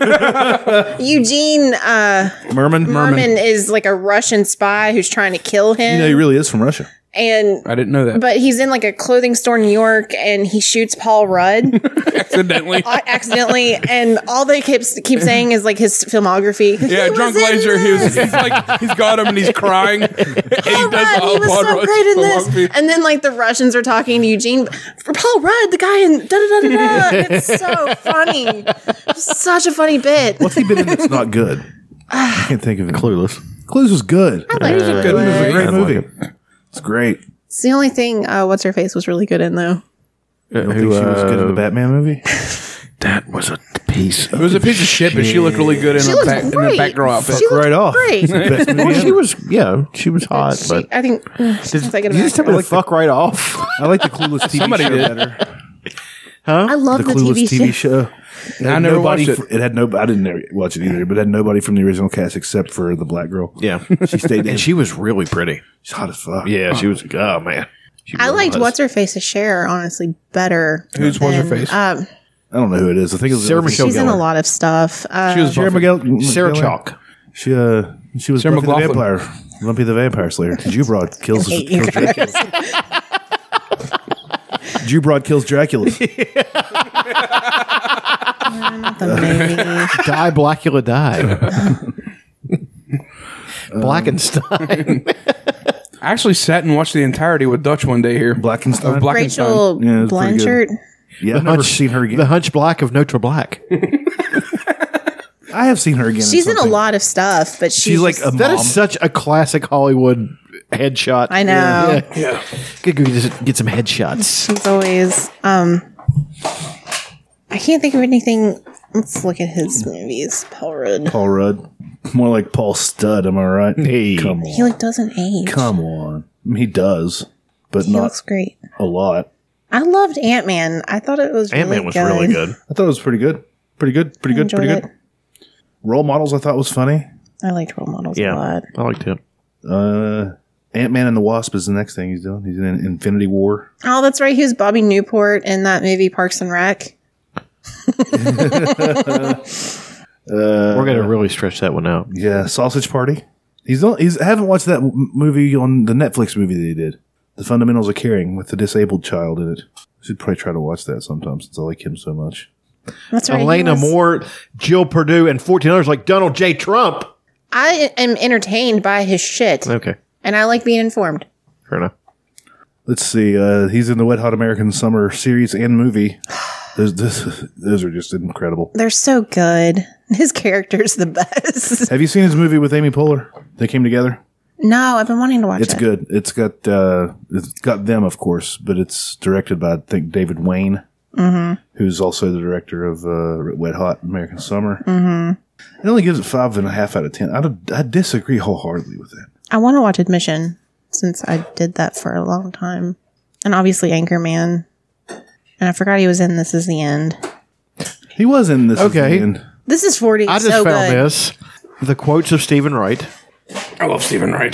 [SPEAKER 4] Eugene uh,
[SPEAKER 2] Merman.
[SPEAKER 4] Merman is like a Russian spy who's trying to kill him.
[SPEAKER 2] You know, he really is from Russia.
[SPEAKER 4] and
[SPEAKER 3] I didn't know that.
[SPEAKER 4] but he's in like a clothing store in New York, and he shoots Paul Rudd
[SPEAKER 3] <laughs>
[SPEAKER 4] <laughs>
[SPEAKER 3] accidentally.
[SPEAKER 4] uh, accidentally, and all they keep keep saying is like his filmography.
[SPEAKER 3] Yeah,
[SPEAKER 4] He
[SPEAKER 3] John
[SPEAKER 4] was in
[SPEAKER 3] Glazer. He was,
[SPEAKER 4] this.
[SPEAKER 3] he's like he's got him and he's
[SPEAKER 4] <laughs>
[SPEAKER 3] crying. and he
[SPEAKER 4] Paul
[SPEAKER 3] does
[SPEAKER 4] Rudd,
[SPEAKER 3] all
[SPEAKER 4] he was
[SPEAKER 3] Paul
[SPEAKER 4] so
[SPEAKER 3] Rudd's
[SPEAKER 4] great in this.
[SPEAKER 3] filmography.
[SPEAKER 4] And then like the Russians are talking to Eugene, "For Paul Rudd, the guy in da da da da
[SPEAKER 3] <laughs>
[SPEAKER 4] da. It's so funny, such a funny bit.
[SPEAKER 2] What's he been in that's not
[SPEAKER 5] <laughs>
[SPEAKER 2] good? I can't think of it. Clueless. Clueless was good.
[SPEAKER 4] I liked it.
[SPEAKER 2] Clueless was a
[SPEAKER 4] I
[SPEAKER 2] great
[SPEAKER 4] like
[SPEAKER 2] movie. It's great.
[SPEAKER 4] It's the only thing. Uh, What's her face was really good in though.
[SPEAKER 2] You don't think she was
[SPEAKER 5] uh,
[SPEAKER 2] good
[SPEAKER 3] uh,
[SPEAKER 2] in the Batman
[SPEAKER 3] <laughs>
[SPEAKER 2] movie?
[SPEAKER 14] That was a piece.
[SPEAKER 3] It was a piece of shit, but she looked really good in
[SPEAKER 4] She
[SPEAKER 3] a
[SPEAKER 4] looks
[SPEAKER 3] back, in a
[SPEAKER 4] great.
[SPEAKER 3] background outfit.
[SPEAKER 4] She looks great.
[SPEAKER 2] <laughs>
[SPEAKER 5] well, she was yeah, she was hot, but
[SPEAKER 4] I think. <sighs> She's like
[SPEAKER 5] you just tell me to fuck right off.
[SPEAKER 2] I like the Clueless TV
[SPEAKER 3] Somebody
[SPEAKER 2] show
[SPEAKER 3] did.
[SPEAKER 2] better.
[SPEAKER 5] Huh?
[SPEAKER 4] I love the, TV, show.
[SPEAKER 2] It
[SPEAKER 3] I
[SPEAKER 2] had
[SPEAKER 3] never
[SPEAKER 2] nobody
[SPEAKER 3] watched it.
[SPEAKER 2] fr- it had no. I didn't ever watch it either, but it had nobody from the original cast except for the black girl.
[SPEAKER 5] Yeah,
[SPEAKER 2] She
[SPEAKER 3] <laughs>
[SPEAKER 2] stayed in.
[SPEAKER 5] and she was really pretty.
[SPEAKER 2] She's hot as fuck.
[SPEAKER 5] Yeah, she was. Oh man, She
[SPEAKER 4] I
[SPEAKER 5] really
[SPEAKER 4] liked
[SPEAKER 5] was.
[SPEAKER 4] what's her face as Cher honestly better.
[SPEAKER 3] Who's what's her
[SPEAKER 4] than,
[SPEAKER 3] face?
[SPEAKER 4] Um,
[SPEAKER 2] I don't know who it is. I think it was
[SPEAKER 5] Sarah
[SPEAKER 2] I think
[SPEAKER 5] Michelle
[SPEAKER 4] she's in a
[SPEAKER 5] Gellar.
[SPEAKER 4] lot of stuff. Uh,
[SPEAKER 3] She was
[SPEAKER 2] Sarah
[SPEAKER 3] Buffy.
[SPEAKER 2] Miguel,
[SPEAKER 5] Sarah Chalk.
[SPEAKER 2] She uh, she was
[SPEAKER 3] Sarah
[SPEAKER 2] Buffy the
[SPEAKER 3] McLachlan.
[SPEAKER 2] vampire, Lumpy the vampire slayer. Jubrod
[SPEAKER 4] <laughs>
[SPEAKER 2] kills
[SPEAKER 4] hate you
[SPEAKER 2] kills Dracula.
[SPEAKER 4] guys.
[SPEAKER 2] Jubrod kills Dracula.
[SPEAKER 4] Not the movie.
[SPEAKER 5] die Blackula <laughs> die.
[SPEAKER 2] Um,
[SPEAKER 5] Blackenstein.
[SPEAKER 3] I actually sat and watched the entirety with Dutch one day here.
[SPEAKER 2] Blackenstein.
[SPEAKER 3] Of Blackenstein.
[SPEAKER 4] Rachel
[SPEAKER 2] Yeah, it was pretty good.
[SPEAKER 4] Blanchard.
[SPEAKER 2] yeah, I've never seen her
[SPEAKER 5] the
[SPEAKER 2] again.
[SPEAKER 5] Hunchback of Notre Black.
[SPEAKER 2] I have seen her again.
[SPEAKER 4] She's in a
[SPEAKER 2] something.
[SPEAKER 4] lot of stuff, but she's,
[SPEAKER 2] She's like
[SPEAKER 4] just-
[SPEAKER 2] a
[SPEAKER 5] That
[SPEAKER 2] mom.
[SPEAKER 5] is such a classic Hollywood headshot.
[SPEAKER 4] I know.
[SPEAKER 5] Yeah. Could go just get some headshots.
[SPEAKER 4] She's always. Um, I can't think of anything. Let's look at his movies. Paul Rudd.
[SPEAKER 2] Paul Rudd. More like Paul Stud. Am I right? Hey, come on,
[SPEAKER 4] He like doesn't age.
[SPEAKER 2] come on. He does, but
[SPEAKER 4] he
[SPEAKER 2] not
[SPEAKER 4] looks great.
[SPEAKER 2] a lot.
[SPEAKER 4] I loved Ant Man. I thought it was
[SPEAKER 5] Ant Man
[SPEAKER 4] really
[SPEAKER 5] was
[SPEAKER 4] good.
[SPEAKER 5] really good.
[SPEAKER 2] I thought it was pretty good. Pretty good. Pretty
[SPEAKER 4] I
[SPEAKER 2] good. Pretty
[SPEAKER 4] enjoyed
[SPEAKER 2] good. Role models. I thought was funny.
[SPEAKER 4] I liked role models a
[SPEAKER 5] Yeah,
[SPEAKER 4] lot.
[SPEAKER 5] I liked him.
[SPEAKER 2] Uh, Ant Man and the Wasp is the next thing he's doing. He's in Infinity War.
[SPEAKER 4] Oh, that's right. He was Bobby Newport in that movie Parks and Rec.
[SPEAKER 2] Uh,
[SPEAKER 5] We're gonna really stretch that one out.
[SPEAKER 2] yeah, Sausage Party. He's the he's I haven't watched that m- movie on the Netflix movie that he did. The Fundamentals of Caring with the disabled child in it. I should probably try to watch that sometime since I like him so much.
[SPEAKER 4] That's right. he
[SPEAKER 5] Elena
[SPEAKER 4] was-
[SPEAKER 5] Moore, Jill Perdue, and fourteen others like Donald J. Trump.
[SPEAKER 4] I am entertained by his shit,
[SPEAKER 5] Okay,
[SPEAKER 4] and I like being informed.
[SPEAKER 5] fair enough.
[SPEAKER 2] Let's see. Uh, he's in the Wet Hot American Summer series and movie. Those, those, <laughs> those are just incredible.
[SPEAKER 4] They're so good. <laughs> His character's the best. <laughs>
[SPEAKER 2] Have you seen his movie with Amy Poehler? They came together.
[SPEAKER 4] no, I've been wanting to watch
[SPEAKER 2] It's
[SPEAKER 4] it.
[SPEAKER 2] good. It's got uh, it's got them, of course, but it's directed by I think David Wayne, who's also the director of uh, Wet Hot American Summer. Mm-hmm. It only gives it five and a half out of ten. I, don't- I disagree wholeheartedly with that.
[SPEAKER 4] I want to watch Admission since I did that for a long time, and obviously Anchorman. And I forgot he was in This Is the End.
[SPEAKER 2] He was in this.
[SPEAKER 5] Okay.
[SPEAKER 2] and
[SPEAKER 4] This is forty.
[SPEAKER 5] I just
[SPEAKER 4] so
[SPEAKER 5] found
[SPEAKER 4] good.
[SPEAKER 5] this. The quotes of Stephen Wright.
[SPEAKER 15] I love Stephen Wright.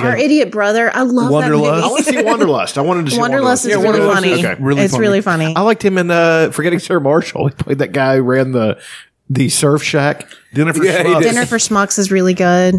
[SPEAKER 4] Our idiot brother. I love
[SPEAKER 2] Wanderlust.
[SPEAKER 5] I
[SPEAKER 4] that <laughs>
[SPEAKER 5] want to
[SPEAKER 4] movie.
[SPEAKER 5] see Wanderlust. I wanted to see
[SPEAKER 4] Wanderlust
[SPEAKER 5] Wanderlust.
[SPEAKER 4] is really
[SPEAKER 3] Wanderlust
[SPEAKER 4] funny.
[SPEAKER 3] is really
[SPEAKER 4] it's
[SPEAKER 3] funny.
[SPEAKER 4] really
[SPEAKER 3] <laughs>
[SPEAKER 4] funny.
[SPEAKER 5] I liked him in uh, Forgetting Sarah Marshall. He played that guy who ran the the surf shack.
[SPEAKER 2] Dinner for
[SPEAKER 3] Yeah, he
[SPEAKER 2] Schmucks.
[SPEAKER 3] did.
[SPEAKER 4] Dinner for Schmucks is really good.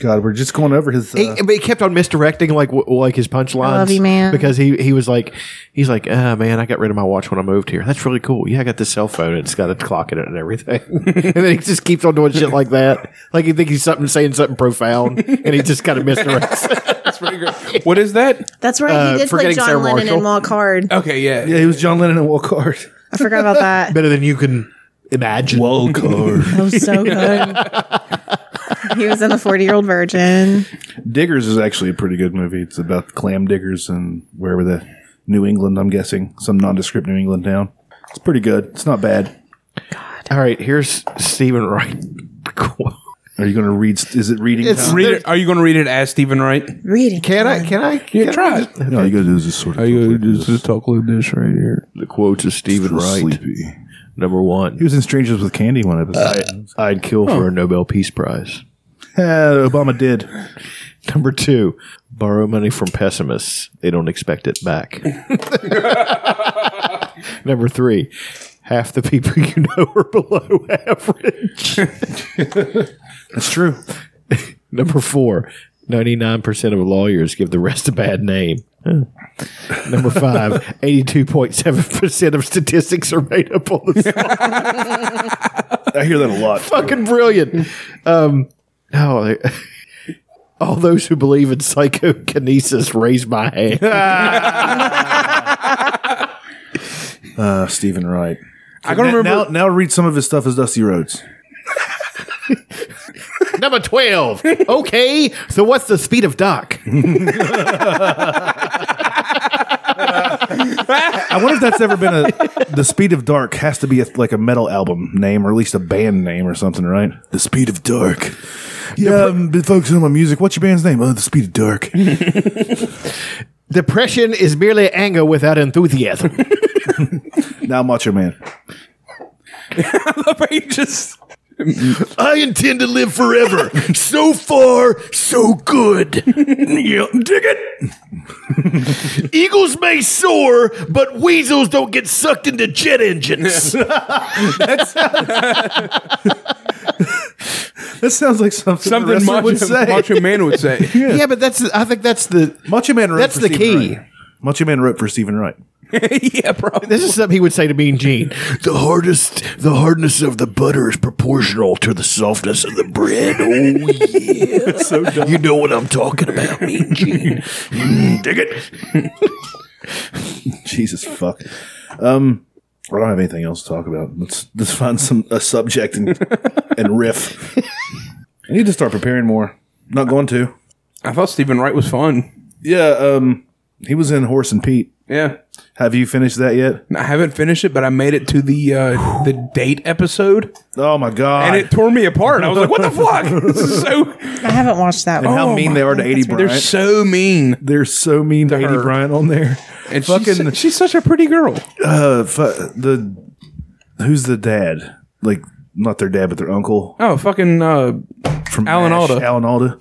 [SPEAKER 2] God, we're just going over his. uh,
[SPEAKER 5] He, but he kept on misdirecting like w- like his punchlines.
[SPEAKER 4] I love you, man.
[SPEAKER 5] Because he he was like he's like, ah man, I got rid of my watch when I moved here. That's really cool. Yeah, I got this cell phone. and It's got a clock in it and everything. <laughs> and then he just keeps on doing shit like that. Like he think he's something saying something profound, and he just kind of misdirects.
[SPEAKER 3] That's pretty great. <laughs> What is that?
[SPEAKER 4] That's right.
[SPEAKER 5] Uh,
[SPEAKER 4] he did play
[SPEAKER 5] forgetting
[SPEAKER 4] John
[SPEAKER 5] Sarah
[SPEAKER 4] Lennon and Walk Hard.
[SPEAKER 3] Okay, yeah.
[SPEAKER 2] Yeah, he was John Lennon and Walcard.
[SPEAKER 4] I forgot
[SPEAKER 3] <laughs>
[SPEAKER 4] about that.
[SPEAKER 5] Better than you can imagine.
[SPEAKER 2] Walcard.
[SPEAKER 4] That was <laughs> so good. he was in the Forty Year Old Virgin.
[SPEAKER 2] <laughs> Diggers is actually a pretty good movie. It's about clam diggers and wherever the New England, I'm guessing, some nondescript New England town. It's pretty good. It's not bad.
[SPEAKER 5] All right, here's Stephen Wright. <laughs>
[SPEAKER 2] Are you going to read? Is it reading? time?
[SPEAKER 3] Read it, are you going to read it as Stephen Wright?
[SPEAKER 4] Reading.
[SPEAKER 5] Can I? Can I?
[SPEAKER 3] Yeah,
[SPEAKER 5] can
[SPEAKER 3] try
[SPEAKER 5] I
[SPEAKER 3] it.
[SPEAKER 5] just-
[SPEAKER 2] No, you got to do is just sort of.
[SPEAKER 3] Are you going to just talk like this right <laughs> here?
[SPEAKER 5] The quotes of Stephen Wright.
[SPEAKER 2] Sleepy.
[SPEAKER 5] Number one.
[SPEAKER 2] He was in Strangers with Candy one episode.
[SPEAKER 5] I'd kill for a Nobel Peace Prize.
[SPEAKER 2] Uh, Obama did.
[SPEAKER 5] <laughs> Number two, borrow money from pessimists. They don't expect it back. <laughs> Number three, half the people you know are below <laughs> average.
[SPEAKER 2] <laughs> That's true.
[SPEAKER 5] <laughs> Number four, 99% of lawyers give the rest a bad name. Huh. Number five,
[SPEAKER 2] <laughs>
[SPEAKER 5] 82.7% of statistics are made up on
[SPEAKER 2] <laughs>
[SPEAKER 5] the spot.
[SPEAKER 2] <laughs> I hear that a lot.
[SPEAKER 5] fucking brilliant. Um, oh, they- <laughs> all those who believe in psychokinesis, raise my hand.
[SPEAKER 2] Uh, Stephen Wright.
[SPEAKER 3] I can remember.
[SPEAKER 2] Now, now read some of his stuff as Dusty Rhodes.
[SPEAKER 5] <laughs> Number twelve. Okay, so what's the speed of Doc?
[SPEAKER 2] I wonder if that's ever been a. <laughs> The Speed of Dark has to be a, like a metal album name, or at least a band name, or something, right? The Speed of Dark. Yeah, I've been focusing on my music. What's your band's name? Oh, The Speed of Dark. <laughs>
[SPEAKER 5] Depression is merely anger without enthusiasm.
[SPEAKER 2] now Macho Man.
[SPEAKER 3] He just
[SPEAKER 5] <laughs> I intend to live forever. So far, so good. yeah, dig it. Eagles may soar, but weasels don't get sucked into jet engines.
[SPEAKER 2] That sounds like something the
[SPEAKER 3] <laughs> something
[SPEAKER 2] wrestler
[SPEAKER 3] Macho,
[SPEAKER 2] would say.
[SPEAKER 3] Macho Man would say.
[SPEAKER 5] yeah, but that's I think that's the
[SPEAKER 2] Macho Man wrote
[SPEAKER 5] That's
[SPEAKER 2] for
[SPEAKER 5] the
[SPEAKER 2] Stephen
[SPEAKER 5] key.
[SPEAKER 2] Wright. Macho Man wrote for Stephen Wright.
[SPEAKER 3] <laughs>
[SPEAKER 2] <laughs>
[SPEAKER 3] yeah, probably.
[SPEAKER 5] This is something he would say to Mean Gene. The hardest, the hardness of the butter is proportional to the softness of the bread. Oh
[SPEAKER 3] <laughs>
[SPEAKER 5] yeah, so you know what I'm talking about, Mean Gene. Mm, dig it.
[SPEAKER 2] Jesus fuck. Um, I don't have anything else to talk about. Let's let's find some a subject
[SPEAKER 5] <laughs>
[SPEAKER 2] and and riff. I need to start preparing more. Not going to.
[SPEAKER 3] I thought Stephen Wright was fun.
[SPEAKER 2] Yeah. Um, he was in Horse and Pete.
[SPEAKER 3] Yeah.
[SPEAKER 2] Have you finished that yet?
[SPEAKER 3] I haven't finished it, but I made it to the uh, the date episode,
[SPEAKER 2] Oh my god!
[SPEAKER 3] and it tore me apart. I was like, "What the fuck?" This is so
[SPEAKER 4] I haven't watched that
[SPEAKER 2] And
[SPEAKER 4] one.
[SPEAKER 2] <laughs> how
[SPEAKER 3] Oh
[SPEAKER 2] mean
[SPEAKER 3] my
[SPEAKER 2] they are to Eighty
[SPEAKER 3] they're
[SPEAKER 2] Bryant.
[SPEAKER 3] so mean.
[SPEAKER 2] They're so mean to Eighty
[SPEAKER 3] her.
[SPEAKER 2] Bryant on there.
[SPEAKER 3] And
[SPEAKER 2] Fucking-
[SPEAKER 3] fucking, she's, such a pretty girl.
[SPEAKER 2] Uh, fu- the who's the dad? Like not their dad, but their uncle
[SPEAKER 3] Oh, fucking uh,
[SPEAKER 2] from
[SPEAKER 3] Alan Alda.
[SPEAKER 2] Alan Alda.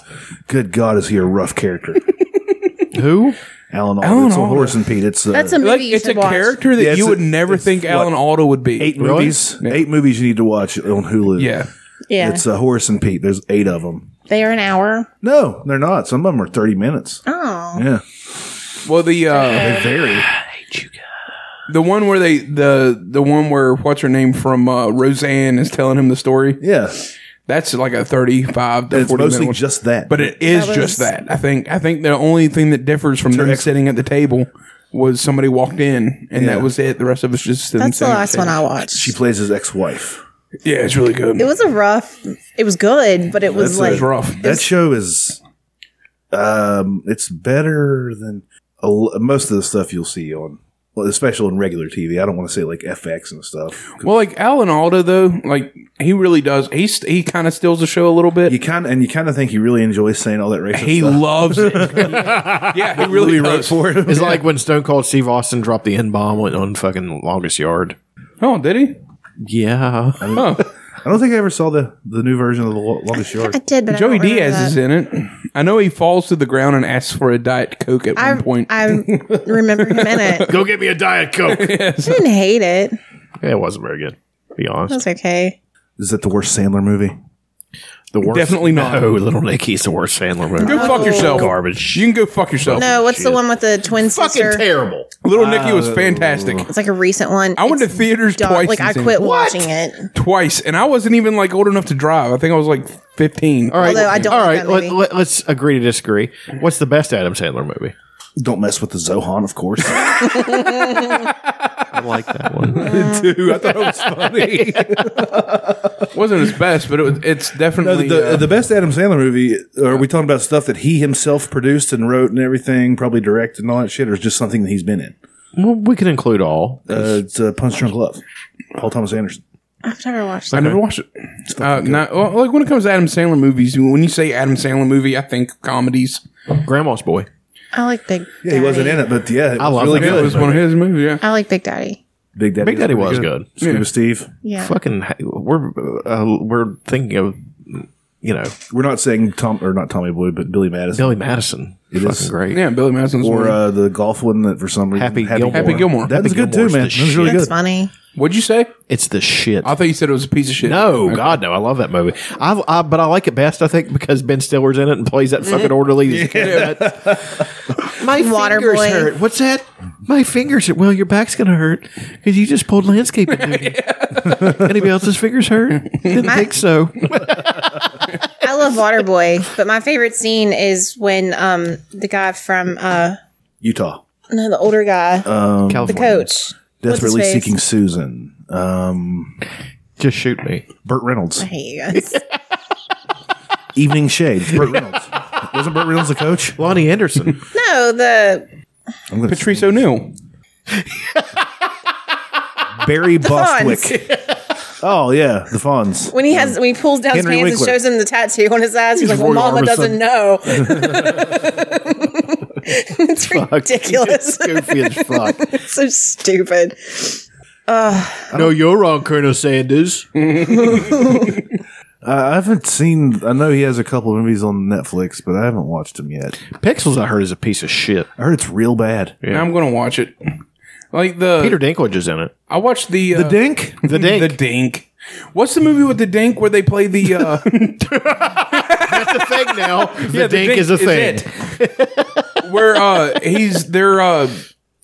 [SPEAKER 2] Good God, is he a rough
[SPEAKER 3] <laughs>
[SPEAKER 2] character?
[SPEAKER 5] Who?
[SPEAKER 2] Alan Alda.
[SPEAKER 3] Alan
[SPEAKER 2] it's a
[SPEAKER 3] Alda.
[SPEAKER 2] horse and Pete. It's uh,
[SPEAKER 4] That's a movie
[SPEAKER 3] like
[SPEAKER 4] you
[SPEAKER 3] it's a
[SPEAKER 4] should watch.
[SPEAKER 3] character that
[SPEAKER 2] Yeah, it's
[SPEAKER 3] you
[SPEAKER 2] a-
[SPEAKER 3] would never
[SPEAKER 2] it's
[SPEAKER 3] think
[SPEAKER 2] what,
[SPEAKER 3] Alan Alda would be.
[SPEAKER 2] eight
[SPEAKER 5] Really?
[SPEAKER 2] movies. Eight movies you need to watch on Hulu.
[SPEAKER 3] Yeah,
[SPEAKER 4] Yeah,
[SPEAKER 2] It's a horse and Pete. There's eight of them.
[SPEAKER 4] they are an hour.
[SPEAKER 2] No, they're not. Some of them are 30 minutes.
[SPEAKER 4] Oh,
[SPEAKER 2] Yeah.
[SPEAKER 3] Well, the uh,
[SPEAKER 2] Very.
[SPEAKER 3] the one where they the the one where what's her name from uh, Roseanne is telling him the story.
[SPEAKER 2] Yeah.
[SPEAKER 3] That's like a thirty-five to
[SPEAKER 2] And it's
[SPEAKER 3] forty minute
[SPEAKER 2] mostly
[SPEAKER 3] one.
[SPEAKER 2] just that.
[SPEAKER 3] but it is
[SPEAKER 4] That
[SPEAKER 3] just
[SPEAKER 4] was-
[SPEAKER 3] that. I think I think the only thing that differs from them
[SPEAKER 2] ex-
[SPEAKER 3] sitting at the table was somebody walked in and
[SPEAKER 2] Yeah.
[SPEAKER 3] that was it. The rest of us just sitting
[SPEAKER 4] that's the
[SPEAKER 3] sitting at
[SPEAKER 4] last one I watched.
[SPEAKER 2] she plays his ex wife.
[SPEAKER 3] table. Yeah, it's really good.
[SPEAKER 4] it was a rough. It was good, but it was
[SPEAKER 2] That's a-
[SPEAKER 4] like
[SPEAKER 3] It's rough.
[SPEAKER 2] That show is. um, It's better than a, l- most of the stuff you'll see on. Well, especially on regular TV. I don't want to say like FX and stuff.
[SPEAKER 3] Well, like Alan Alda though, like he really does. He st- he kind of steals the show a little bit.
[SPEAKER 2] You kind of, and you kind of think he really enjoys saying all that racist
[SPEAKER 3] he
[SPEAKER 2] stuff.
[SPEAKER 3] loves it. yeah, he really wrote for it.
[SPEAKER 5] It's like when Stone Cold Steve Austin dropped the N bomb on fucking longest yard.
[SPEAKER 3] Oh, did he?
[SPEAKER 5] Yeah.
[SPEAKER 3] Oh,
[SPEAKER 2] I don't think I ever saw the the new version of the Lo- longest yard.
[SPEAKER 4] I did, but
[SPEAKER 3] Joey
[SPEAKER 4] I don't remember
[SPEAKER 3] Diaz
[SPEAKER 4] that.
[SPEAKER 3] is in it. I know he falls to the ground and asks for a diet coke at
[SPEAKER 4] I,
[SPEAKER 3] one point.
[SPEAKER 4] I remember him in it.
[SPEAKER 3] <laughs>
[SPEAKER 5] Go get me a Diet Coke.
[SPEAKER 2] <laughs>
[SPEAKER 4] I didn't hate it. It
[SPEAKER 5] it wasn't very good. Be honest.
[SPEAKER 4] was okay.
[SPEAKER 2] Is that the worst Sandler movie?
[SPEAKER 7] The worst.
[SPEAKER 3] Definitely not.
[SPEAKER 7] No, Little Nicky's the worst Sandler movie.
[SPEAKER 3] Go fuck yourself.
[SPEAKER 7] Garbage.
[SPEAKER 3] You can go fuck yourself.
[SPEAKER 4] no, what's the one with the twin sister?
[SPEAKER 7] terrible.
[SPEAKER 3] Little Nicky was fantastic.
[SPEAKER 4] It's like a recent one.
[SPEAKER 3] I went to theaters
[SPEAKER 4] dumb.
[SPEAKER 3] twice.
[SPEAKER 4] Like
[SPEAKER 3] and
[SPEAKER 4] I
[SPEAKER 3] seen it.
[SPEAKER 4] quit watching it.
[SPEAKER 3] Twice, and I wasn't even like old enough to drive. I think I was like fifteen.
[SPEAKER 4] All right. Although I don't
[SPEAKER 5] All
[SPEAKER 4] like
[SPEAKER 5] right,
[SPEAKER 4] that
[SPEAKER 5] let,
[SPEAKER 4] movie.
[SPEAKER 5] let, us agree to disagree. What's the best Adam Sandler movie?
[SPEAKER 2] Don't mess with the Zohan, of course. <laughs>
[SPEAKER 5] I like that one.
[SPEAKER 3] Dude, I thought it was funny. wasn't his best, but it was. It's
[SPEAKER 2] No,
[SPEAKER 3] definitely
[SPEAKER 2] the, the,
[SPEAKER 3] uh,
[SPEAKER 2] the best Adam Sandler movie. Are we talking about stuff that he himself produced and wrote and everything, probably directed and all that shit, or just something that he's been in?
[SPEAKER 5] <laughs> Well, we can include all.
[SPEAKER 2] Uh, it's uh, Punch Drunk Love, Paul Thomas Anderson.
[SPEAKER 4] I've never watched
[SPEAKER 3] I
[SPEAKER 4] that.
[SPEAKER 3] never watched it. Uh, not, well, like when it comes to Adam Sandler movies, when you say Adam Sandler movie, I think comedies.
[SPEAKER 5] Grandma's Boy.
[SPEAKER 4] I like Big.
[SPEAKER 2] Yeah, he wasn't in it, but yeah, it
[SPEAKER 5] I
[SPEAKER 2] was
[SPEAKER 5] love
[SPEAKER 2] really
[SPEAKER 5] that
[SPEAKER 2] good.
[SPEAKER 3] It was one of his movies. Yeah,
[SPEAKER 4] I like Big Daddy.
[SPEAKER 2] Big Daddy.
[SPEAKER 5] Big Daddy was
[SPEAKER 2] pretty
[SPEAKER 5] good.
[SPEAKER 2] Scuba Steve.
[SPEAKER 4] Yeah.
[SPEAKER 5] Fucking, we're uh, we're thinking of you know
[SPEAKER 2] We're not saying Tom or not Tommy Boy, but Billy Madison.
[SPEAKER 5] Billy Madison.
[SPEAKER 2] It
[SPEAKER 5] fucking
[SPEAKER 2] is.
[SPEAKER 5] great.
[SPEAKER 3] yeah. Billy Madison's
[SPEAKER 2] Or
[SPEAKER 3] one.
[SPEAKER 2] uh, the golf one that for some reason
[SPEAKER 5] Happy Gilmore.
[SPEAKER 3] Happy Gilmore.
[SPEAKER 2] That was
[SPEAKER 5] Happy
[SPEAKER 2] good too,
[SPEAKER 5] Gilmore's
[SPEAKER 2] man.
[SPEAKER 5] the
[SPEAKER 2] That was really
[SPEAKER 5] shit.
[SPEAKER 4] That's
[SPEAKER 2] good.
[SPEAKER 4] funny.
[SPEAKER 3] What'd you say?
[SPEAKER 5] It's the shit.
[SPEAKER 3] I thought you said it was a piece of shit.
[SPEAKER 5] No, God, no! I love that movie. I, I but I like it best, I think, because Ben Stiller's in it and plays that
[SPEAKER 3] Mm-hmm.
[SPEAKER 5] fucking
[SPEAKER 3] <laughs>
[SPEAKER 5] orderly. My fingers
[SPEAKER 4] Waterboy.
[SPEAKER 5] hurt. What's that? My fingers hurt. Well, your back's gonna hurt because you just pulled landscaping.
[SPEAKER 4] <laughs>
[SPEAKER 5] duty. Anybody else's fingers hurt? Didn't
[SPEAKER 4] My-
[SPEAKER 5] think
[SPEAKER 4] <laughs>
[SPEAKER 5] so.
[SPEAKER 4] I love Waterboy, but my favorite scene is when um the guy from uh
[SPEAKER 2] Utah.
[SPEAKER 4] no the older guy
[SPEAKER 2] Uh,
[SPEAKER 4] the
[SPEAKER 5] California.
[SPEAKER 4] coach What's his
[SPEAKER 2] Desperately
[SPEAKER 4] face?
[SPEAKER 2] seeking Susan. Um,
[SPEAKER 5] Just shoot me.
[SPEAKER 2] Burt Reynolds.
[SPEAKER 4] I hate
[SPEAKER 2] <laughs>
[SPEAKER 4] you guys.
[SPEAKER 2] Evening Shade. Burt
[SPEAKER 4] <laughs>
[SPEAKER 2] Reynolds. Wasn't Burt Reynolds the coach?
[SPEAKER 5] Lonnie Anderson.
[SPEAKER 4] no, the
[SPEAKER 2] I'm gonna
[SPEAKER 3] Patrice O'Neill.
[SPEAKER 4] <laughs>
[SPEAKER 2] Barry
[SPEAKER 4] Fonz.
[SPEAKER 2] Bostwick. Oh yeah, the Fonz.
[SPEAKER 4] when he has when he pulls down
[SPEAKER 2] Henry
[SPEAKER 4] his pants
[SPEAKER 2] Winkler.
[SPEAKER 4] and shows him the tattoo on his ass, he's, like, "Well,
[SPEAKER 2] Roy
[SPEAKER 4] Mama
[SPEAKER 2] Orbison. <laughs>
[SPEAKER 4] doesn't know." <laughs> it's ridiculous. <laughs>
[SPEAKER 5] Goofy as fuck.
[SPEAKER 4] it's so stupid.
[SPEAKER 5] <laughs> No, you're wrong, Colonel Sanders.
[SPEAKER 2] Uh, I haven't seen. I know he has a couple of movies on Netflix, but I haven't watched them yet.
[SPEAKER 5] Pixels, I heard, is a piece of shit.
[SPEAKER 2] I heard it's real bad.
[SPEAKER 3] Now I'm gonna watch it. Like the
[SPEAKER 5] Peter Dinklage is in it.
[SPEAKER 3] I watched the uh,
[SPEAKER 2] The Dink.
[SPEAKER 5] The
[SPEAKER 3] the
[SPEAKER 5] Dink.
[SPEAKER 3] Dink. What's the movie with the Dink where they play the uh,
[SPEAKER 5] That's a thing now. The,
[SPEAKER 3] Yeah, the
[SPEAKER 5] dink, is a thing.
[SPEAKER 3] it. <laughs> Where uh, he's they're uh,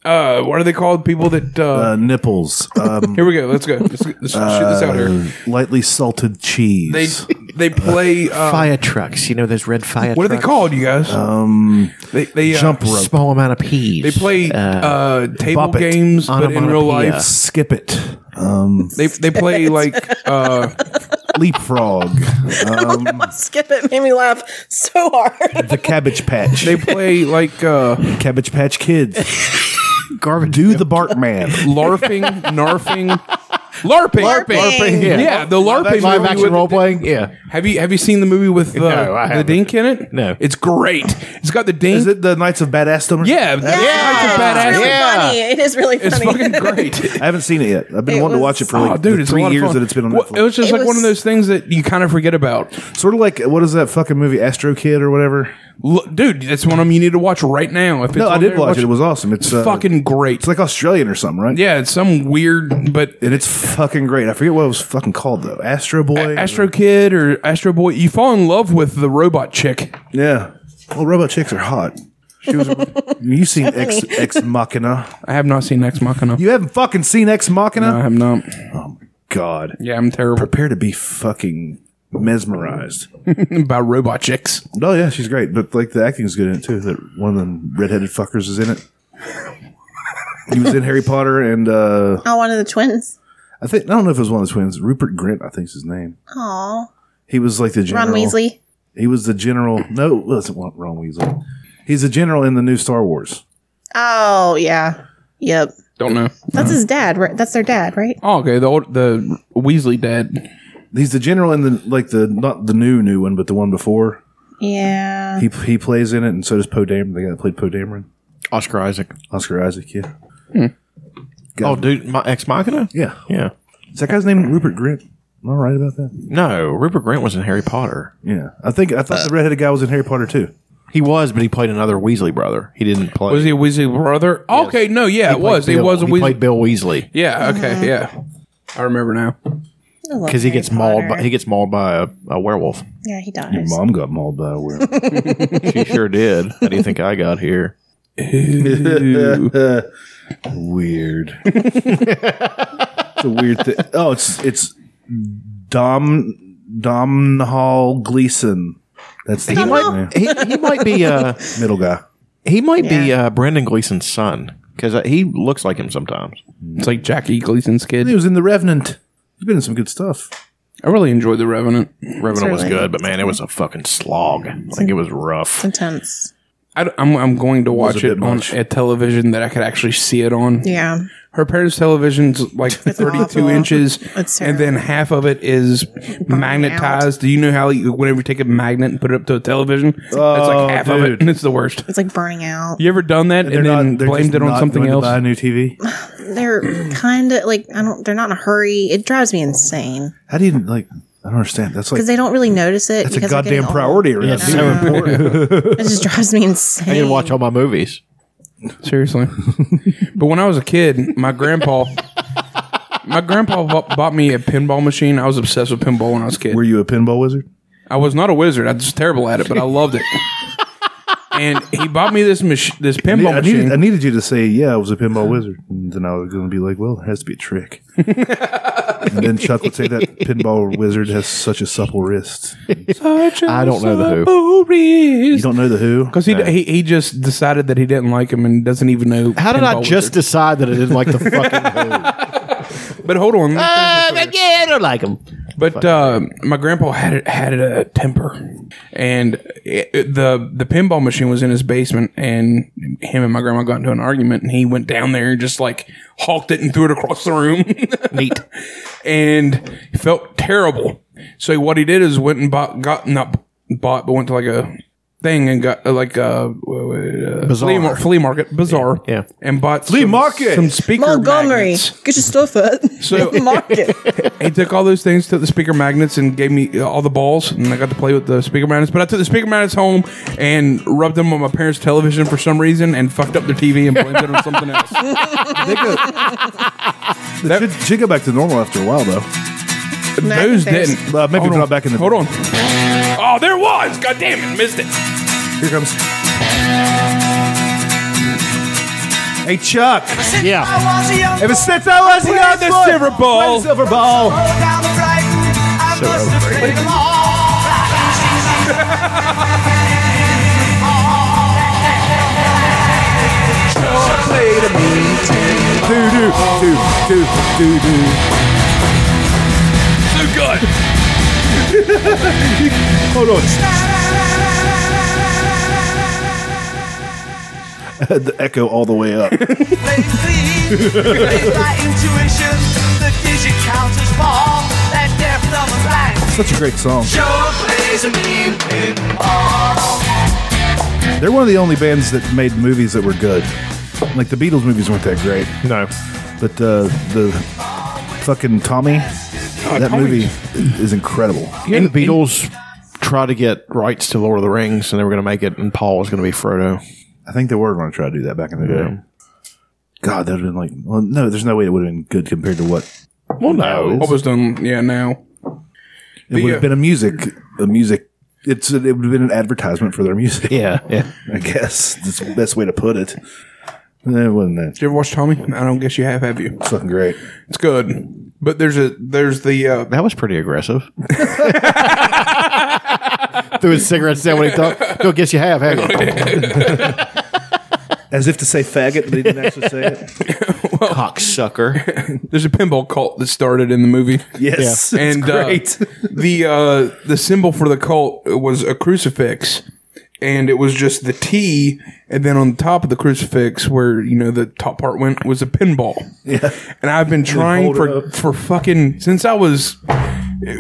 [SPEAKER 3] uh, what are they called? People that uh,
[SPEAKER 2] Uh, nipples. Um,
[SPEAKER 3] here we go. Let's go. Let's, let's shoot this out here.
[SPEAKER 2] uh, lightly salted
[SPEAKER 3] They
[SPEAKER 2] cheese.
[SPEAKER 5] <laughs>
[SPEAKER 3] they play uh,
[SPEAKER 5] Fire trucks. You know those red fire.
[SPEAKER 3] what are they
[SPEAKER 5] trucks?
[SPEAKER 3] called, you guys?
[SPEAKER 2] um,
[SPEAKER 3] they they uh,
[SPEAKER 2] jump rope.
[SPEAKER 5] Small amount of peas.
[SPEAKER 3] They play uh, table
[SPEAKER 2] bop it.
[SPEAKER 3] games, but in real
[SPEAKER 5] Onomatopoeia.
[SPEAKER 3] life,
[SPEAKER 2] Skip it. Um,
[SPEAKER 3] they
[SPEAKER 5] <laughs>
[SPEAKER 3] they play like uh,
[SPEAKER 2] leapfrog. Um,
[SPEAKER 4] Skip it made me laugh so hard.
[SPEAKER 2] the Cabbage Patch.
[SPEAKER 3] they play like uh,
[SPEAKER 2] Cabbage Patch Kids.
[SPEAKER 3] <laughs>
[SPEAKER 2] Garbage. Do the
[SPEAKER 5] <laughs>
[SPEAKER 2] Bartman.
[SPEAKER 3] larfing, narfing, larping,
[SPEAKER 4] Larping. Larping,
[SPEAKER 3] Yeah,
[SPEAKER 5] yeah.
[SPEAKER 3] the larping
[SPEAKER 5] live
[SPEAKER 3] movie
[SPEAKER 5] action
[SPEAKER 3] with-
[SPEAKER 5] role playing. Yeah.
[SPEAKER 3] Have you have you seen the movie with the,
[SPEAKER 5] No, I
[SPEAKER 3] the
[SPEAKER 5] haven't.
[SPEAKER 3] dink in it?
[SPEAKER 5] No.
[SPEAKER 3] it's great. It's got the dink.
[SPEAKER 2] Is it the Knights of Badassdom?
[SPEAKER 3] Yeah,
[SPEAKER 4] <laughs> it's
[SPEAKER 3] that's
[SPEAKER 4] really
[SPEAKER 5] Yeah.
[SPEAKER 4] funny. It is really funny.
[SPEAKER 3] It's
[SPEAKER 4] <laughs>
[SPEAKER 3] fucking
[SPEAKER 2] <laughs>
[SPEAKER 3] great.
[SPEAKER 2] I haven't seen it yet. I've been
[SPEAKER 4] It
[SPEAKER 2] wanting to watch it
[SPEAKER 4] was-
[SPEAKER 2] for like
[SPEAKER 3] oh, dude, it's
[SPEAKER 2] three
[SPEAKER 3] a lot of
[SPEAKER 2] years
[SPEAKER 3] fun.
[SPEAKER 2] that it's been on
[SPEAKER 3] Well,
[SPEAKER 2] Netflix.
[SPEAKER 3] it was just
[SPEAKER 4] It
[SPEAKER 3] like one
[SPEAKER 4] was-
[SPEAKER 3] of those things that you kind of forget about.
[SPEAKER 2] sort of like what is that fucking movie Astro Kid or whatever?
[SPEAKER 3] Look, dude, that's one of them you need to watch right now. If it's
[SPEAKER 2] No, I
[SPEAKER 3] on
[SPEAKER 2] did
[SPEAKER 3] there,
[SPEAKER 2] watch it. It was awesome. It's,
[SPEAKER 3] It's
[SPEAKER 2] uh,
[SPEAKER 3] fucking great.
[SPEAKER 2] It's like Australian or something, right?
[SPEAKER 3] yeah, it's some weird, but
[SPEAKER 2] And it's fucking great. I forget what it was fucking called though. Astro Boy.
[SPEAKER 3] Astro Kid or Astro Boy, you fall in love with the robot chick.
[SPEAKER 2] Yeah. Well, robot chicks are hot. She was. You've seen Ex Ex Machina.
[SPEAKER 3] I have not seen Ex Machina.
[SPEAKER 2] You haven't fucking seen Ex Machina.
[SPEAKER 3] I have not.
[SPEAKER 2] God.
[SPEAKER 3] Yeah, I'm terrible
[SPEAKER 2] Prepare to be fucking mesmerized.
[SPEAKER 3] by robot chicks.
[SPEAKER 2] Oh yeah, she's great, but like the acting's good in it too. That one of them redheaded fuckers is in it. he was in Harry Potter, and uh
[SPEAKER 4] Oh, one of the twins.
[SPEAKER 2] I think I don't know if it was one of the twins. Rupert Grint, I think's his name.
[SPEAKER 4] Aw.
[SPEAKER 2] He was like the general.
[SPEAKER 4] Ron Weasley.
[SPEAKER 2] He was the general. No, it wasn't Ron Weasley. He's a general in the new Star Wars.
[SPEAKER 4] Oh yeah. Yep.
[SPEAKER 3] Don't know.
[SPEAKER 4] That's his dad. Right? That's their dad, right?
[SPEAKER 3] Oh, okay. The old, the Weasley dad.
[SPEAKER 2] He's the general in the like the not the new new one, but the one before.
[SPEAKER 4] Yeah.
[SPEAKER 2] He he plays in it, and so does Poe Dameron. The guy that played Poe Dameron,
[SPEAKER 5] Oscar Isaac.
[SPEAKER 2] Oscar Isaac. Yeah,
[SPEAKER 5] Oh, dude, my ex machina.
[SPEAKER 2] yeah.
[SPEAKER 5] Yeah.
[SPEAKER 2] Is that guy's name Rupert Grint? Am I right about that?
[SPEAKER 5] No, Rupert Grant was in Harry Potter.
[SPEAKER 2] Yeah, I think I thought the redheaded guy was in Harry Potter too.
[SPEAKER 5] He was, but he played another Weasley brother. He didn't play.
[SPEAKER 3] Oh, Was he a Weasley brother? Okay, no, yeah, it was.
[SPEAKER 5] Bill,
[SPEAKER 3] it was a
[SPEAKER 5] he
[SPEAKER 3] Weasley.
[SPEAKER 5] played Bill Weasley.
[SPEAKER 3] Yeah, okay, yeah. I remember now.
[SPEAKER 4] I love
[SPEAKER 16] because he
[SPEAKER 4] Harry
[SPEAKER 16] gets mauled.
[SPEAKER 4] Potter.
[SPEAKER 16] By, he gets mauled by a, a werewolf.
[SPEAKER 4] Yeah, he dies.
[SPEAKER 2] Your mom got mauled by a werewolf.
[SPEAKER 16] she sure did. How do you think I got here?
[SPEAKER 2] <laughs>
[SPEAKER 3] <laughs>
[SPEAKER 2] weird. it's a weird thing. Oh, it's it's Dom Dom Hall Gleason. That's the
[SPEAKER 16] He might, he, he might be uh,
[SPEAKER 2] middle guy.
[SPEAKER 16] He might be uh, Brendan Gleason's son because he looks like him sometimes.
[SPEAKER 3] It's like Jackie Gleason's kid.
[SPEAKER 2] He was in The Revenant. He's been in some good stuff.
[SPEAKER 3] I really enjoyed The Revenant.
[SPEAKER 16] Revenant was good, but man, it was a fucking slog. Like it was rough.
[SPEAKER 4] intense.
[SPEAKER 3] I, am I'm going to watch
[SPEAKER 16] a
[SPEAKER 3] it
[SPEAKER 16] bit
[SPEAKER 3] on
[SPEAKER 16] much.
[SPEAKER 3] a television that I could actually see it on.
[SPEAKER 4] Yeah.
[SPEAKER 3] Her parents' television's like 32
[SPEAKER 4] awful.
[SPEAKER 3] inches, and then half of it is magnetized. Do you know how you, whenever you take a magnet and put it up to a television, that's
[SPEAKER 2] Oh,
[SPEAKER 3] like half of
[SPEAKER 2] dude.
[SPEAKER 3] it, and it's the worst.
[SPEAKER 4] It's like burning out.
[SPEAKER 3] You ever done that and,
[SPEAKER 2] they're
[SPEAKER 3] then
[SPEAKER 2] not- they're
[SPEAKER 3] blamed
[SPEAKER 2] just
[SPEAKER 3] it on
[SPEAKER 2] not
[SPEAKER 3] something
[SPEAKER 2] going to
[SPEAKER 3] else?
[SPEAKER 2] buy a new TV.
[SPEAKER 4] They're kind of like I don't. They're not in a hurry. It drives me insane
[SPEAKER 2] How do you like? I don't understand. That's like
[SPEAKER 4] because they don't really notice it.
[SPEAKER 2] that's a
[SPEAKER 4] because they're
[SPEAKER 2] goddamn
[SPEAKER 4] getting
[SPEAKER 2] priority.
[SPEAKER 4] old.
[SPEAKER 2] Right
[SPEAKER 16] Yeah, so important.
[SPEAKER 4] It just drives me
[SPEAKER 16] I
[SPEAKER 4] insane.
[SPEAKER 16] didn't watch all my movies.
[SPEAKER 3] Seriously. <laughs> but when I was a kid, my grandpa, my grandpa bu- bought me a pinball machine. I was obsessed with pinball when I was a kid.
[SPEAKER 2] Were you a pinball wizard?
[SPEAKER 3] I was not a wizard. I was terrible at it, but I loved it. and he bought me this mach- this
[SPEAKER 2] I,
[SPEAKER 3] pinball machine.
[SPEAKER 2] needed, I needed you to say, "Yeah, I was a pinball wizard," and then I was going to be like, "Well, it has to be a trick." and then Chuck would say, "That pinball wizard has such a supple wrist."
[SPEAKER 3] I
[SPEAKER 2] I don't know the Who.
[SPEAKER 3] You
[SPEAKER 2] don't know the Who <laughs>
[SPEAKER 3] because he, he he just decided that he didn't like him and doesn't even know.
[SPEAKER 16] How did I just decide that I didn't like the fucking?
[SPEAKER 3] But hold on.
[SPEAKER 16] Uh, yeah, I don't like him.
[SPEAKER 3] But uh, my grandpa had it, had a temper, and it, it- the the pinball machine was in his basement, and him and my grandma got into an argument, and he went down there and just like hawked it and threw it across the room. <laughs>
[SPEAKER 16] Neat.
[SPEAKER 3] and he felt terrible. So what he did is went and bought got not bought, but went to like a thing and got uh, like a uh, flea,
[SPEAKER 16] Bazaar.
[SPEAKER 3] mar- flea market bazaar, yeah, and bought flea some,
[SPEAKER 2] market
[SPEAKER 3] some speaker
[SPEAKER 4] Montgomery,
[SPEAKER 3] magnets.
[SPEAKER 4] get your stuff up. <laughs>
[SPEAKER 3] So-
[SPEAKER 4] market.
[SPEAKER 3] He took all those things, took the speaker magnets, and gave me uh, all the balls, and I got to play with the speaker magnets. But I took the speaker magnets home and rubbed them on my parents' television for some reason, and fucked up their TV and blamed it on something <laughs> else.
[SPEAKER 2] That should, should go back to normal after a while, though.
[SPEAKER 3] Those didn't.
[SPEAKER 2] Uh, maybe
[SPEAKER 3] Hold on.
[SPEAKER 2] not back in the.
[SPEAKER 3] Hold on. Oh, there was. God damn it, missed it.
[SPEAKER 2] Here comes. Hey Chuck.
[SPEAKER 16] Yeah.
[SPEAKER 2] Ever since I was a young boy, silver ball, silver ball. Do do do do do do.
[SPEAKER 3] So good.
[SPEAKER 2] Hold on. the echo all the way <laughs> up. Such a great song. They're one of the only bands that made movies that were good. Like the Beatles movies weren't that great.
[SPEAKER 16] No,
[SPEAKER 2] but uh, the fucking Tommy. that
[SPEAKER 16] Tommy.
[SPEAKER 2] movie is incredible.
[SPEAKER 16] Yeah, the Beatles tried to get rights to Lord of the Rings, and they were going to make it, and Paul was going to be Frodo.
[SPEAKER 2] I think they were going to try to do that back in the day. God, that would have been like, well, no, there's no way it would have been good compared to what.
[SPEAKER 16] Well, no.
[SPEAKER 3] What was done? Yeah, now.
[SPEAKER 2] It would have been a music, a music. It's it would have been an advertisement for their music. <laughs>
[SPEAKER 16] Yeah, yeah.
[SPEAKER 2] I guess that's the best way to put it. It wasn't that.
[SPEAKER 3] Did you ever watch Tommy? I don't guess you have, have you? It's
[SPEAKER 2] fucking great.
[SPEAKER 3] It's good. But there's a there's the uh,
[SPEAKER 16] that was pretty
[SPEAKER 8] <laughs>
[SPEAKER 16] aggressive. Threw his cigarettes down when he thought, "Don't guess you have, have you?"
[SPEAKER 2] As if to say faggot, but he didn't actually say it.
[SPEAKER 16] Cocksucker.
[SPEAKER 3] There's a pinball cult that started in the movie.
[SPEAKER 2] <laughs> <laughs> Yes, Yeah.
[SPEAKER 3] and
[SPEAKER 2] it's great.
[SPEAKER 3] Uh, the uh, the symbol for the cult was a crucifix, and it was just the T, and then on the top of the crucifix, where you know the top part went, was a pinball. Yeah, and I've been trying
[SPEAKER 2] hold it
[SPEAKER 3] for for fucking since I was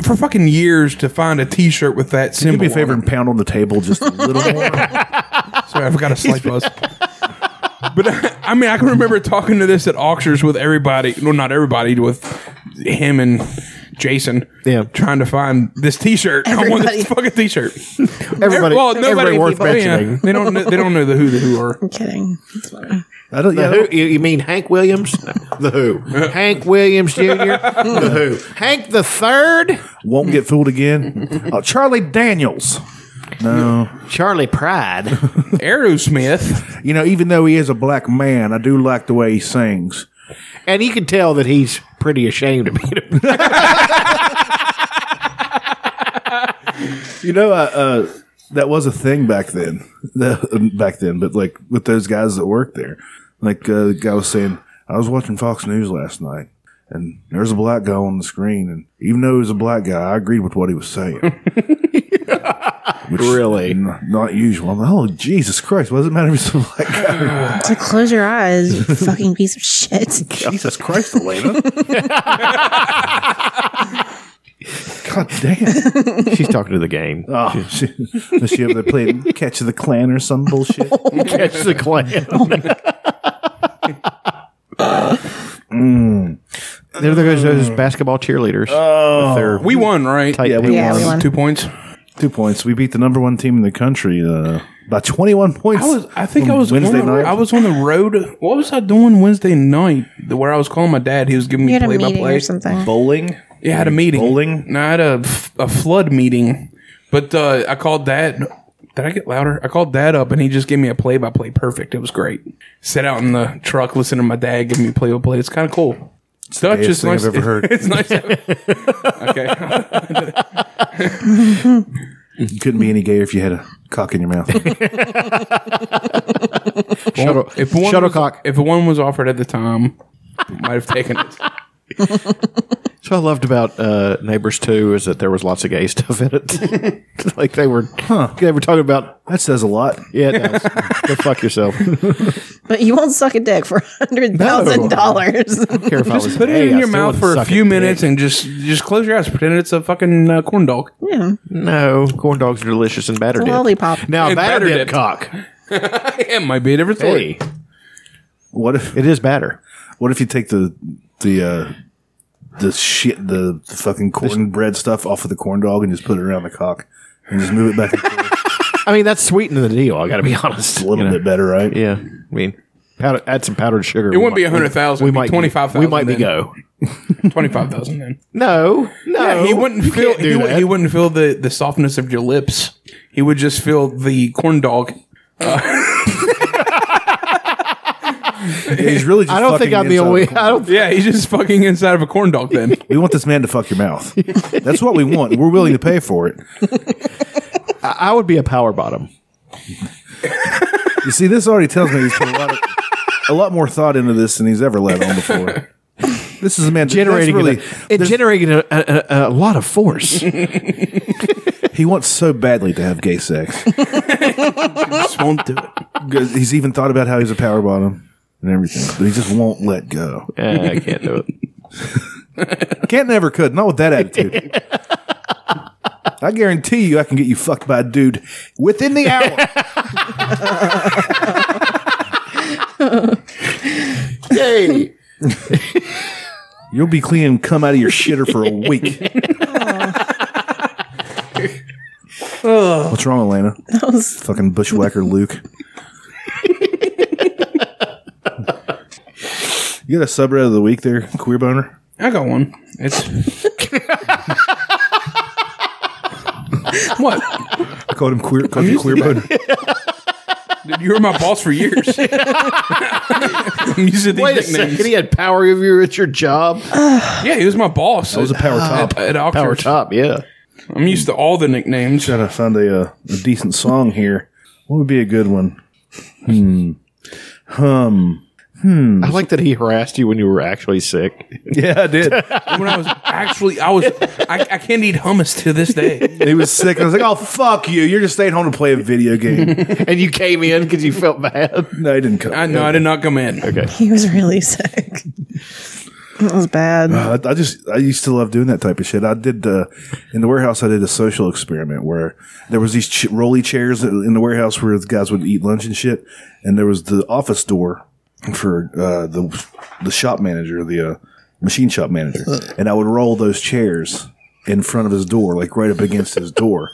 [SPEAKER 3] for fucking years to find a T-shirt with that
[SPEAKER 2] Can you
[SPEAKER 3] symbol.
[SPEAKER 2] do me a favor
[SPEAKER 3] on
[SPEAKER 2] and pound on the table just a little more?
[SPEAKER 3] it. Sorry, I forgot a slight buzz. But uh, I, I mean, I can remember talking to this at auctions with everybody. No, not everybody. With him and Jason. Yeah, trying to find this T-shirt. I want this fucking T-shirt.
[SPEAKER 16] Everybody-
[SPEAKER 3] well, nobody
[SPEAKER 16] everybody worth
[SPEAKER 3] yeah,
[SPEAKER 16] mentioning.
[SPEAKER 3] they don't. Know, they don't know the who the who are.
[SPEAKER 4] <laughs> I'm kidding.
[SPEAKER 2] I don't.
[SPEAKER 8] The
[SPEAKER 2] yeah, I
[SPEAKER 8] who? You, you mean Hank Williams? the Who? Hank Williams Jr. the Who? Hank the Third?
[SPEAKER 2] Won't get fooled again. Oh, Charlie Daniels. No,
[SPEAKER 8] Charlie Pride,
[SPEAKER 3] Aerosmith.
[SPEAKER 2] You know, even though he is a black man, I do like the way he sings.
[SPEAKER 8] And you can tell that he's pretty ashamed of being
[SPEAKER 2] You know, uh, uh, that was a thing back then. <laughs> The- back then, but like with those guys that worked there, like uh, the guy was saying, I was watching Fox News last night, and there's a black guy on the screen, and even though he was a black guy, I agreed with what he was saying. Which really, n- not usual. I'm like, oh Jesus Christ! What does it matter if it's a black guy? <laughs>
[SPEAKER 4] It's like, close your eyes,
[SPEAKER 3] <laughs>
[SPEAKER 4] you fucking piece of shit.
[SPEAKER 2] Jesus Christ, Elena! God damn. <laughs>
[SPEAKER 9] She's talking to the
[SPEAKER 8] <laughs>
[SPEAKER 9] game.
[SPEAKER 2] Oh, she, was she ever played Catch the Clan or some bullshit?
[SPEAKER 8] Catch the Clan.
[SPEAKER 2] Mm.
[SPEAKER 9] There goes those basketball cheerleaders.
[SPEAKER 2] Oh.
[SPEAKER 3] we won, right?
[SPEAKER 2] Yeah, we
[SPEAKER 3] yeah,
[SPEAKER 2] won.
[SPEAKER 3] we won. Two points.
[SPEAKER 2] Two points. We beat the number one team in the country uh, by 21 points.
[SPEAKER 3] I was. I think I was.
[SPEAKER 2] Wednesday
[SPEAKER 3] on,
[SPEAKER 2] night.
[SPEAKER 3] I was on the road. What was I doing Wednesday night? The- Where I was calling my dad. He was giving me
[SPEAKER 4] You had a
[SPEAKER 3] play by
[SPEAKER 4] meeting
[SPEAKER 3] play
[SPEAKER 4] or something.
[SPEAKER 2] Bowling.
[SPEAKER 3] Yeah, I had a meeting.
[SPEAKER 2] Bowling.
[SPEAKER 3] No, I had a, f- a flood meeting, but uh, I called dad. Did I get louder? I called dad up and he just gave me a play by play. Perfect. It was great. Sat out in the truck, listening to my dad give me play by play. It's kind of cool. It's not
[SPEAKER 2] gayest
[SPEAKER 3] just
[SPEAKER 2] thing
[SPEAKER 3] nice.
[SPEAKER 2] I've ever heard.
[SPEAKER 3] <laughs> It's nice. okay.
[SPEAKER 2] You couldn't be any gayer if you had a cock in your
[SPEAKER 3] <laughs>
[SPEAKER 2] mouth.
[SPEAKER 3] Shuttle, if one shuttlecock. Was, if one was offered at the time, might have
[SPEAKER 9] <laughs>
[SPEAKER 3] taken it.
[SPEAKER 9] So I loved about uh, Neighbors Two is that there was lots of gay <laughs> stuff in it. <laughs> like they were, they were talking about.
[SPEAKER 2] That says a lot.
[SPEAKER 9] Yeah, it does. Go fuck yourself.
[SPEAKER 3] <laughs>
[SPEAKER 4] But you won't suck a dick for hundred
[SPEAKER 3] <laughs>
[SPEAKER 4] thousand dollars.
[SPEAKER 9] care if I was
[SPEAKER 3] Just put it
[SPEAKER 9] gay,
[SPEAKER 3] in
[SPEAKER 9] I
[SPEAKER 3] your
[SPEAKER 9] still
[SPEAKER 3] mouth
[SPEAKER 9] wouldn't
[SPEAKER 3] for a
[SPEAKER 9] suck
[SPEAKER 3] few minutes and just just close your eyes, pretend it's a fucking uh, corn dog. <laughs>
[SPEAKER 4] Yeah,
[SPEAKER 9] No, corn dogs are delicious and batter
[SPEAKER 4] a
[SPEAKER 9] dip.
[SPEAKER 4] lollipop.
[SPEAKER 9] Now
[SPEAKER 3] And
[SPEAKER 9] batter,
[SPEAKER 3] batter
[SPEAKER 9] dip,
[SPEAKER 3] dipped.
[SPEAKER 9] cock.
[SPEAKER 3] it might be a different story.
[SPEAKER 9] Hey,
[SPEAKER 2] what if
[SPEAKER 9] it is batter.
[SPEAKER 2] What if you take the the uh, the shit the, the fucking cornbread stuff off of the corn dog and just put it around the cock and just move it back and forth?
[SPEAKER 9] I mean, that's sweetening the deal. I got to be <laughs> honest.
[SPEAKER 2] It's a little
[SPEAKER 9] You know?
[SPEAKER 2] bit better, right?
[SPEAKER 9] Yeah, I mean, powder, add some powdered sugar.
[SPEAKER 3] It wouldn't be a hundred thousand.
[SPEAKER 9] We
[SPEAKER 3] it'd be
[SPEAKER 9] might
[SPEAKER 3] twenty five thousand.
[SPEAKER 9] We might be go.
[SPEAKER 3] twenty five thousand. Then
[SPEAKER 9] No, no.
[SPEAKER 3] yeah, he wouldn't
[SPEAKER 9] you
[SPEAKER 3] feel
[SPEAKER 9] can't do
[SPEAKER 3] he, wou-
[SPEAKER 9] that.
[SPEAKER 3] he wouldn't feel the the softness of your lips. He would just feel the corn dog.
[SPEAKER 2] Yeah, he's
[SPEAKER 3] <laughs>
[SPEAKER 2] really. Just
[SPEAKER 9] I don't think
[SPEAKER 2] fucking
[SPEAKER 9] I'm the
[SPEAKER 2] inside
[SPEAKER 9] only.
[SPEAKER 2] the corn.
[SPEAKER 9] I don't.
[SPEAKER 3] Yeah, he's just fucking inside of a corn dog. Then
[SPEAKER 2] We want this man to fuck your mouth. That's what we want. We're willing to pay for it.
[SPEAKER 9] I would be a power bottom.
[SPEAKER 2] You see, this already tells me he's put a lot, of, a lot more thought into this than he's ever let on before. This is a man that's
[SPEAKER 9] generating
[SPEAKER 2] really.
[SPEAKER 9] a, it generating a, a, a, a lot of
[SPEAKER 5] <laughs>
[SPEAKER 9] force.
[SPEAKER 2] He wants so badly to have
[SPEAKER 9] <laughs>
[SPEAKER 2] gay sex.
[SPEAKER 3] just won't do it.
[SPEAKER 2] 'Cause He's even thought about how he's a power bottom and everything, but he just won't let go.
[SPEAKER 9] Eh, I can't do <laughs> it.
[SPEAKER 2] Can't never could. Not with that
[SPEAKER 4] <laughs>
[SPEAKER 2] attitude. I guarantee you, I can get you fucked by a dude within the hour.
[SPEAKER 8] Yay!
[SPEAKER 2] You'll be clean and come out of your shitter for a
[SPEAKER 4] <laughs>
[SPEAKER 2] week. What's wrong, Elena?
[SPEAKER 4] That was
[SPEAKER 2] Fucking bushwhacker
[SPEAKER 4] <laughs>
[SPEAKER 2] Luke. you got a subreddit of the week there, queer boner.
[SPEAKER 3] <laughs> I got one. It's what?
[SPEAKER 2] I called him <laughs> queer. Called you queer boner.
[SPEAKER 3] Dude, you were my boss for years. I'm used to these
[SPEAKER 8] Wait a
[SPEAKER 3] nicknames.
[SPEAKER 8] second. He had power over you at your job.
[SPEAKER 3] Yeah, he was my boss.
[SPEAKER 2] That was a power top.
[SPEAKER 3] at, at
[SPEAKER 9] Power
[SPEAKER 3] Oxford.
[SPEAKER 9] top, yeah.
[SPEAKER 3] I'm used to all the <laughs> nicknames.
[SPEAKER 2] Trying to find a, uh, a decent song here. What would be a good one? Hmm. Hum.
[SPEAKER 9] I like that he harassed you when you were
[SPEAKER 5] <laughs>
[SPEAKER 9] actually sick.
[SPEAKER 2] Yeah, I did.
[SPEAKER 3] when I was actually, I was, I, I can't eat hummus to this day.
[SPEAKER 2] <laughs> he was sick. I was like, "Oh fuck you! You're just staying home to play a video <laughs> game."
[SPEAKER 9] and you came in because you felt bad.
[SPEAKER 2] no, he didn't come.
[SPEAKER 3] I know I did not come in.
[SPEAKER 9] Okay.
[SPEAKER 4] he was really sick. That was bad.
[SPEAKER 2] I, I just I used to love doing that type of shit. I did uh, in the warehouse. I did a social experiment where there was these ch- rolly chairs in the warehouse where the guys would eat lunch and shit, and there was the office door for uh, the the shop manager, the uh, machine shop manager, and I would roll those chairs in front of his door, like right up against his door.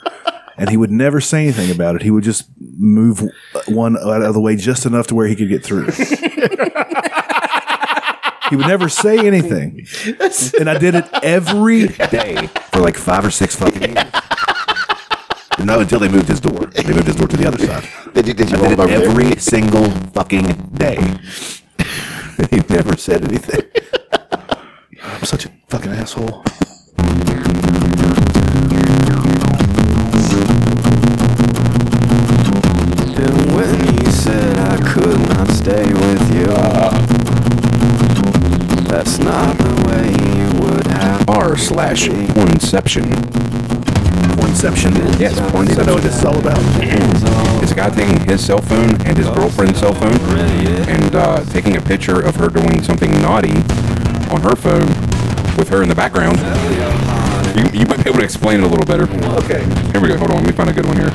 [SPEAKER 2] and he would never say anything about it. He would just move one out of the way just enough to where he could get through. he would never say anything, and I did it every
[SPEAKER 9] day for like five or six fucking years. Not until they moved his door. They moved his door to the other side.
[SPEAKER 17] Did you, did you
[SPEAKER 9] I did
[SPEAKER 17] roll
[SPEAKER 9] it
[SPEAKER 17] him over
[SPEAKER 9] every single fucking day. <laughs> he never said anything. I'm such a fucking asshole.
[SPEAKER 6] And when you said I could not stay with you, that's not the way you would have.
[SPEAKER 7] R slash Inception. Inception. Yes, Inception. I know what this is all about. it's a guy taking his cell phone and his girlfriend's cell phone and uh, taking a picture of her doing something naughty on her phone with her in the background. You, you might be able to explain it a little better. Okay. Here we go. Hold on. Let me find a good one here.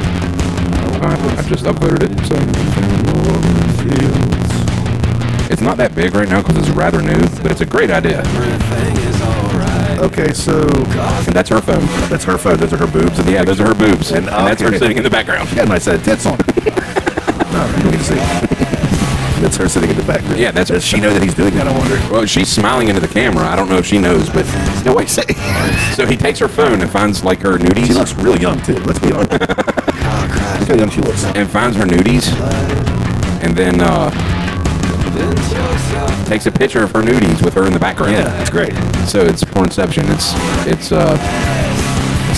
[SPEAKER 7] Uh, I just uploaded it, so. It's not that big right now because it's rather new, but it's a great idea.
[SPEAKER 9] Okay, so
[SPEAKER 7] and that's her phone.
[SPEAKER 9] That's her phone. Those are her boobs.
[SPEAKER 7] Yeah, those are her boobs, and, that's her
[SPEAKER 9] okay.
[SPEAKER 7] sitting in the background.
[SPEAKER 9] She had nice set <laughs> tits on. no, you don't get to see. That's her sitting in the background.
[SPEAKER 7] Yeah, that's
[SPEAKER 9] Does she know that he's doing that? I wonder.
[SPEAKER 7] Well, she's smiling into the camera. I don't know if she knows, but no way. Say. So he takes her phone and finds like her nudies. She looks really young too. Let's be <laughs> honest. how young she looks. And finds her nudies, and then uh, takes a picture of her nudies with her in the background. Yeah, that's great. So it's pornception. It's it's uh.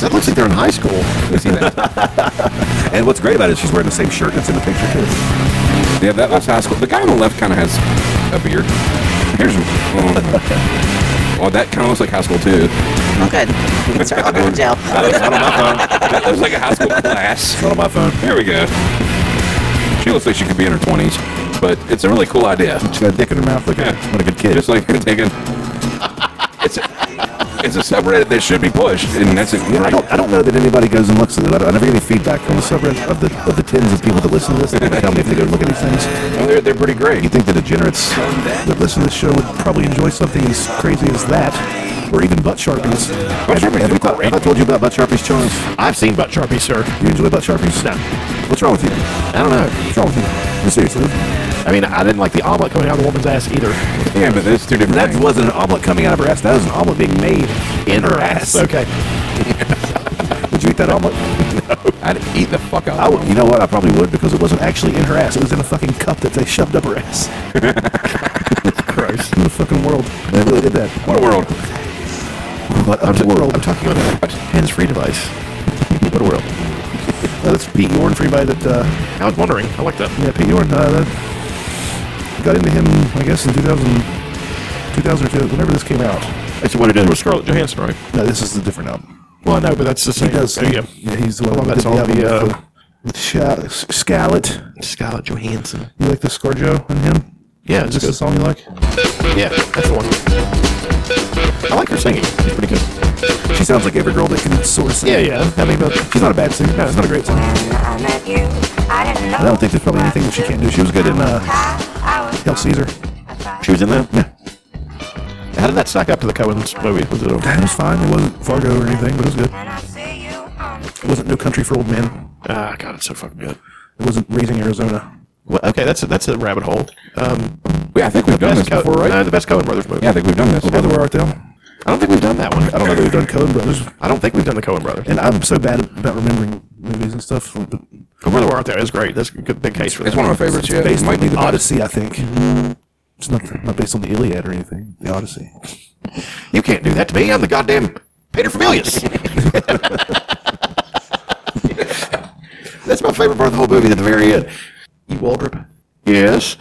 [SPEAKER 9] That looks like they're in high school. and what's great about it is she's wearing the same shirt that's in the picture too.
[SPEAKER 7] <laughs> Yeah, that looks high school. The guy on the left kind of has a beard. Here's. Oh, <laughs> oh, that kind of looks like high school too.
[SPEAKER 4] Oh, good. Thanks for going
[SPEAKER 3] <laughs>
[SPEAKER 4] to jail.
[SPEAKER 7] That looks, not on my phone. That looks like a high school class. Not on my phone. Here we go. She looks like she could be in her twenties, but it's a really cool idea. She's got a dick in her mouth. Look at yeah. what a good kid. Just like taking. It's a, it's a subreddit that should be pushed, and that's a
[SPEAKER 9] Yeah, I
[SPEAKER 7] great.
[SPEAKER 9] don't. I don't know that anybody goes and looks at it. I, don't- I never get any feedback from the subreddit of the of the tens of people that listen to this. They never tell me if they go look at these things.
[SPEAKER 7] they're, they're pretty great.
[SPEAKER 9] You think the degenerates that listen to this show would probably enjoy something as crazy as that, or even butt sharpies? Have, have, we thought- have I told you about butt sharpies, Charles? I've seen butt sharpies, sir. You enjoy butt sharpies? No. What's wrong with you? I don't know. What's wrong with you? Seriously. I mean, I didn't like the omelet coming out of a woman's ass either.
[SPEAKER 7] Yeah, but there's two different.
[SPEAKER 9] That wasn't an omelet coming out of her ass. That was an omelet being made in her ass.
[SPEAKER 7] Okay.
[SPEAKER 9] <laughs> Would you eat that omelet?
[SPEAKER 7] I'd eat the fuck out.
[SPEAKER 9] I would, you know what? I probably would because it wasn't actually in her ass. It was in a fucking cup that they shoved up her ass. Gross. In the fucking world. They really did that.
[SPEAKER 7] What a world.
[SPEAKER 9] What a world. I'm talking about a hands-free device. What a world. Uh, that's Pete Yorn for anybody that... Uh, I was wondering. I like that. Uh, Yeah, Pete Yorn. Uh, that got into him, I guess, in 2000, 2002, whenever this came out.
[SPEAKER 7] That's what it is with Scarlett Johansson, right?
[SPEAKER 9] No, this is a different album.
[SPEAKER 5] Well, I know, but that's the same.
[SPEAKER 9] He does.
[SPEAKER 5] Oh, yeah.
[SPEAKER 9] yeah, he's the one
[SPEAKER 5] Well, that's
[SPEAKER 9] that did the
[SPEAKER 5] all the,
[SPEAKER 9] album
[SPEAKER 5] uh,
[SPEAKER 9] with Sha- Scarlett. Scarlett Johansson. You like the ScarJo and him?
[SPEAKER 5] Yeah,
[SPEAKER 9] is
[SPEAKER 5] it's
[SPEAKER 9] this the
[SPEAKER 5] good.
[SPEAKER 9] song you like?
[SPEAKER 5] Yeah, that's the one.
[SPEAKER 9] I like her singing. She's pretty good. She sounds like every girl that can sort of sing. Yeah, yeah. I mean, but she's not a bad singer. She's not a great singer. And I don't think there's probably anything that she can't do. She was good in uh, Hail Caesar.
[SPEAKER 5] She was in that?
[SPEAKER 9] Yeah.
[SPEAKER 5] How did that stack up to the Cohen's movie? Was it
[SPEAKER 9] It was fine. It wasn't Fargo or anything, but it was good. It wasn't No Country for Old Men.
[SPEAKER 5] Ah, God, it's so fucking good.
[SPEAKER 9] It wasn't Raising Arizona.
[SPEAKER 5] Well, okay, that's a, that's a rabbit hole. Um,
[SPEAKER 7] yeah, I think we've
[SPEAKER 5] the
[SPEAKER 7] done
[SPEAKER 5] best
[SPEAKER 7] this before, right?
[SPEAKER 5] No, the best Cohen brothers movie.
[SPEAKER 7] Yeah, I think we've done this.
[SPEAKER 9] Well, brother, where art thou?
[SPEAKER 5] I don't think we've done that one.
[SPEAKER 9] I don't know that we've done Coen Brothers.
[SPEAKER 5] I don't think we've done the Cohen brothers.
[SPEAKER 9] And I'm so bad about remembering movies and stuff.
[SPEAKER 5] But Brother Where Art Thou is great. That's a good big case for that.
[SPEAKER 9] It's one of my favorites, yeah. It Based might on be the Odyssey, I think. It's not, not based on the Iliad or anything. The Odyssey.
[SPEAKER 5] You can't do that to me. I'm the goddamn Peter
[SPEAKER 9] <laughs>
[SPEAKER 5] Familius.
[SPEAKER 9] That's my favorite part of the whole movie at the very end. You Waldrop? Yes.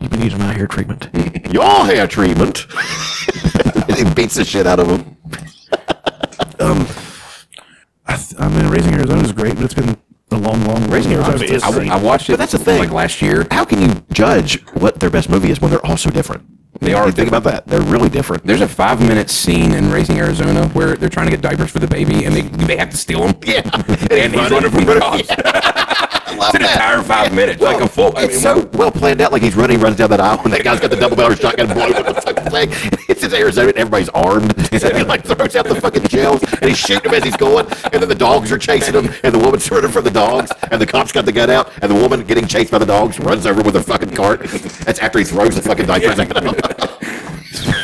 [SPEAKER 5] You've been using my hair treatment.
[SPEAKER 9] Your hair <laughs> treatment. it beats the shit out of him. um, I, th- I mean, Raising Arizona is great, but it's been a long, long
[SPEAKER 5] Raising
[SPEAKER 9] long
[SPEAKER 5] Arizona is
[SPEAKER 9] time.
[SPEAKER 5] great.
[SPEAKER 9] I, I
[SPEAKER 7] watched it
[SPEAKER 5] But that's the thing.
[SPEAKER 7] like last year.
[SPEAKER 9] How can you judge what their best movie is when they're all so different?
[SPEAKER 7] They are. Think about that. They're really different. There's a five minute scene in Raising Arizona where they're trying to get diapers for the baby and they they have to steal them. Yeah. <laughs> and he's running from the cops.
[SPEAKER 6] It's an entire five minutes, like a full. it's so well planned out. Like he's running, runs down that aisle, and that guy's got the double barrel shotgun blowing up the fucking thing. It's in Arizona, and everybody's armed. <laughs> So he like throws out the fucking shells, and he's shooting them as he's going. And then the dogs are chasing him, and the woman's running from the dogs, and the cops got the gun out, and the woman getting chased by the dogs runs over with her fucking cart. That's after he throws the fucking diapers out.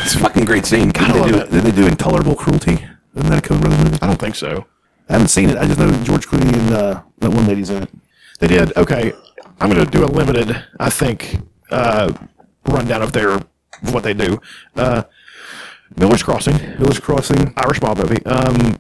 [SPEAKER 7] It's a fucking great scene.
[SPEAKER 6] God,
[SPEAKER 7] I
[SPEAKER 6] they
[SPEAKER 7] love
[SPEAKER 6] do,
[SPEAKER 7] it.
[SPEAKER 6] did they do Intolerable Cruelty? Isn't that a Coen Brother movie? I don't think so. I haven't seen it. I just know George Clooney and uh, that one lady's in it.
[SPEAKER 5] They did. Okay. I'm going to do a limited, I think, uh, rundown of their what they do. Uh, Miller's Crossing. Miller's Crossing. Irish mob movie. Um,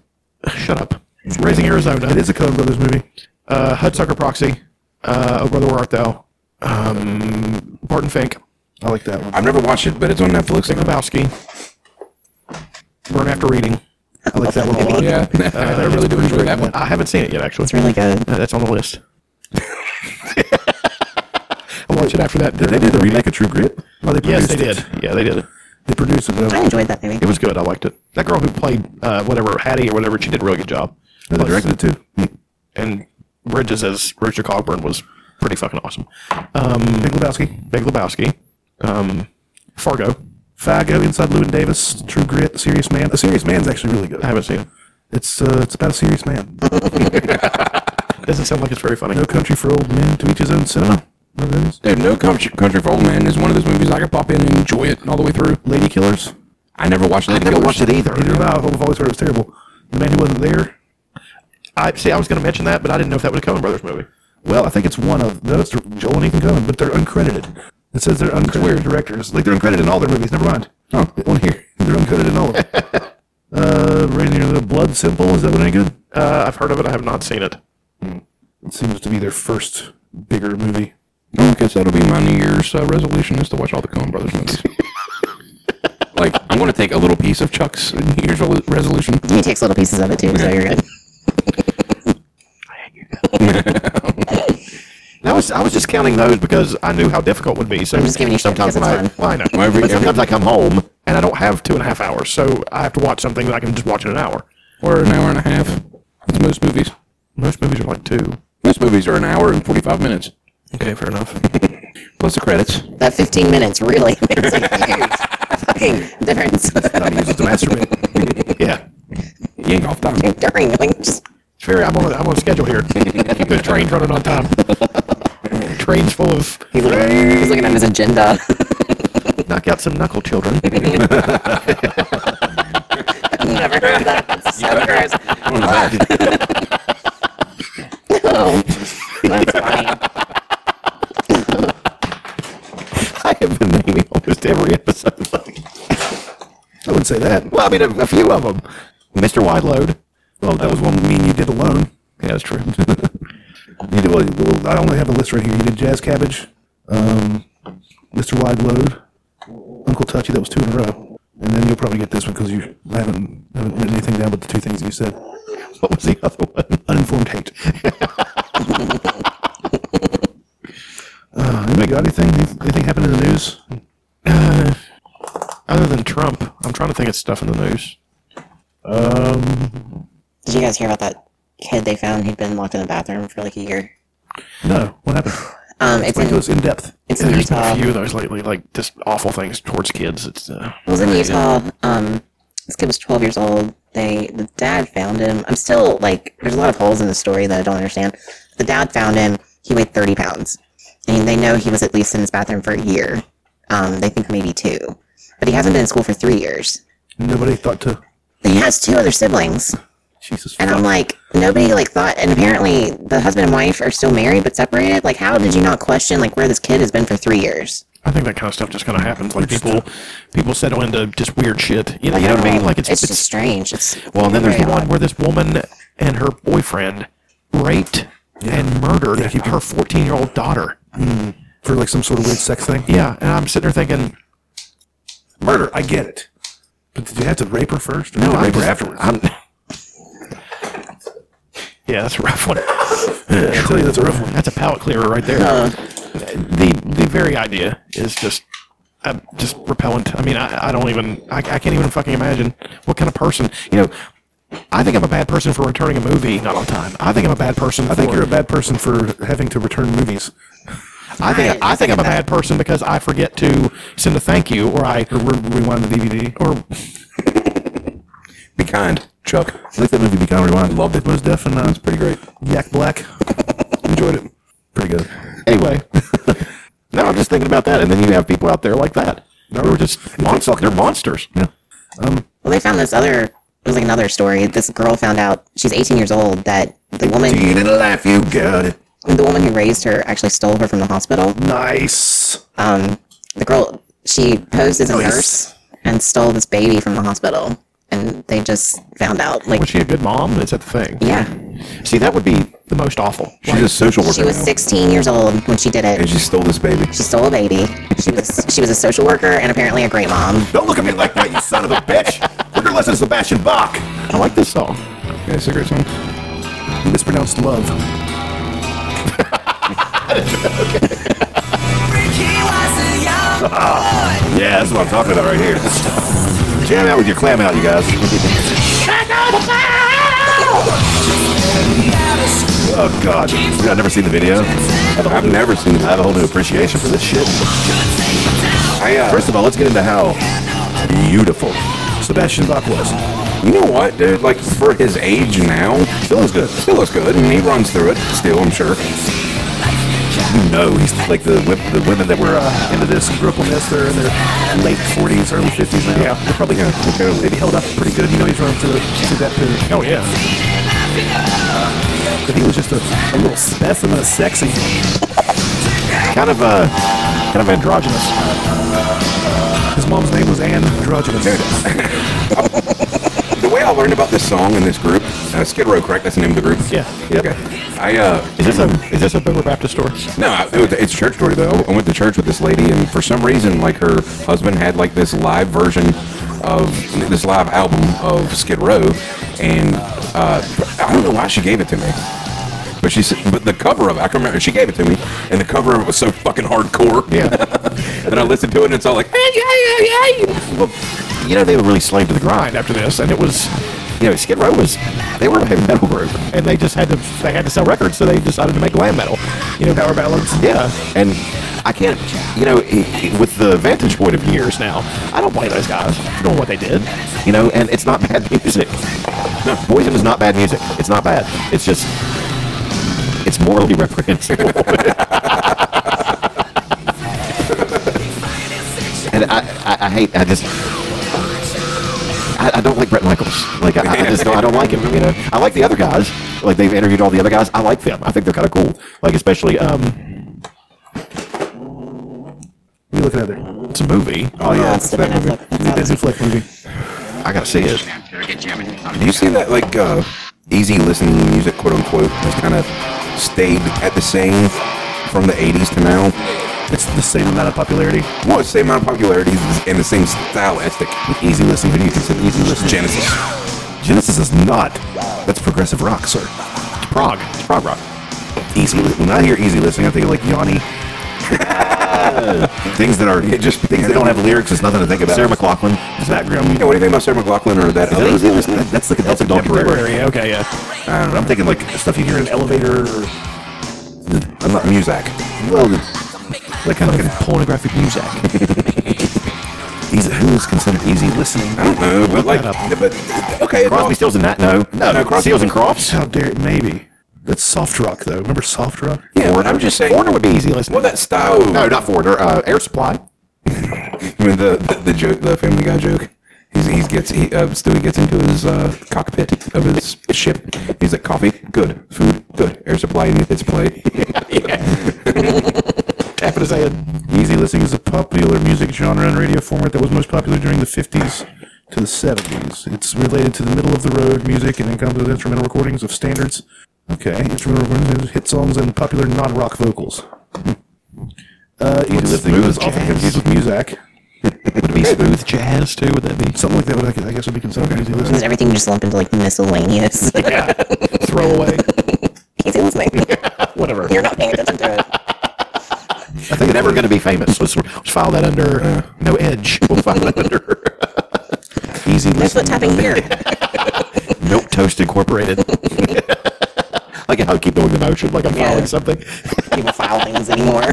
[SPEAKER 5] shut up. Raising Arizona. It is a Coen Brothers movie. Uh, Hudsucker Proxy. Uh, oh Brother Where Art Thou? Um, Barton Fink. I like that one.
[SPEAKER 7] I've never watched it, but it's on Netflix.
[SPEAKER 5] Big Lebowski. Burn After Reading. I like that one a lot.
[SPEAKER 7] Yeah. I really do enjoy that one.
[SPEAKER 5] I haven't seen it yet, actually. It's really good. that's on the list. I'll watch it after that.
[SPEAKER 6] Did they do the remake of True Grit? Or they
[SPEAKER 5] yes, they
[SPEAKER 6] produced
[SPEAKER 5] did.
[SPEAKER 6] it?
[SPEAKER 5] Yeah, they did. They produced it.
[SPEAKER 6] I enjoyed that movie.
[SPEAKER 5] It was good. I liked it. That girl who played uh, whatever Hattie or whatever, she did a really good job.
[SPEAKER 6] And they
[SPEAKER 5] Plus-
[SPEAKER 6] directed it too.
[SPEAKER 5] And Bridges as Richard Cogburn was pretty fucking awesome. Um, Big Lebowski. Big Lebowski. Um, Fargo.
[SPEAKER 9] Fargo, Inside Lewin Davis, True Grit, Serious Man. A Serious Man's actually really good.
[SPEAKER 5] I haven't seen it.
[SPEAKER 9] It's uh, it's about a serious man.
[SPEAKER 5] <laughs> Doesn't sound like it's very funny.
[SPEAKER 9] No country for old men. To each his own cinema. Remember those?
[SPEAKER 7] Dude, No Country, Country for Old Men is one of those movies I could pop in and enjoy it all the way through.
[SPEAKER 9] Lady Killers.
[SPEAKER 7] I never watched Lady Killers.
[SPEAKER 9] Neither have I. I've always heard it was terrible. The man who wasn't there.
[SPEAKER 5] I see. I was going to mention that, but I didn't know if that was a Coen Brothers movie.
[SPEAKER 9] Well, I think it's one of no, it's Joel and Ethan Coen, but they're uncredited. It says they're uncredited directors. Like they're uncredited in all their movies. Never mind.
[SPEAKER 7] Oh,
[SPEAKER 9] on here <laughs> they're uncredited in all of them.
[SPEAKER 5] <laughs>
[SPEAKER 9] uh, right near the Blood Simple. Is that one any good? Hmm.
[SPEAKER 5] Uh, I've heard of it. I have not seen it.
[SPEAKER 9] It seems to be their first bigger movie.
[SPEAKER 7] I guess that'll be my New Year's uh, resolution is to watch all the Coen Brothers movies. like, I'm going to take a little piece of Chuck's New Year's re- resolution.
[SPEAKER 10] He takes little pieces of it too, so you're good.
[SPEAKER 5] I was I was just counting those because I knew how difficult it would be. So
[SPEAKER 6] I'm just giving you shit
[SPEAKER 5] sometimes
[SPEAKER 6] because
[SPEAKER 5] when I,
[SPEAKER 6] it's fun.
[SPEAKER 5] well, I know.
[SPEAKER 6] Well, every-
[SPEAKER 5] but
[SPEAKER 6] every-
[SPEAKER 5] sometimes I come home and I don't have two and a half hours, so I have to watch something that I can just watch in an hour.
[SPEAKER 7] Or an hour and a half. That's most movies.
[SPEAKER 5] Most movies are like two.
[SPEAKER 7] Most movies are an hour and 45 minutes.
[SPEAKER 5] Okay, fair enough.
[SPEAKER 7] <laughs> Plus the credits.
[SPEAKER 10] That 15 minutes really <laughs> makes a huge fucking difference. <laughs>
[SPEAKER 6] It's a masturbate.
[SPEAKER 5] yeah.
[SPEAKER 7] You ain't off time.
[SPEAKER 10] During, like, just
[SPEAKER 5] Sherry, I'm on I'm on schedule here. Keep the train running on time. Train's full of.
[SPEAKER 10] He's looking, he's looking at his agenda. <laughs>
[SPEAKER 5] Knock out some knuckle children.
[SPEAKER 10] Never heard that. That's so gross. no. That's funny.
[SPEAKER 6] <laughs> I have been naming almost every episode.
[SPEAKER 9] I wouldn't say that.
[SPEAKER 6] Well, I mean, a, a few of them. Mr. Wideload.
[SPEAKER 9] Well, that was one mean you did alone.
[SPEAKER 6] Yeah, that's <laughs> true.
[SPEAKER 9] You did, well, well, I only have a list right here. You did Jazz Cabbage, um, Mr. Wide Load, Uncle Touchy. That was two in a row. And then you'll probably get this one because you haven't, haven't written anything down but the two things that you said.
[SPEAKER 6] What was the other one?
[SPEAKER 9] Uninformed hate. uh, anybody got anything? Anyth- Anything happened in the news?
[SPEAKER 5] Uh, other than Trump, I'm trying to think of stuff in the news. Um,
[SPEAKER 10] Did you guys hear about that kid they found? He'd been locked in the bathroom for like a year.
[SPEAKER 9] No. What happened?
[SPEAKER 10] Um, it's
[SPEAKER 9] Explain
[SPEAKER 10] in,
[SPEAKER 9] to us in depth.
[SPEAKER 10] It's
[SPEAKER 5] yeah,
[SPEAKER 10] in
[SPEAKER 5] there's been
[SPEAKER 10] Utah.
[SPEAKER 5] a few of those lately, like just awful things towards kids. It's uh,
[SPEAKER 10] It was in Utah. Um, this kid was 12 years old. They, the dad found him. I'm still like, there's a lot of holes in the story that I don't understand. The dad found him. He weighed 30 pounds, and they know he was at least in his bathroom for a year. Um, they think maybe two, but he hasn't been in school for three years.
[SPEAKER 9] Nobody thought to.
[SPEAKER 10] He has two other siblings.
[SPEAKER 9] Jesus.
[SPEAKER 10] And I'm like, nobody like thought. And apparently, the husband and wife are still married but separated. Like, how did you not question like where this kid has been for three years?
[SPEAKER 5] I think that kind of stuff just kind of happens. Like people, people settle into just weird shit. You know, you know what I mean? Like it's
[SPEAKER 10] it's, just strange. It's
[SPEAKER 5] well, and then there's
[SPEAKER 10] very
[SPEAKER 5] one where this woman and her boyfriend raped and murdered her 14 year old daughter.
[SPEAKER 9] For like some sort of weird sex thing?
[SPEAKER 5] Yeah, and I'm sitting there thinking,
[SPEAKER 9] Murder, I get it. But did you have to rape her first? Or
[SPEAKER 5] No,
[SPEAKER 9] did you
[SPEAKER 5] I
[SPEAKER 9] rape her
[SPEAKER 5] just-
[SPEAKER 9] afterwards.
[SPEAKER 5] yeah, that's a rough one.
[SPEAKER 9] I tell you, that's a rough one. Uh-huh.
[SPEAKER 5] That's a palate clearer right there. the the very idea is just
[SPEAKER 6] I'm just repellent. I mean, I, I don't even, I, I can't even fucking imagine what kind of person, you know, I think I'm a bad person for returning a movie not on time. I think I'm a bad person.
[SPEAKER 9] I think
[SPEAKER 6] for-
[SPEAKER 9] you're a bad person for having to return movies.
[SPEAKER 6] I think I, think I'm a bad person because I forget to send a thank you or I or rewind the DVD or
[SPEAKER 7] Be kind, Chuck.
[SPEAKER 9] I like that movie Become Rewind. Loved it. It was deaf and uh, it's
[SPEAKER 7] pretty great.
[SPEAKER 9] Yak Black.
[SPEAKER 7] Enjoyed it.
[SPEAKER 9] Pretty good.
[SPEAKER 6] Anyway, <laughs> no, I'm just thinking about that, and then you have people out there like that. They were just monsters. They're monsters. Yeah.
[SPEAKER 10] Well, they found this other. It was like another story. This girl found out she's 18 years old that the woman.
[SPEAKER 6] Teen in life, you got it.
[SPEAKER 10] The woman who raised her actually stole her from the hospital.
[SPEAKER 6] Nice.
[SPEAKER 10] Um, the girl she posed as a
[SPEAKER 6] Nice.
[SPEAKER 10] nurse and stole this baby from the hospital, and they just found out. Like
[SPEAKER 6] Was she a good mom? Is that the thing?
[SPEAKER 10] Yeah.
[SPEAKER 6] See, that would be the most awful.
[SPEAKER 7] She's a social worker
[SPEAKER 10] she was
[SPEAKER 7] now.
[SPEAKER 10] 16 years old when she did it.
[SPEAKER 7] And she stole this baby.
[SPEAKER 10] She stole a baby. She was she was a social worker and apparently a great mom.
[SPEAKER 7] Don't look at me like that, you son of a bitch! We're gonna listen to Sebastian Bach! I
[SPEAKER 6] like this song.
[SPEAKER 7] Yeah, it's a great song.
[SPEAKER 9] Mispronounced love.
[SPEAKER 7] <laughs> Yeah, that's what I'm talking about right here. Jam out with your clam out, you guys. oh god, Dude, I've never seen the video. I've never seen it. I have a whole new appreciation for this shit. I, uh, First of all, let's get into how beautiful Sebastian Bach was. You know what, dude? Like for his age now, still looks good. Still looks good, and he runs through it. Still, I'm sure. You know, he's like the wo- the women that were uh, into this and grew up on this. They're in their late 40s, early 50s now. Yeah, they're probably gonna they've held up pretty good. You know, he's run through through that period. Oh yeah.
[SPEAKER 9] But he was just a, a little specimen of sexy.
[SPEAKER 6] Kind of uh, kind of androgynous. His mom's name was Anne. Androgynous.
[SPEAKER 7] The way I learned about this song and this group, uh, Skid Row, correct? That's the name of the group. Yeah. Okay. I uh,
[SPEAKER 6] Is this a is this a Bever Baptist store?
[SPEAKER 7] No, I- it was- it's a church story though. I went to church with this lady, and for some reason, like her husband had like this live version of this live album of Skid Row, and uh, I don't know why she gave it to me. But she said, but the cover of it, I can remember, she gave it to me, and the cover of it was so fucking hardcore. Yeah. <laughs> and then I listened to it, and it's all like,
[SPEAKER 6] Well, you know, they were really slaved to the grind after this, and it was, you know, Skid Row was, they were a heavy metal group, and they just had to, they had to sell records, so they decided to make glam metal, you know, power ballads. Yeah, and I can't, you know, i- i- with the vantage point of years now, I don't blame those guys for doing what they did, you know, and it's not bad <laughs> music. No, Poison is not bad music. It's not bad. It's just, it's morally reprehensible. <laughs> and I, I, I hate, I just, I, I don't like Brett Michaels. Like I, I just don't, I don't like him. You know, I like the other guys. Like they've interviewed all the other guys. I like them. I think they're kind of cool. Like especially um,
[SPEAKER 9] What are you looking at there?
[SPEAKER 6] it's a movie.
[SPEAKER 7] oh yeah, it's that movie.
[SPEAKER 9] Disney Flick movie.
[SPEAKER 7] I gotta see it. Do you see that like uh, easy listening music, quote unquote, has kind of stayed at the same from the '80s to now?
[SPEAKER 6] It's the same amount of popularity.
[SPEAKER 7] Well, it's the same amount of popularity and the same stylistic with easy listening. But you consider easy listening Genesis.
[SPEAKER 6] Genesis is not. That's progressive rock, sir. It's prog. It's prog rock.
[SPEAKER 7] Easy. li- When I hear easy listening, I think of
[SPEAKER 6] <laughs>
[SPEAKER 7] like Yanni. things that are just things that don't have lyrics. It's nothing to think about.
[SPEAKER 6] Sarah McLaughlin. Is that grim?
[SPEAKER 7] Yeah, what do you think about Sarah McLaughlin or that?
[SPEAKER 6] Is that
[SPEAKER 7] other-
[SPEAKER 6] easy listening? That's like that's a
[SPEAKER 7] contemporary.
[SPEAKER 6] contemporary. Okay, yeah.
[SPEAKER 7] I don't know. I'm thinking like stuff you hear in
[SPEAKER 6] elevator. Or
[SPEAKER 7] I'm not music. Well,
[SPEAKER 6] like kind of pornographic music. easy, who is considered easy listening?
[SPEAKER 7] I don't know, but like, but okay.
[SPEAKER 6] Crosby, Stills, and that? No, no, no. Crosby, Stills, and Crofts.
[SPEAKER 9] How dare it? Maybe. That's soft rock though. Remember soft rock?
[SPEAKER 7] Yeah, but I'm just saying.
[SPEAKER 6] Warner would be easy listening.
[SPEAKER 7] Well, that style.
[SPEAKER 6] No, not Foreigner. Uh, Air Supply.
[SPEAKER 7] I mean, the, the the joke, the Family Guy joke. He's, he gets he uh, Stewie gets into his uh, cockpit of his ship. He's like, coffee, good, food, good, air supply, and it's play.
[SPEAKER 6] Tapping his head.
[SPEAKER 9] Easy listening is a popular music genre and radio format that was most popular during the 50s to the 70s. It's related to the middle of the road music and encompasses instrumental recordings of standards. Okay, instrumental recordings, hit songs, and popular non rock vocals. Hmm. Uh, easy
[SPEAKER 6] What's
[SPEAKER 9] listening
[SPEAKER 6] smooth
[SPEAKER 9] is often
[SPEAKER 6] jazz?
[SPEAKER 9] confused with music.
[SPEAKER 6] Would it be smooth jazz too? Would that be
[SPEAKER 9] Something like that would, I guess- I guess, would be considered easy
[SPEAKER 10] Because
[SPEAKER 9] listening.
[SPEAKER 10] everything you just lump into like miscellaneous. <laughs>
[SPEAKER 6] throwaway?
[SPEAKER 9] <laughs>
[SPEAKER 10] Easy listening.
[SPEAKER 5] <laughs>
[SPEAKER 6] Whatever.
[SPEAKER 10] You're not paying attention to it.
[SPEAKER 5] I think never going to be famous. Let's, let's file that under uh, no
[SPEAKER 9] <laughs>
[SPEAKER 5] edge. We'll file that under easy.
[SPEAKER 10] That's what's
[SPEAKER 5] listening.
[SPEAKER 10] happening here.
[SPEAKER 5] Milk Toast Incorporated. like how I keep doing the motion, like I'm filing something.
[SPEAKER 10] People file things anymore.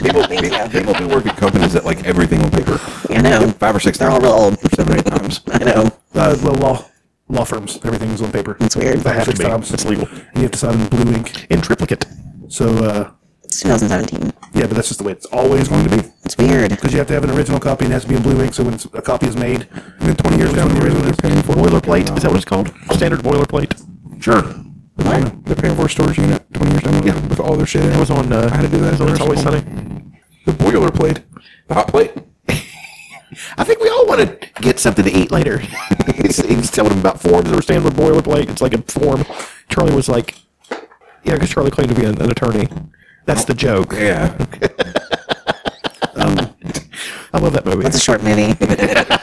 [SPEAKER 7] People, people, people who work at companies that like everything on paper.
[SPEAKER 10] I know.
[SPEAKER 7] Five or six
[SPEAKER 10] They're all
[SPEAKER 7] times.
[SPEAKER 10] real old.
[SPEAKER 7] Seven or eight times.
[SPEAKER 10] I know.
[SPEAKER 9] Uh, the law law firms, everything's on paper. It's
[SPEAKER 10] weird.
[SPEAKER 9] Five or six times.
[SPEAKER 5] It's legal.
[SPEAKER 9] And you have to sign in blue ink.
[SPEAKER 5] In triplicate.
[SPEAKER 9] So, uh,
[SPEAKER 10] It's 2017.
[SPEAKER 9] yeah, but that's just the way it's always going to be.
[SPEAKER 10] It's weird.
[SPEAKER 9] Because you have to have an original copy and it has to be in blue ink. So when it's- a copy is made, and then 20 years down the road, they're paying for
[SPEAKER 5] boilerplate. Is that what it's called? Standard boilerplate. Sure.
[SPEAKER 7] They're paying for a storage unit 20 years down the road with all their shit. in It
[SPEAKER 9] was on. Uh,
[SPEAKER 7] I had to do that. as a
[SPEAKER 9] It's always
[SPEAKER 7] nurse.
[SPEAKER 9] sunny.
[SPEAKER 7] The boiler plate. The
[SPEAKER 9] <laughs>
[SPEAKER 7] hot plate.
[SPEAKER 5] I think we all want to get something to eat later. he's, he's telling him about forms or standard boilerplate. It's like a form.
[SPEAKER 9] Charlie was like, yeah, because Charlie claimed to be an, an attorney. That's the joke.
[SPEAKER 7] Yeah.
[SPEAKER 9] I love that movie.
[SPEAKER 10] That's a short movie. <laughs>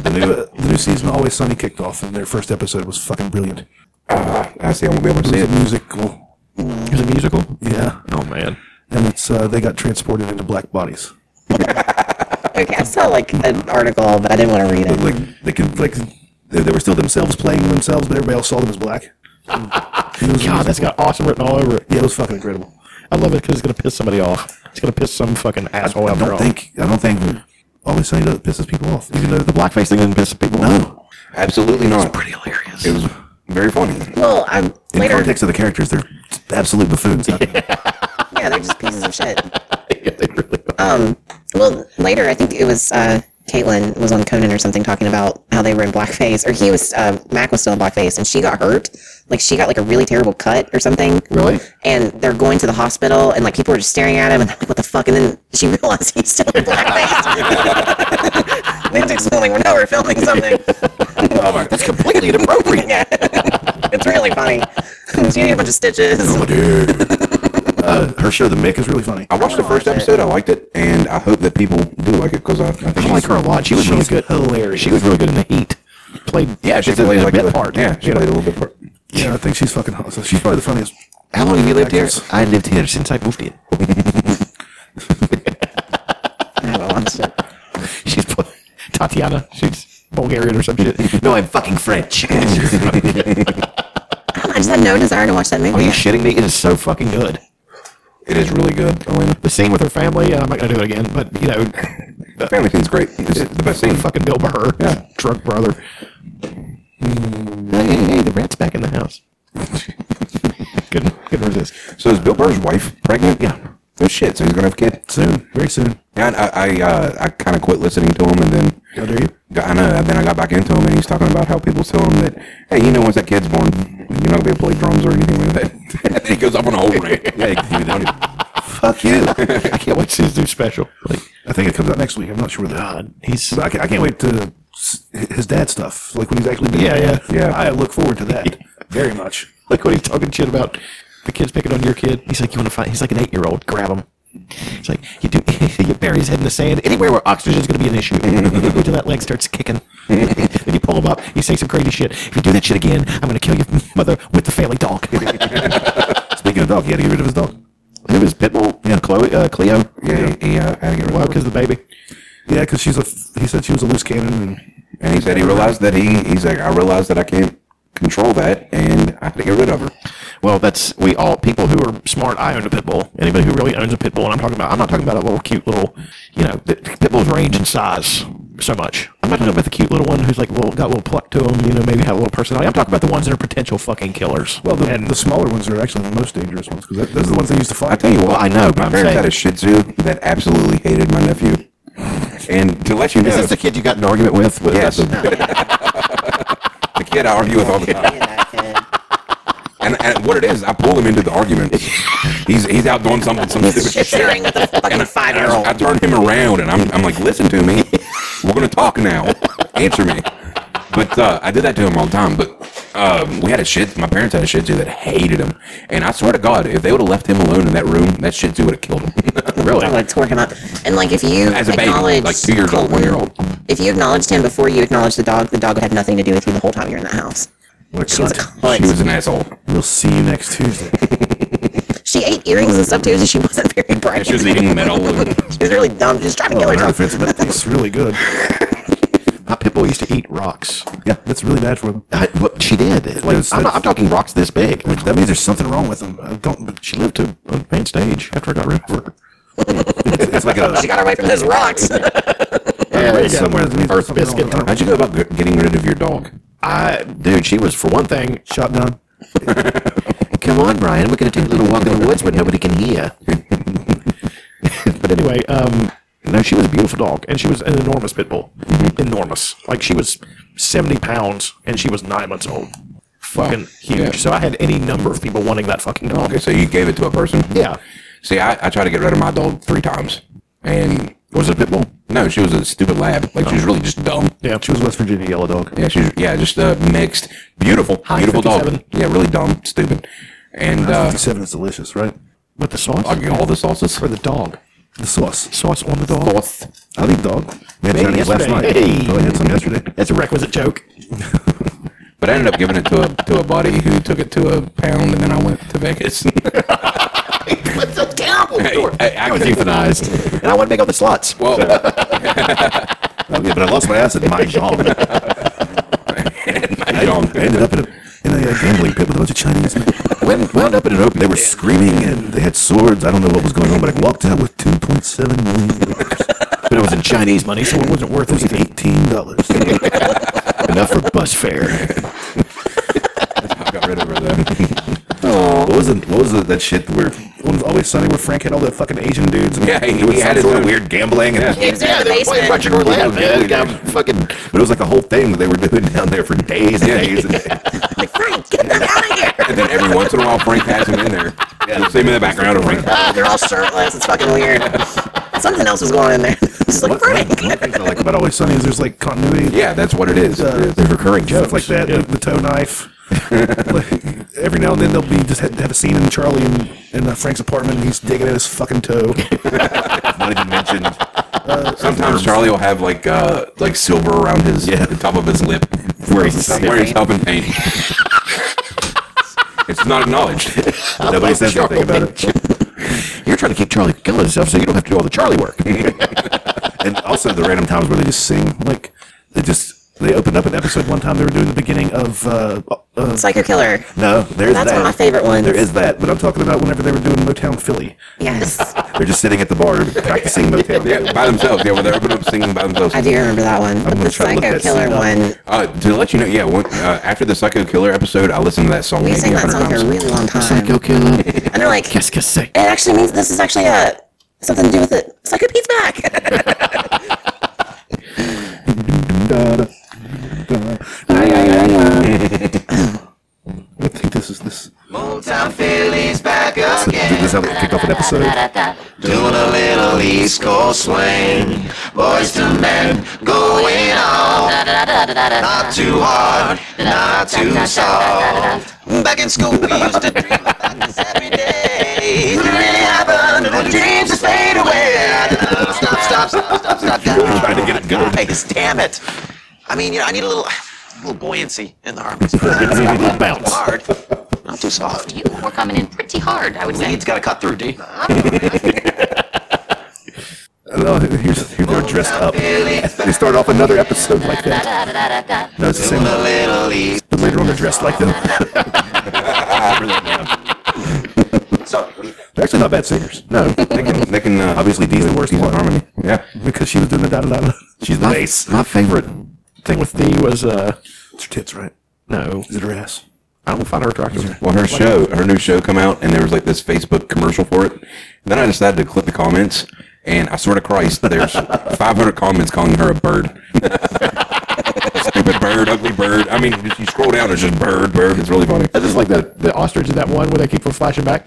[SPEAKER 9] The new, uh, <laughs> the new season of Always Sunny kicked off, and their first episode was fucking brilliant.
[SPEAKER 7] I see. I won't be able to see
[SPEAKER 9] It
[SPEAKER 7] it.
[SPEAKER 9] was a musical.
[SPEAKER 5] It was a musical.
[SPEAKER 9] Yeah.
[SPEAKER 5] Oh man.
[SPEAKER 9] And it's uh, they got transported into black bodies.
[SPEAKER 10] Okay, I saw like an article, but I didn't want to read it.
[SPEAKER 9] Like they could like they, they were still themselves playing themselves, but everybody else saw them as black.
[SPEAKER 5] God, that's got awesome written all over it.
[SPEAKER 9] Yeah, it was fucking incredible.
[SPEAKER 5] I love it because it's gonna piss somebody off. It's gonna piss some fucking asshole
[SPEAKER 9] I
[SPEAKER 5] out there
[SPEAKER 9] don't
[SPEAKER 5] off.
[SPEAKER 9] think I don't think Always Sunny does pisses people off. Even though
[SPEAKER 5] the blackface thing didn't piss people off.
[SPEAKER 9] No.
[SPEAKER 7] Absolutely not. It's pretty hilarious. It was very funny.
[SPEAKER 10] Well, I'm
[SPEAKER 9] In
[SPEAKER 10] later.
[SPEAKER 9] context of the characters, they're absolute buffoons.
[SPEAKER 10] Yeah, they're just pieces of shit. Um, well, later I think it was uh, Caitlin was on Conan or something talking about how they were in blackface, or he was uh, Mac was still in blackface, and she got hurt. Like she got like a really terrible cut or something.
[SPEAKER 5] Really?
[SPEAKER 10] And they're going to the hospital, and like people were just staring at him, and like, what the fuck? And then she <laughs> realized he's still in blackface. <laughs> they had to explain like, well, no, we're filming something.
[SPEAKER 5] That's completely inappropriate.
[SPEAKER 10] yeah, it's really funny. <laughs> she needed a bunch of stitches.
[SPEAKER 9] uh, her show The Mick is really funny.
[SPEAKER 7] I watched the first episode. I liked it, and I hope that people do like it because I, I think
[SPEAKER 5] I like her a lot. She was really good. Hilarious. She was really good in the heat. Played
[SPEAKER 7] Yeah, she
[SPEAKER 5] she played
[SPEAKER 7] plays
[SPEAKER 5] a
[SPEAKER 7] like
[SPEAKER 5] bit
[SPEAKER 7] the-
[SPEAKER 5] part.
[SPEAKER 7] Yeah, she
[SPEAKER 5] You know,
[SPEAKER 7] played a little bit part.
[SPEAKER 9] Yeah, I think she's fucking awesome. She's probably the funniest.
[SPEAKER 5] How long have you lived here?
[SPEAKER 9] Actress.
[SPEAKER 5] I lived here since I moved here. she's pl- Tatiana. She's Bulgarian or some shit. No, I'm fucking French.
[SPEAKER 10] I just had no desire to watch that
[SPEAKER 5] Are
[SPEAKER 10] movie.
[SPEAKER 5] you shitting me? It is so fucking good.
[SPEAKER 7] It is really good. Elena.
[SPEAKER 5] The scene with her family, uh, I'm not gonna do it again, but you know,
[SPEAKER 7] The family scene's great. It's the best scene.
[SPEAKER 5] fucking Bill Burr,
[SPEAKER 7] Yeah.
[SPEAKER 5] drunk brother. Hey, hey, hey, the rat's back in the house. couldn't, couldn't resist.
[SPEAKER 7] So is Bill Burr's wife pregnant?
[SPEAKER 5] Yeah.
[SPEAKER 7] No shit. So he's gonna have a kid.
[SPEAKER 9] Soon, very soon.
[SPEAKER 7] And I, I, uh, I kind of quit listening to him, and then
[SPEAKER 5] Oh,
[SPEAKER 9] How dare you?
[SPEAKER 7] I know. And then I got back into him, and he's talking about how people tell him that, hey, you know, once that kid's born, you're not gonna be able to play drums or anything like that. <laughs> and he goes up on a whole rant.
[SPEAKER 5] Fuck you. <laughs> I can't wait to see this new special. Like,
[SPEAKER 9] I think it comes out next week. I'm not sure. God,
[SPEAKER 5] he's
[SPEAKER 9] I can't, I can't wait to s- his dad stuff, like when he's actually being
[SPEAKER 5] Yeah,
[SPEAKER 9] a dad.
[SPEAKER 7] yeah, yeah.
[SPEAKER 9] I look forward
[SPEAKER 5] <laughs>
[SPEAKER 9] to that very much.
[SPEAKER 5] like when he's talking shit about the kid's picking on your kid. He's like, you want to fight? He's like an eight-year-old. Grab him. It's like you do. <laughs> you bury his head in the sand. Anywhere where oxygen's going to be an issue
[SPEAKER 9] <laughs>
[SPEAKER 5] until that leg starts kicking. <laughs> then you pull him up. You say some crazy shit. If you do that shit again, I'm going to kill your mother with the family <laughs> dog.
[SPEAKER 9] Speaking of dog, he had to get rid of his dog.
[SPEAKER 5] It was Pitbull. Yeah, Chloe, uh, Cleo.
[SPEAKER 7] Yeah, he, he uh, had to get rid
[SPEAKER 5] Why?
[SPEAKER 7] of it.
[SPEAKER 5] Because the baby.
[SPEAKER 9] Yeah, because she's a. f- He said she was a loose cannon, and
[SPEAKER 7] And he said he realized that he, he's like, I realized that I can't control that, and I had to get rid of her.
[SPEAKER 5] Well, that's we all people who are smart. I own a pit bull. Anybody who really owns a pit bull, and I'm talking about, I'm not talking about a little cute little, you know, the pit bulls range in size so much. I'm not talking about the cute little one who's like little, got a little pluck to them, you know, maybe have a little personality. I'm talking about the ones that are potential fucking killers.
[SPEAKER 9] well, the, the smaller ones are actually the most dangerous ones because those are the ones they used to
[SPEAKER 7] I
[SPEAKER 9] fight.
[SPEAKER 7] tell you what,
[SPEAKER 5] Well, I know, but
[SPEAKER 7] My
[SPEAKER 5] I'm
[SPEAKER 7] parents
[SPEAKER 5] saying-
[SPEAKER 7] had a Shih Tzu that absolutely hated my nephew. And to let you know,
[SPEAKER 5] Is this the kid you got in an argument with? Was
[SPEAKER 7] yes,
[SPEAKER 5] that
[SPEAKER 7] the kid I argue with all the time. And, and what it is, I pull him into the argument. He's he's out doing something, some stupid shit.
[SPEAKER 10] Sharing with a fucking five year old.
[SPEAKER 7] I turn him around and I'm, I'm like, listen to me. We're going to talk now. Answer me. But uh, I did that to him all the time. But um, we had a shit. My parents had a shih tzu that hated him. And I swear to God, if they would have left him alone in that room, that shih tzu would have killed him. really?
[SPEAKER 10] I would twerk him up. And like if you
[SPEAKER 7] As a baby,
[SPEAKER 10] acknowledge
[SPEAKER 7] like two years old, one year old.
[SPEAKER 10] if you acknowledged him before you acknowledged the dog, the dog would have nothing to do with you the whole time you're in that house.
[SPEAKER 9] What a
[SPEAKER 10] She was a
[SPEAKER 9] cunt.
[SPEAKER 10] cunt.
[SPEAKER 7] She was an asshole.
[SPEAKER 5] <laughs>
[SPEAKER 9] We'll see you next Tuesday.
[SPEAKER 10] She ate earrings and stuff too, so she wasn't very bright.
[SPEAKER 7] she was eating metal.
[SPEAKER 10] <laughs>
[SPEAKER 7] <laughs>
[SPEAKER 10] she was really dumb. She was trying to kill herself.
[SPEAKER 5] it's really good. My pit bull used to eat rocks. Yeah, that's really bad for them. I, but she did. Like,
[SPEAKER 9] That's-
[SPEAKER 5] I'm,
[SPEAKER 9] that's-
[SPEAKER 5] I'm talking rocks this big.
[SPEAKER 9] That means there's something wrong with them. I don't. But she lived to advanced age after I got rid of her. it's like a.
[SPEAKER 10] She got away from those rocks.
[SPEAKER 9] Yeah, it's somewhere
[SPEAKER 5] that means
[SPEAKER 9] Earth
[SPEAKER 5] something wrong
[SPEAKER 9] biscuit.
[SPEAKER 5] with her.
[SPEAKER 9] How'd you go about g- getting rid of your dog?
[SPEAKER 5] I, dude, she was for one thing shot down. Come on, Brian. We're gonna take a little walk in the woods where nobody can hear. <laughs>
[SPEAKER 9] But anyway, um,
[SPEAKER 5] No, she was a beautiful dog, Mm-hmm. and she was an enormous pit bull. Enormous. Like she was seventy pounds, and she was nine months old. Fucking huge.
[SPEAKER 7] Yeah.
[SPEAKER 5] So I had any number of people wanting that fucking dog.
[SPEAKER 7] Okay, so you gave it to a person?
[SPEAKER 5] Yeah.
[SPEAKER 7] See, I, I tried to get rid of my dog three times. And was it a pit bull? No, she was a stupid lab. Like she was really just dumb.
[SPEAKER 5] Yeah, she was West Virginia yellow dog.
[SPEAKER 7] Yeah, she's yeah, just uh, mixed, beautiful, beautiful dog.
[SPEAKER 5] 57.
[SPEAKER 7] Yeah, really dumb, stupid, and uh,
[SPEAKER 5] Fifty-seven is delicious, right? With the sauce.
[SPEAKER 7] I get all the sauces
[SPEAKER 5] for the dog. The sauce. Sauce on the dog.
[SPEAKER 7] Sauce.
[SPEAKER 5] I think dog.
[SPEAKER 7] We had Chinese last night. Oh, we had some yesterday.
[SPEAKER 5] That's a requisite joke.
[SPEAKER 7] But I ended up giving it to a to a buddy who took it to a pound, and then I went to Vegas. <laughs>
[SPEAKER 5] That's a terrible story.
[SPEAKER 7] I, I was
[SPEAKER 5] euthanized, <laughs> and I went big on the slots.
[SPEAKER 7] Well,
[SPEAKER 9] yeah, but I lost my ass in my job. I ended up in a, in a gambling pit with a bunch of Chinese men. Wound, wound up in an open. They were screaming and they had swords. I don't know what was going on, but I walked out with two point seven million dollars. But it was in Chinese money, so it wasn't worth it. was eighteen dollars. Enough for bus fare.
[SPEAKER 7] I got rid of her then.
[SPEAKER 9] What was the, what was the, that shit where what was always sunny where Frank had all the fucking Asian dudes? and
[SPEAKER 7] Yeah, he-
[SPEAKER 9] there was
[SPEAKER 7] he had
[SPEAKER 9] some
[SPEAKER 7] his
[SPEAKER 9] sort of
[SPEAKER 7] own-
[SPEAKER 9] weird gambling. And
[SPEAKER 10] Yeah, yeah, they were playing Russian
[SPEAKER 9] roulette, man. Got fucking, but it was like a whole thing that they were doing down there for days and
[SPEAKER 7] Yeah.
[SPEAKER 9] days and days.
[SPEAKER 7] and then every once in a while, Frank has him in there. Yeah, see him in the background of Frank.
[SPEAKER 10] They're all shirtless. It's fucking
[SPEAKER 7] <laughs>
[SPEAKER 10] weird. Something else was going on in there. <laughs> It's like Frank.
[SPEAKER 5] I like about Always Sunny is there's like continuity.
[SPEAKER 7] Yeah, that's what it is.
[SPEAKER 5] Uh,
[SPEAKER 7] There's recurring
[SPEAKER 5] Stuff like that. The, the toe
[SPEAKER 9] <laughs>
[SPEAKER 5] knife. Like, every now and then they'll be just have, have a scene in Charlie and in uh, Frank's apartment. and He's digging at his fucking toe.
[SPEAKER 7] not even mentioned. Sometimes Charlie will have like uh, like silver around his the top of his lip where he's where he's helping paint. it's not acknowledged.
[SPEAKER 9] Nobody says anything about it. <laughs> You're trying to keep Charlie killing himself so you don't have to do all the Charlie work. <laughs> and also the random times where they just sing, like they just they opened up an episode one time. They were doing the beginning of <laughs> uh, uh,
[SPEAKER 10] Psycho Killer.
[SPEAKER 9] No, there's
[SPEAKER 10] That's
[SPEAKER 9] that.
[SPEAKER 10] one of my favorite ones.
[SPEAKER 9] There is that, but I'm talking about whenever they were doing Motown Philly.
[SPEAKER 10] Yes.
[SPEAKER 9] They're just sitting at the bar practicing Motown.
[SPEAKER 7] Yeah, by themselves. Yeah, where they're opening up singing by themselves.
[SPEAKER 10] I do remember that one. But
[SPEAKER 9] gonna
[SPEAKER 10] the
[SPEAKER 9] try to look
[SPEAKER 10] Psycho
[SPEAKER 9] that
[SPEAKER 10] Killer
[SPEAKER 9] scene up.
[SPEAKER 10] one,
[SPEAKER 7] Uh, to let you know, yeah, one, uh, after the Psycho Killer episode, I listened to that song
[SPEAKER 10] we
[SPEAKER 7] maybe
[SPEAKER 10] sang
[SPEAKER 7] a
[SPEAKER 10] that
[SPEAKER 7] hundred
[SPEAKER 10] song for a
[SPEAKER 7] times.
[SPEAKER 10] really long time.
[SPEAKER 7] Psycho
[SPEAKER 10] Killer. And they're like,
[SPEAKER 9] Yes, yes, say.
[SPEAKER 10] it actually means this is actually uh something to do with it. Psycho Pete's back.
[SPEAKER 5] I think this is this.
[SPEAKER 6] Motown Philly's back
[SPEAKER 9] So, dude,
[SPEAKER 6] again.
[SPEAKER 9] this is how they kicked off an episode.
[SPEAKER 6] Doing a little East Coast swing. Boys to men going on. Not too hard, not too soft. Back in school, we used to dream about this every day. It really happened, and the dreams just fade away. Stop, stop, stop, stop, stop. Trying to get it good. Damn it. I mean, you know, I need a little, a little buoyancy in the arms.
[SPEAKER 9] <laughs> bounce.
[SPEAKER 6] Hard, not too soft. You
[SPEAKER 18] We're coming in pretty hard, I would say.
[SPEAKER 6] Lead's got to cut through, D.
[SPEAKER 9] Oh, here's, here they're dressed up. They start off another episode like that. No, it's the same. But later on, they're dressed like them. <laughs> they're actually not bad singers. No, they
[SPEAKER 7] can. They can uh,
[SPEAKER 9] Obviously, Dee's the worst one.
[SPEAKER 7] harmony. Yeah,
[SPEAKER 9] because she was doing the da da da. She's the bass.
[SPEAKER 5] My favorite thing with Dee was uh,
[SPEAKER 9] It's her tits, right?
[SPEAKER 5] no,
[SPEAKER 9] Is it her ass?
[SPEAKER 5] I don't find her attractive.
[SPEAKER 7] Well, her show, her new show come out, and there was like this Facebook commercial for it. And then I decided to click the comments, and I swear to Christ, there's 500 comments calling her a bird. <laughs> Stupid bird, ugly bird. I mean, you scroll down, it's just bird, bird. It's really funny.
[SPEAKER 5] That's just like the the ostrich in that one where they keep on flashing back.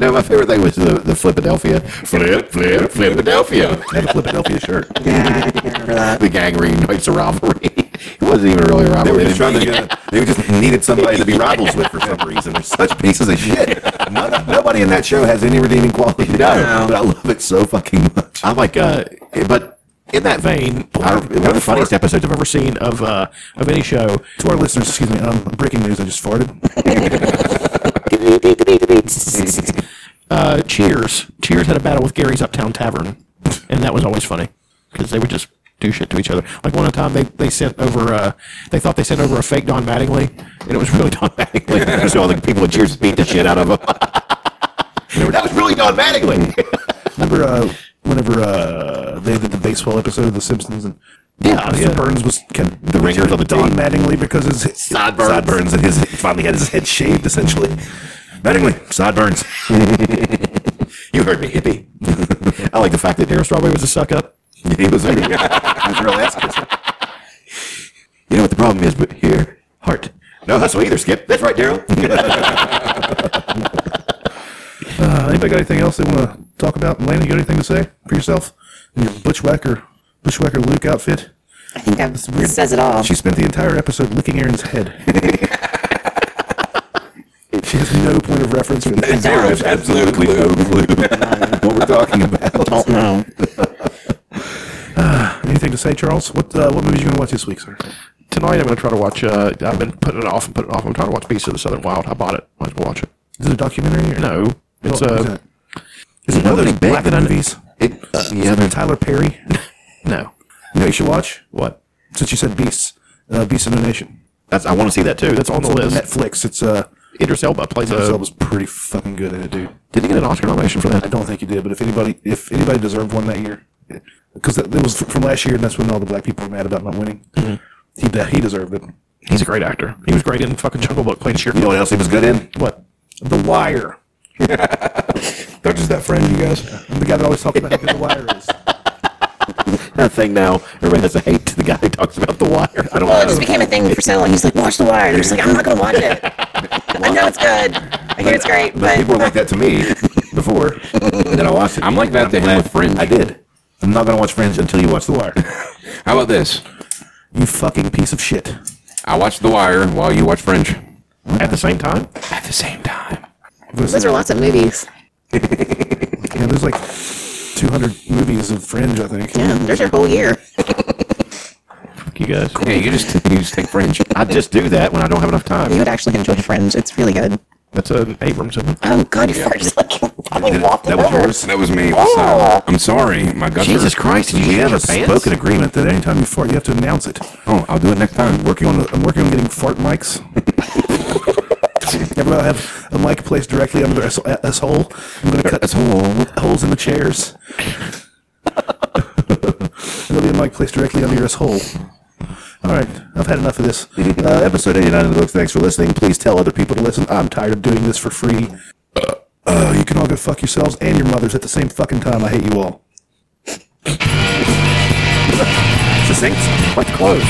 [SPEAKER 9] No, my favorite thing was the, the Philadelphia. Flip, flip, Philadelphia. I had a Philadelphia shirt. <laughs> the gang reunites a rivalry. <laughs> It wasn't even really a
[SPEAKER 7] They were
[SPEAKER 9] rivalry.
[SPEAKER 7] just trying to get-
[SPEAKER 9] they just needed somebody to be rivals with for some reason. They're such pieces of shit. None, nobody in that show has any redeeming quality. No, but I love it so fucking much. I like, uh, but
[SPEAKER 5] in that vein, our, one of the
[SPEAKER 2] <laughs>
[SPEAKER 5] funniest episodes I've ever seen of uh, of any show. To our listeners, excuse me, um, breaking news: I just farted. uh, Cheers! Cheers had a battle with Gary's Uptown Tavern, and that was always funny because they would just do shit to each other. Like one time, they they sent over, uh, they thought they sent over a fake Don Mattingly, and it was really Don
[SPEAKER 9] <laughs>
[SPEAKER 5] Mattingly. so all the people at Cheers beat the shit out of him. that was really Don
[SPEAKER 9] <laughs>
[SPEAKER 5] Mattingly.
[SPEAKER 9] Remember uh, whenever uh, they did the baseball episode of The Simpsons and
[SPEAKER 5] Yeah,
[SPEAKER 9] Mr.
[SPEAKER 5] yeah.
[SPEAKER 9] Burns was kept
[SPEAKER 5] The ringers on the
[SPEAKER 9] Don
[SPEAKER 5] dog.
[SPEAKER 9] Mattingly because his
[SPEAKER 5] Sideburns.
[SPEAKER 9] sideburns and his finally had his head shaved essentially. Mattingly, sideburns.
[SPEAKER 5] <laughs> you heard me,
[SPEAKER 9] <laughs>
[SPEAKER 5] hippie. I like the fact that Darryl Strawberry was a suck up. He was a, he was a real ass kisser. You know what the problem is, but here, heart. No hustle either, Skip. That's right, Daryl.
[SPEAKER 9] <laughs> Uh, anybody got anything else they want to talk about? Lana, you got anything to say for yourself? In your bushwhacker, bushwhacker Luke outfit.
[SPEAKER 6] I think that says it all.
[SPEAKER 9] She spent the entire episode licking Aaron's head. <laughs> she has no point of reference for this.
[SPEAKER 7] There is absolutely no
[SPEAKER 5] <laughs>
[SPEAKER 7] clue what we're talking about. Don't know.
[SPEAKER 9] Uh, anything to say, Charles? What uh, what movies you going to watch this week, sir?
[SPEAKER 5] Tonight I'm going to try to watch. Uh, I've been putting it off and putting it off. I'm trying to watch Beast of the Southern Wild. I bought it. Might as well watch it.
[SPEAKER 9] Is it a documentary? Or Oh,
[SPEAKER 5] No, it's
[SPEAKER 9] What is
[SPEAKER 5] uh,
[SPEAKER 9] that? Is it one of those black and movies?
[SPEAKER 5] It, uh, yeah,
[SPEAKER 9] Is it Tyler Perry.
[SPEAKER 5] <laughs> no.
[SPEAKER 9] You know you should watch?
[SPEAKER 5] What?
[SPEAKER 9] Since you said Beasts, uh, Beasts of the Nation.
[SPEAKER 5] That's I want to see that too. That's on the
[SPEAKER 9] It's
[SPEAKER 5] list.
[SPEAKER 9] Netflix. It's uh,
[SPEAKER 5] Idris Elba plays
[SPEAKER 9] Idris
[SPEAKER 5] a-
[SPEAKER 9] Elba's pretty fucking good at it, dude.
[SPEAKER 5] Did he get an Oscar nomination for that?
[SPEAKER 9] I don't think he did, but if anybody, if anybody deserved one that year, because that, that was from last year, and that's when all the black people were mad about not winning. He de- he deserved it.
[SPEAKER 5] He's a great actor. Mm-hmm. He was great in fucking Jungle Book playing Sheer. You know what else he was good in? What?
[SPEAKER 9] The
[SPEAKER 5] <laughs>
[SPEAKER 9] Wire.
[SPEAKER 5] They're just that friend, you guys.
[SPEAKER 9] I'm the guy that always talks about how good The Wire is.
[SPEAKER 5] That thing now, everybody has a hate to the guy who talks about The Wire. I don't
[SPEAKER 6] Well, it
[SPEAKER 5] know.
[SPEAKER 6] just became a thing for so long. He's like, watch The Wire. And I'm just like, I'm not going to watch <laughs> it. I know it's good. I hear it's great,
[SPEAKER 19] But
[SPEAKER 6] but
[SPEAKER 19] people were like that to me before, and then I watched it. I'm like that to him with Fringe. I did. I'm not gonna watch Fringe until you watch The Wire.
[SPEAKER 7] How about this?
[SPEAKER 9] You fucking piece of shit.
[SPEAKER 7] I watch The Wire while you watch Fringe.
[SPEAKER 5] At the same time?
[SPEAKER 7] At the same time.
[SPEAKER 6] those are lots of movies.
[SPEAKER 9] Yeah, there's like 200 movies of Fringe, I think.
[SPEAKER 6] Yeah, there's your whole year.
[SPEAKER 5] you guys.
[SPEAKER 7] Yeah, you just you just take Fringe.
[SPEAKER 5] I just do that when I don't have enough time.
[SPEAKER 6] You would actually enjoy Friends. It's really good.
[SPEAKER 5] That's an Abrams. Isn't it?
[SPEAKER 6] Oh, God, your fart just like probably walked it over.
[SPEAKER 7] That was me. So, I'm sorry. My guts
[SPEAKER 5] Oh. Jesus
[SPEAKER 7] are-
[SPEAKER 5] Christ, did you
[SPEAKER 9] We
[SPEAKER 5] shit
[SPEAKER 9] have a
[SPEAKER 5] your pants?
[SPEAKER 9] spoken agreement that anytime you fart, you have to announce it.
[SPEAKER 7] Oh, I'll do it next time. Working on
[SPEAKER 9] I'm working on getting fart mics. <laughs> Everybody have a mic placed directly under their ass- asshole. I'm going to cut asshole holes in the chairs. <laughs> There'll be a mic placed directly under your asshole. All right, I've had enough of this. Uh, episode 89 of the books. Thanks for listening. Please tell other people to listen. I'm tired of doing this for free. Uh, you can all go fuck yourselves and your mothers at the same fucking time. I hate you all. <laughs>
[SPEAKER 5] Succinct. Like close.